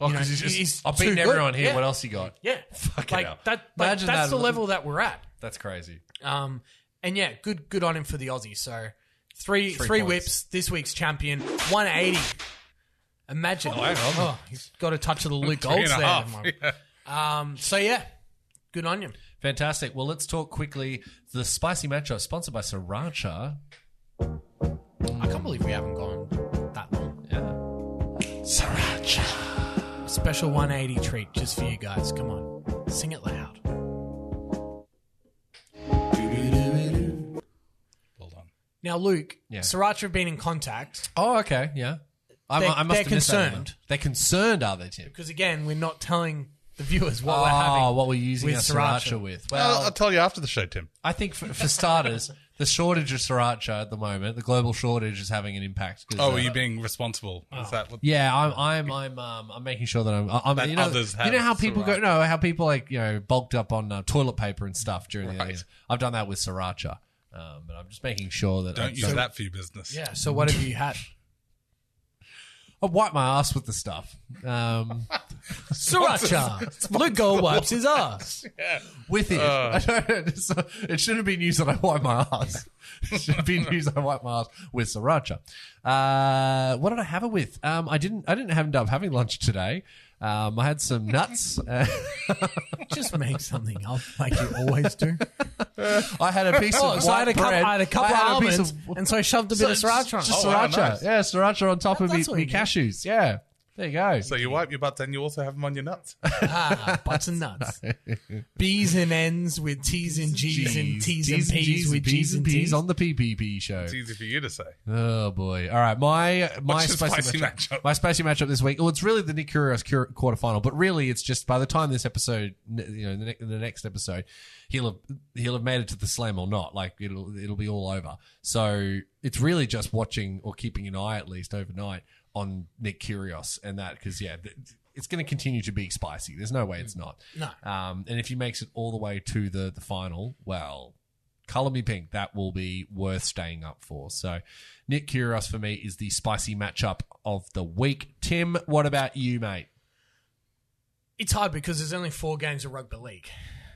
Oh,
You know,
because he's just.
he's
I've
too
beaten
good.
everyone here.
Yeah.
What else you got?
yeah,
Fucking hell.
like that. Like,
Imagine
that's
that.
the level that we're at.
That's crazy.
Um, and yeah, good good on him for the Aussie. So three
Three
three,
points.
whips this week's champion, one eighty. Imagine, oh, he's got a touch of the Luke
Three
Golds
and a
there.
half.
man. Um, so yeah, good on him.
Fantastic. Well, let's talk quickly. The spicy matchup sponsored by Sriracha.
I can't believe we haven't gone that long.
Sriracha.
Special one eighty treat just for you guys. Come on, sing it loud.
Well done.
Now, Luke,
Yeah.
Sriracha have been in contact.
Oh, okay. Yeah. I,
They're-
I must
they're
have missed that one.
concerned.
They're concerned, are they, Tim?
Because again, we're not telling the viewers what
oh,
we're having.
what we're using
with
our sriracha,
sriracha. uh,
with.
Well, I'll,
Well,
tell you after the show, Tim.
I think for, for starters, the shortage of sriracha at the moment, the global shortage is having an impact. 'cause,
Oh,
uh,
are you being responsible? Is that what?
Oh. Yeah, I'm, I'm, I'm, um, I'm making sure that I'm. I'm
That
you know,
others
you know
have
how people go,
sriracha.
no, how people like you know bulked up on uh, toilet paper and stuff during the.
Right.
I've done that with sriracha, um, but I'm just making sure that I-
Don't use that for your business.
Yeah. So what have you had?
I wipe my ass with the stuff. Um,
Sriracha. Luke Gold wipes his ass.
with it.
Uh.
I don't- it's- it shouldn't be news that I wipe my ass. It should be news I wipe my ass with sriracha. Uh, what did I have it with? Um, I didn't. I didn't end up having lunch today. Um, I had some nuts. Uh,
Just make something up like you always do.
I had a piece
Oh,
of
so I
white
had a couple,
bread.
I had a couple
I had
of
a piece
almonds,
of-
and so I shoved a bit of
just-
sriracha. on.
Just
Oh, wow,
sriracha.
nice.
Yeah, sriracha on top of me,
That's what
me
you do.
cashews. Yeah, there you go.
So you wipe your butt, then you also have them on your nuts.
Ah, butts and nuts. B's and N's with T's and G's and T's and P's with G's and T's.
on the PPP show.
It's easy for you to say.
Oh boy! All right, my my
your
spicy,
spicy
matchup.
matchup?
My spicy matchup this week. Well, it's really the Nick Kyrgios cur- quarterfinal, but really it's just by the time this episode, n- you know, the, ne- the next episode, he'll have he'll have made it to the slam or not. Like it'll it'll be all over. So it's really just watching or keeping an eye at least overnight on Nick Kyrgios and that because yeah, th- it's going to continue to be spicy. There's no way it's not.
No.
Um, and if he makes it all the way to the the final, well, color me pink. That will be worth staying up for. So, Nick Kyrgios for me is the spicy matchup of the week. Tim, what about you, mate?
It's hard because there's only four games of rugby league.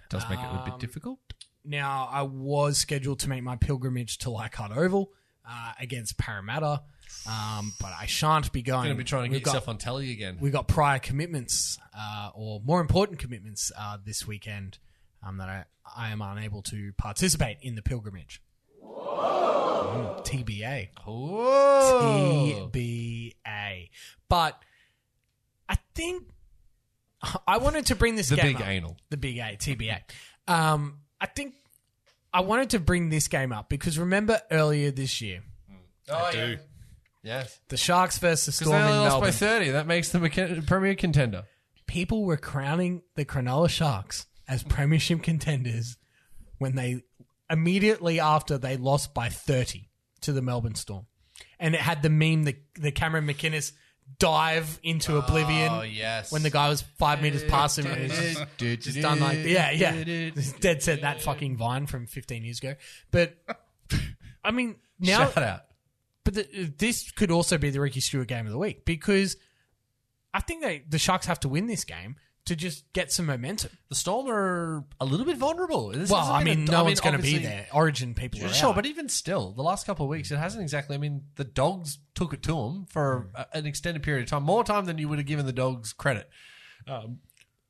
Does make it a bit
Um,
difficult.
Now, I was scheduled to make my pilgrimage to Leichhardt Oval uh, against Parramatta, um, but I shan't be going.
Going to be trying to get
We've got-
yourself on telly again.
We've got prior commitments, uh, or more important commitments, uh, this weekend um, that I, I am unable to participate in the pilgrimage. Mm, TBA.
Whoa.
TBA. But I think I wanted to bring this
The
game
big
up.
anal.
the big A TBA. Um, I think I wanted to bring this game up because remember earlier this year
Oh,
do.
Yes.
the Sharks versus
Because
Storm
they
in
only lost by
Melbourne.
30. That makes them a con- premier contender.
People were crowning the Cronulla Sharks as premiership contenders when they immediately after they lost by thirty to the Melbourne Storm. and it had the meme the the Cameron McInnes dive into oblivion.
Oh, yes.
when the guy was five meters past him, and it was just, just done like yeah, yeah. Just Dead said that fucking vine from 15 years ago. But I mean now,
Shout out.
but the, this could also be the Ricky Stewart game of the week because I think they the Sharks have to win this game to just get some momentum.
The Storm are a little bit vulnerable. This
well,
hasn't
I
been a-
mean, no one's going to be
obviously-
there. Origin people are
Sure,
out.
but even still, the last couple of weeks, it hasn't exactly. I mean, the dogs took it to them for
Hmm.
a, an extended period of time, more time than you would have given the dogs credit. Um,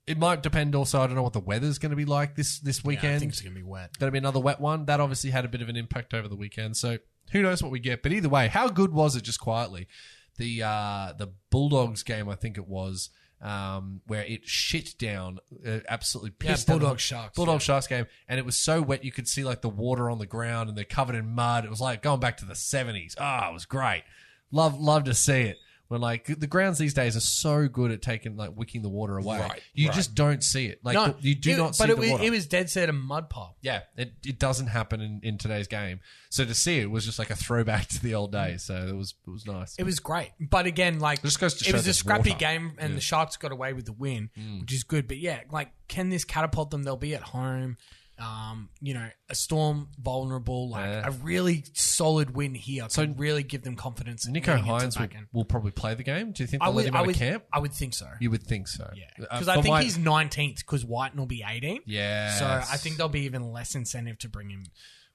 it might depend also. I don't know what the weather's going to be like this this
yeah, I
weekend.
think it's going to be wet.
going to be another wet one. That obviously had a bit of an impact over the weekend. So who knows what we get? But either way, how good was it? Just quietly, the uh, the Bulldogs game, I think it was, um, where it shit down, uh, absolutely
Yeah,
pissed down the-
Bulldog Sharks,
Bulldog
yeah.
Sharks game, and it was so wet you could see like the water on the ground, and they're covered in mud. It was like going back to the seventies. Ah, it was great. Love love to see it. When like the grounds these days are so good at taking like wicking the water away,
Right,
you
right.
just don't see it. Like the- you do
it-
not see
but
the
it was,
water.
it was dead set a mud pile.
Yeah, it, it doesn't happen in, in today's game. So to see it was just like a throwback to the old days. So it was it was nice.
It was great, but again, like
Just goes to
it
show
was a
there's
scrappy
water.
game, and
Yeah. Mm.
the Sharks got away with the win, which is good. But yeah, like, can this catapult them? They'll be at home. Um, you know, a storm vulnerable, like
Yeah.
a really solid win here,
So-
so really give them confidence. in
Nico
getting into
Hines
the
will,
back end.
will probably play the game. Do you think
I
they'll let
would,
him
I
out of
would,
camp?
I would think so.
You would think so.
yeah,
Uh,
because I
for
think
my-
he's nineteenth. Because Whiten will be eighteen.
Yes.
so I think there'll be even less incentive to bring him.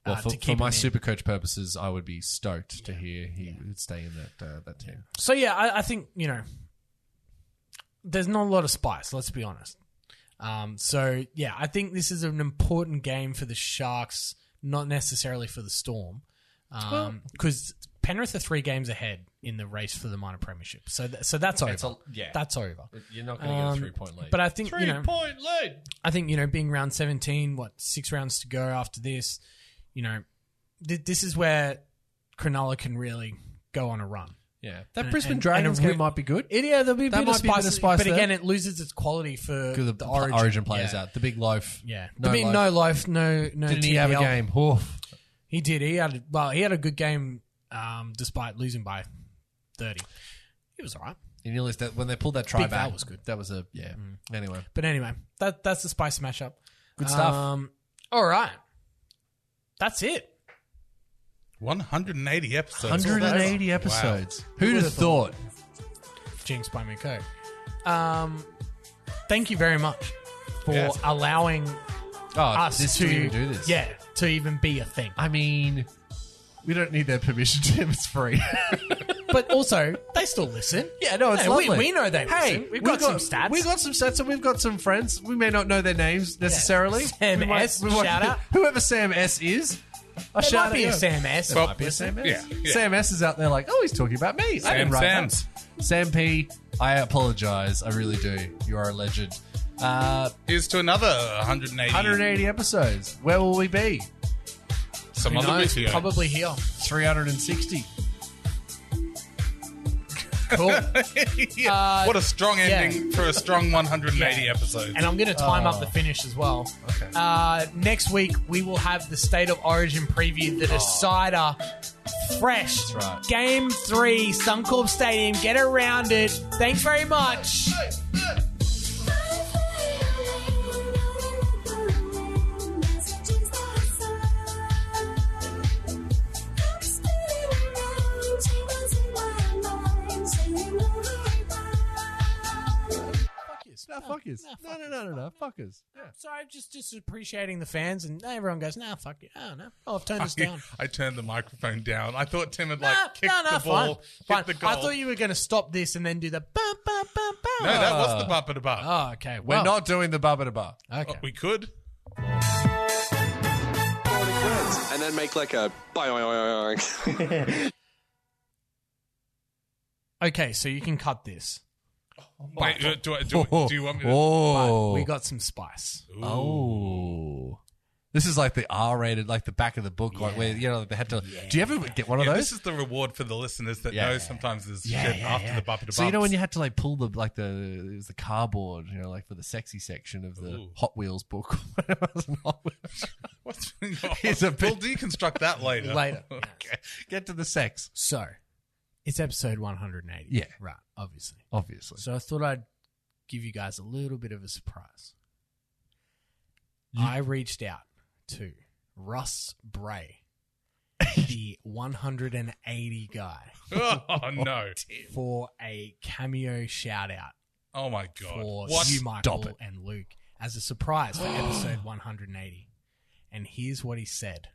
Well,
uh,
for,
to
for
keep
my
him in.
super coach purposes, I would be stoked to hear he would stay in that uh, that team.
So yeah, I, I think you know, there's not a lot of spice. Let's be honest. Um, so yeah, I think this is an important game for the Sharks, not necessarily for the Storm, because Penrith are three games ahead in the race for the minor premiership. So th- so that's over.
That's a- yeah.
that's over.
You're not
Um, But I think you know,
point lead.
I think you know, being round seventeen, what six rounds to go after this, you know, th- this is where Cronulla can really go on a run.
Yeah, that
And-
Brisbane
and-
Dragons
and a
game
re-
might be good.
It, yeah, there'll be a
That
bit
might
of
be a bit
spice,
of spice
but
there.
again, it loses its quality for
The,
the,
the
origin.
origin, players
yeah.
out. The big loaf.
Yeah,
No
I mean,
loaf.
no life, no no.
Didn't he have a
TBL.
game? Oof.
He did. He had a- well, he had a good game, um, despite losing by thirty. He was all right.
He nearly that when they pulled that try
Big Val
back.
was good. Mm.
That was a yeah. Anyway,
But anyway, that that's the spice mashup.
Good stuff.
Um, all right, that's it.
180 episodes.
Um,
180
Wow.
episodes. Who'd have thought?
Jinx by me Coke. Um, thank you very much for
Yes.
allowing
Oh,
us
this
Uh, to
to even do this.
Yeah, to even be a thing.
I mean, we don't need their permission, Tim. It's free.
But also, they still listen.
yeah, no,
Hey, we- we know they
Hey,
listen. We've got some stats.
We've got some stats, and we've got some friends. We may not know their names necessarily.
Sam
we might-
S,
we might-
shout out.
Whoever Sam S is. I
There
shout
might be a
out.
Sam S.
Well,
Might be a Sam S.
Oh, Yeah, yeah.
Sam S is out there like, oh, he's talking about me. I
Sam
didn't write that.
Sams.
Sam P, I apologize. I really do. You are a legend. Uh,
Here's to another 180.
180 episodes. Where will we be?
Some
Who
other
knows?
video.
Probably here.
360.
Cool.
Yeah.
Uh,
what a strong
yeah.
ending for a strong 180
Yeah.
episodes.
and I'm going to time up the finish as well.
Okay.
Uh, next week, we will have the State of Origin preview, the
Oh.
decider, fresh.
right.
Game three, Suncorp Stadium. Get around it. Thanks very much.
No, fuckers. No, no, no, no, no, fuckers. Yeah.
Sorry, just just appreciating the fans, and everyone goes, "Nah, fuck you." Oh no, oh, I've turned this
I,
down.
I turned the microphone down. I thought Tim had like
no,
kicked
no, no,
the ball, hit
fine.
the
fine.
goal.
I thought you were going to stop this and then do the bum, bum, bum, bum.
no, that was the bumper to bar.
Oh, okay.
We're
Well,
not doing the bubba to bar.
Okay.
We could.
And then make like a bye.
Okay, so you can cut this.
Wait, uh, do, I, do, do you want me to?
Oh.
But we got some spice.
oh. This is like the R rated, like the back of the book, like where, you know, like they had to. Do you ever get one of
Yeah,
those?
this is the reward for the listeners that
Yeah.
know sometimes there's
Yeah,
shit
yeah,
after
yeah.
the bumper to
so you know
bumps.
when you had to like pull the like the it was the cardboard, you know, like for the sexy section of the
Ooh.
Hot Wheels book. It wasn't Hot Wheels.
What's going on?
Here's a bit-
we'll deconstruct that later.
Later.
Okay. Get to the sex.
So It's episode 180.
Yeah.
Right, obviously.
obviously.
So I thought I'd give you guys a little bit of a surprise. I reached out to Russ Bray, the 180 guy,
Oh no!
for a cameo shout out
Oh my god!
for
What?
you,
Stop
Michael,
it.
and Luke as a surprise for episode 180. And here's what he said.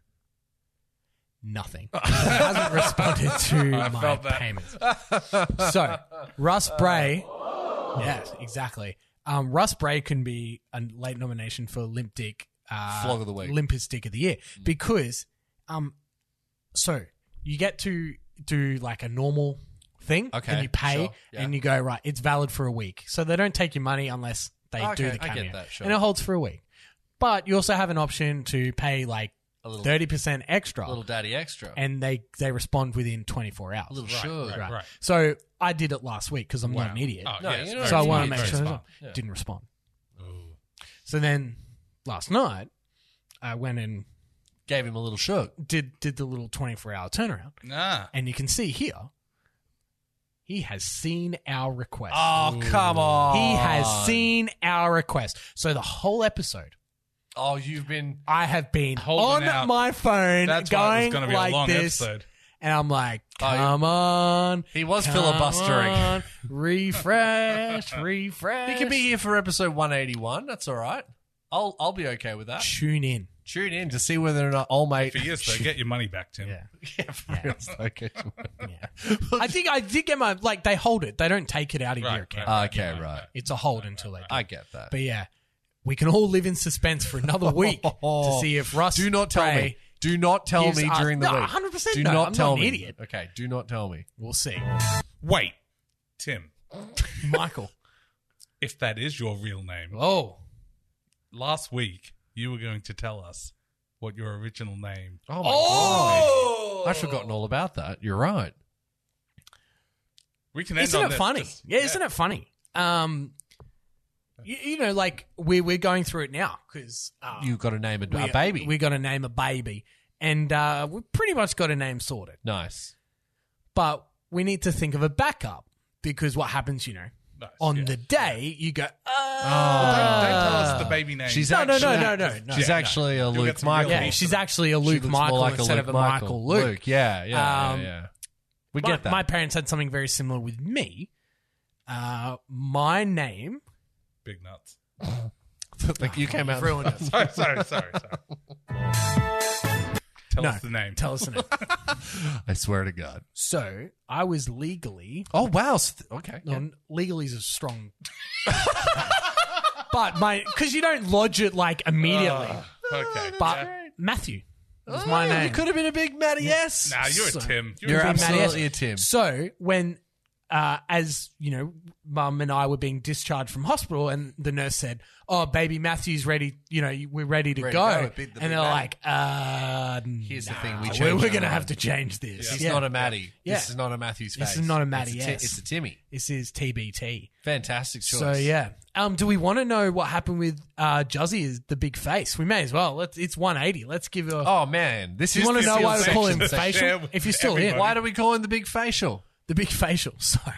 Nothing. He hasn't responded to
I
my
felt that.
payments. So, Russ Bray. yes, exactly. Um, Russ Bray can be a late nomination for Limp Dick. Uh,
Flog of the week. Mm.
Limp is Dick of the Year. Because, um, so you get to do like a normal thing.
Okay,
And you pay
sure, yeah.
and you go, right, it's valid for a week. So they don't take your money unless they
Okay,
do the
I get
cameo.
that, sure.
And it holds for a week. But you also have an option to pay like
A little-
30% extra.
Little daddy extra.
and they, they respond within 24 hours.
a little sure.
right, right.
So I did it last week because I'm not an idiot.
Oh,
No,
yes,
you know
very
so I
it's fine,
want to
smart,
make
very
sure.
smart.
Yeah.
Didn't respond.
Ooh.
So then last night, I went and
Gave him a little shook.
did, did the little 24 hour turnaround.
Nah.
And you can see here, he has seen our request.
Oh, come on.
He has seen our request. So the whole episode,
Oh, you've been.
I have been
Holding
on
out.
my phone
That's why it was
going
going to be
like
a long
this,
episode.
and I'm like,
Oh, yeah.
"Come on,
He was
come
filibustering.
on, refresh, refresh."
He can be here for episode 181. That's all right. I'll I'll be okay with that.
Tune in.
Tune in to see whether or not old mate.
For years, though, get your money back, Tim.
Yeah.
Yeah, for
Yeah.
real. Okay.
I think I did get my like they hold it. They don't take it out of
Right,
your account.
right.
okay, right.
It's a hold until they. Do.
I get that.
But yeah, we can all live in suspense for another week to see if Russ.
do not tell
Bray-
me. Do not tell
gives
me
us-
during the
No,
week.
100%
Do
no,
not
I'm
tell
not an
me.
idiot.
Okay. Do not tell me.
We'll see,
Wait, Tim,
Michael.
if that is your real name,
Oh,
last week you were going to tell us what your original name.
Oh my
Oh!
god! I'd forgotten all about that. You're right.
We can end
isn't
on
it
this.
funny?
Just-
yeah, isn't it funny? Um, you, you know, like we're we're going through it now because uh,
You've got to name a,
we,
a baby.
We got to name a baby, and uh, we pretty much got a name sorted.
nice.
But we need to think of a backup because what happens, you know,
Nice,
on
yeah.
the day you go,
Don't,
oh,
don't tell us the baby name.
She's
no, no,
actually,
no, no, no, no.
She's
Yeah,
actually a
You'll
Luke
get some real
Michael.
people.
yeah, she's actually a
She
Luke
looks
Michael
more like a
instead
Luke
of a
Michael.
Michael Luke.
Yeah, yeah,
Um,
yeah, yeah. We
my,
get that.
my parents had something very similar with me. Uh, my name.
big nuts.
like you came out.
Ruined it.
Sorry, sorry, sorry, sorry. tell
No,
us the name.
Tell us the name.
I swear to God.
So I was legally
Oh wow. s- Okay.
no, legally is a strong. but my because you don't lodge it like immediately.
okay.
but Matthew was my
Ah. Oh,
name.
You could have been a big Matty S.
Nah, you're
So-
a Tim.
You're,
a Tim.
Matty S.
absolutely a Tim.
So when, uh, as you know, Mum and I were being discharged from hospital, and the nurse said, "Oh, baby Matthew's ready. You know, we're ready to
Ready to
go."
go, a big- the big
and they're
man.
like, uh,
Here's the
nah,
thing, we
we're-
change
we're
our
going to
mind.
have to change this.
He's
Yeah.
not a Matty.
Yeah.
This is not a Matthew's face.
This is not a Matty
It's a, Ti-
S.
it's a Timmy.
This is TBT.
Fantastic choice.
So yeah, um, do we want to know what happened with uh, Juzzy? Is the big face? We may as well. Let's, it's one eighty. Let's give a.
Oh man, this
do
is
you want to
this
know
is
why we call him
section-
section. Share
facial?
with
If you're still in,
everybody.
Why do we call him the big facial?
The big facial, sorry.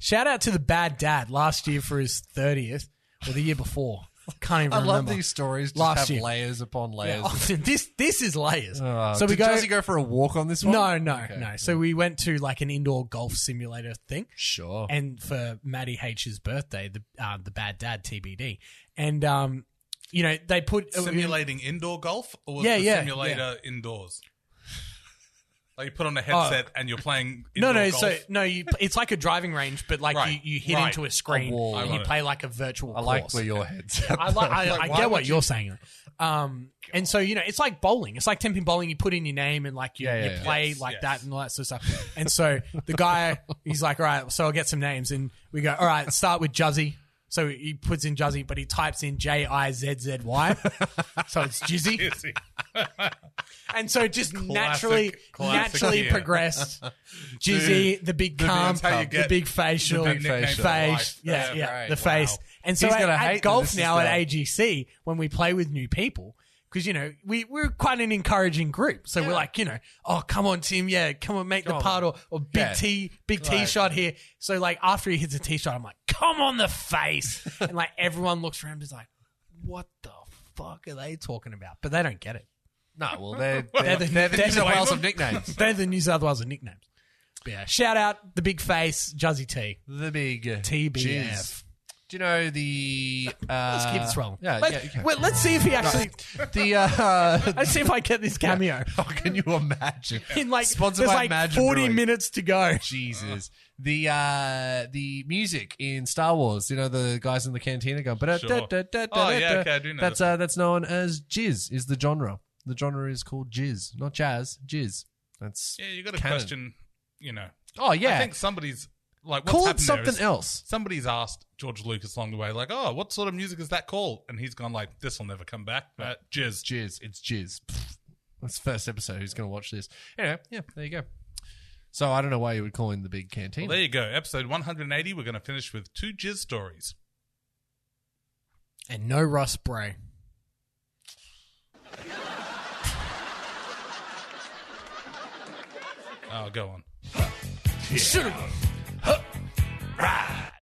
Shout out to the bad dad last year for his 30th or the year before. Can't even
I
remember.
love these stories. Just
Last
have
year.
layers upon layers.
Oh, this this is layers.
Uh,
so we
did
go,
Jazzy go for a walk on this one?
No, no, no. So we went to like an indoor golf simulator thing.
Sure.
And for Maddie H's birthday, the uh, the bad dad TBD. And um you know, they put uh,
Simulating indoor golf, or was
Yeah,
the
yeah,
simulator indoors? Like you put on a headset and you're playing.
Oh. No,
Indoor
no.
golf.
So no, you, it's like a driving range, but like
Right,
you, you hit
right.
into a screen
A wall.
and
I
you
got it.
play like a virtual.
I like
course.
where your head's at.
I, like, I,
Like,
I
why
get
would
what you? are saying. Um, and so you know, it's like bowling. It's like ten pin bowling. You put in your name and like you,
Yeah, yeah,
you
yeah.
play
Yes,
like
yes.
that and all that sort of stuff. and so the guy, he's like, all right, so I'll get some names, and we go, all right, start with Juzzy. So he puts in Juzzy, but he types in J I Z Z Y, so it's Jizzy,
Is he?
and so it just naturally,
classic
naturally
year.
progressed. Jizzy, the big cum,
that's how you
the
get
big facial,
the big nickname
facial.
for life.
face, yeah,
Yeah,
yeah,
right.
the face.
Wow.
And so
He's
at,
gonna
at
hate that
golf
this is
now
the-
at AGC, when we play with new people, because you know we we're quite an encouraging group. So we're like, you know, oh come on Tim, yeah, come on make the part or, or big
Yeah.
T, big T shot here. So like after he hits a T shot, I'm like, come on the face, and like everyone looks around and is like, what the fuck are they talking about? But they don't get it.
No, well, they're, they're,
the-
they're, the
they're
New
the
South Wales
wave
of nicknames.
They're the New South Wales nicknames. But yeah, shout out the big face Juzzy T.
The big
TBF.
jizz. Do you know the? Uh,
Let's keep this rolling.
Yeah,
let's,
yeah, okay.
well, let's see if he actually.
the uh,
Let's see if I get this cameo.
how can you imagine?
In like,
Sponsored
there's
by
like
Imagine
40
Brewing.
minutes to go.
Jesus. The uh the music in Star Wars, you know the guys in the cantina going, but
Sure. Oh, yeah, okay, I do know
that's
that.
uh, that's known as jizz is the genre. The genre is called jizz, not jazz, jizz. That's
Yeah, you got to
canon.
question. You know,
Oh yeah,
I think somebody's like what's
call it
happened there
something
is
else.
Somebody's asked George Lucas along the way, like, "Oh, what sort of music is that called?" And he's gone like, "This will never come back." Uh, jizz.
Jizz, it's jizz. Pfft. That's the first episode. Who's going to watch this? Anyway, yeah, there you go. So I don't know why you would call in the big cantina.
Well, there you go. Episode 180. We're going to finish with two jizz stories.
And no Ross Bray.
Oh, go on. Oh,
Should have.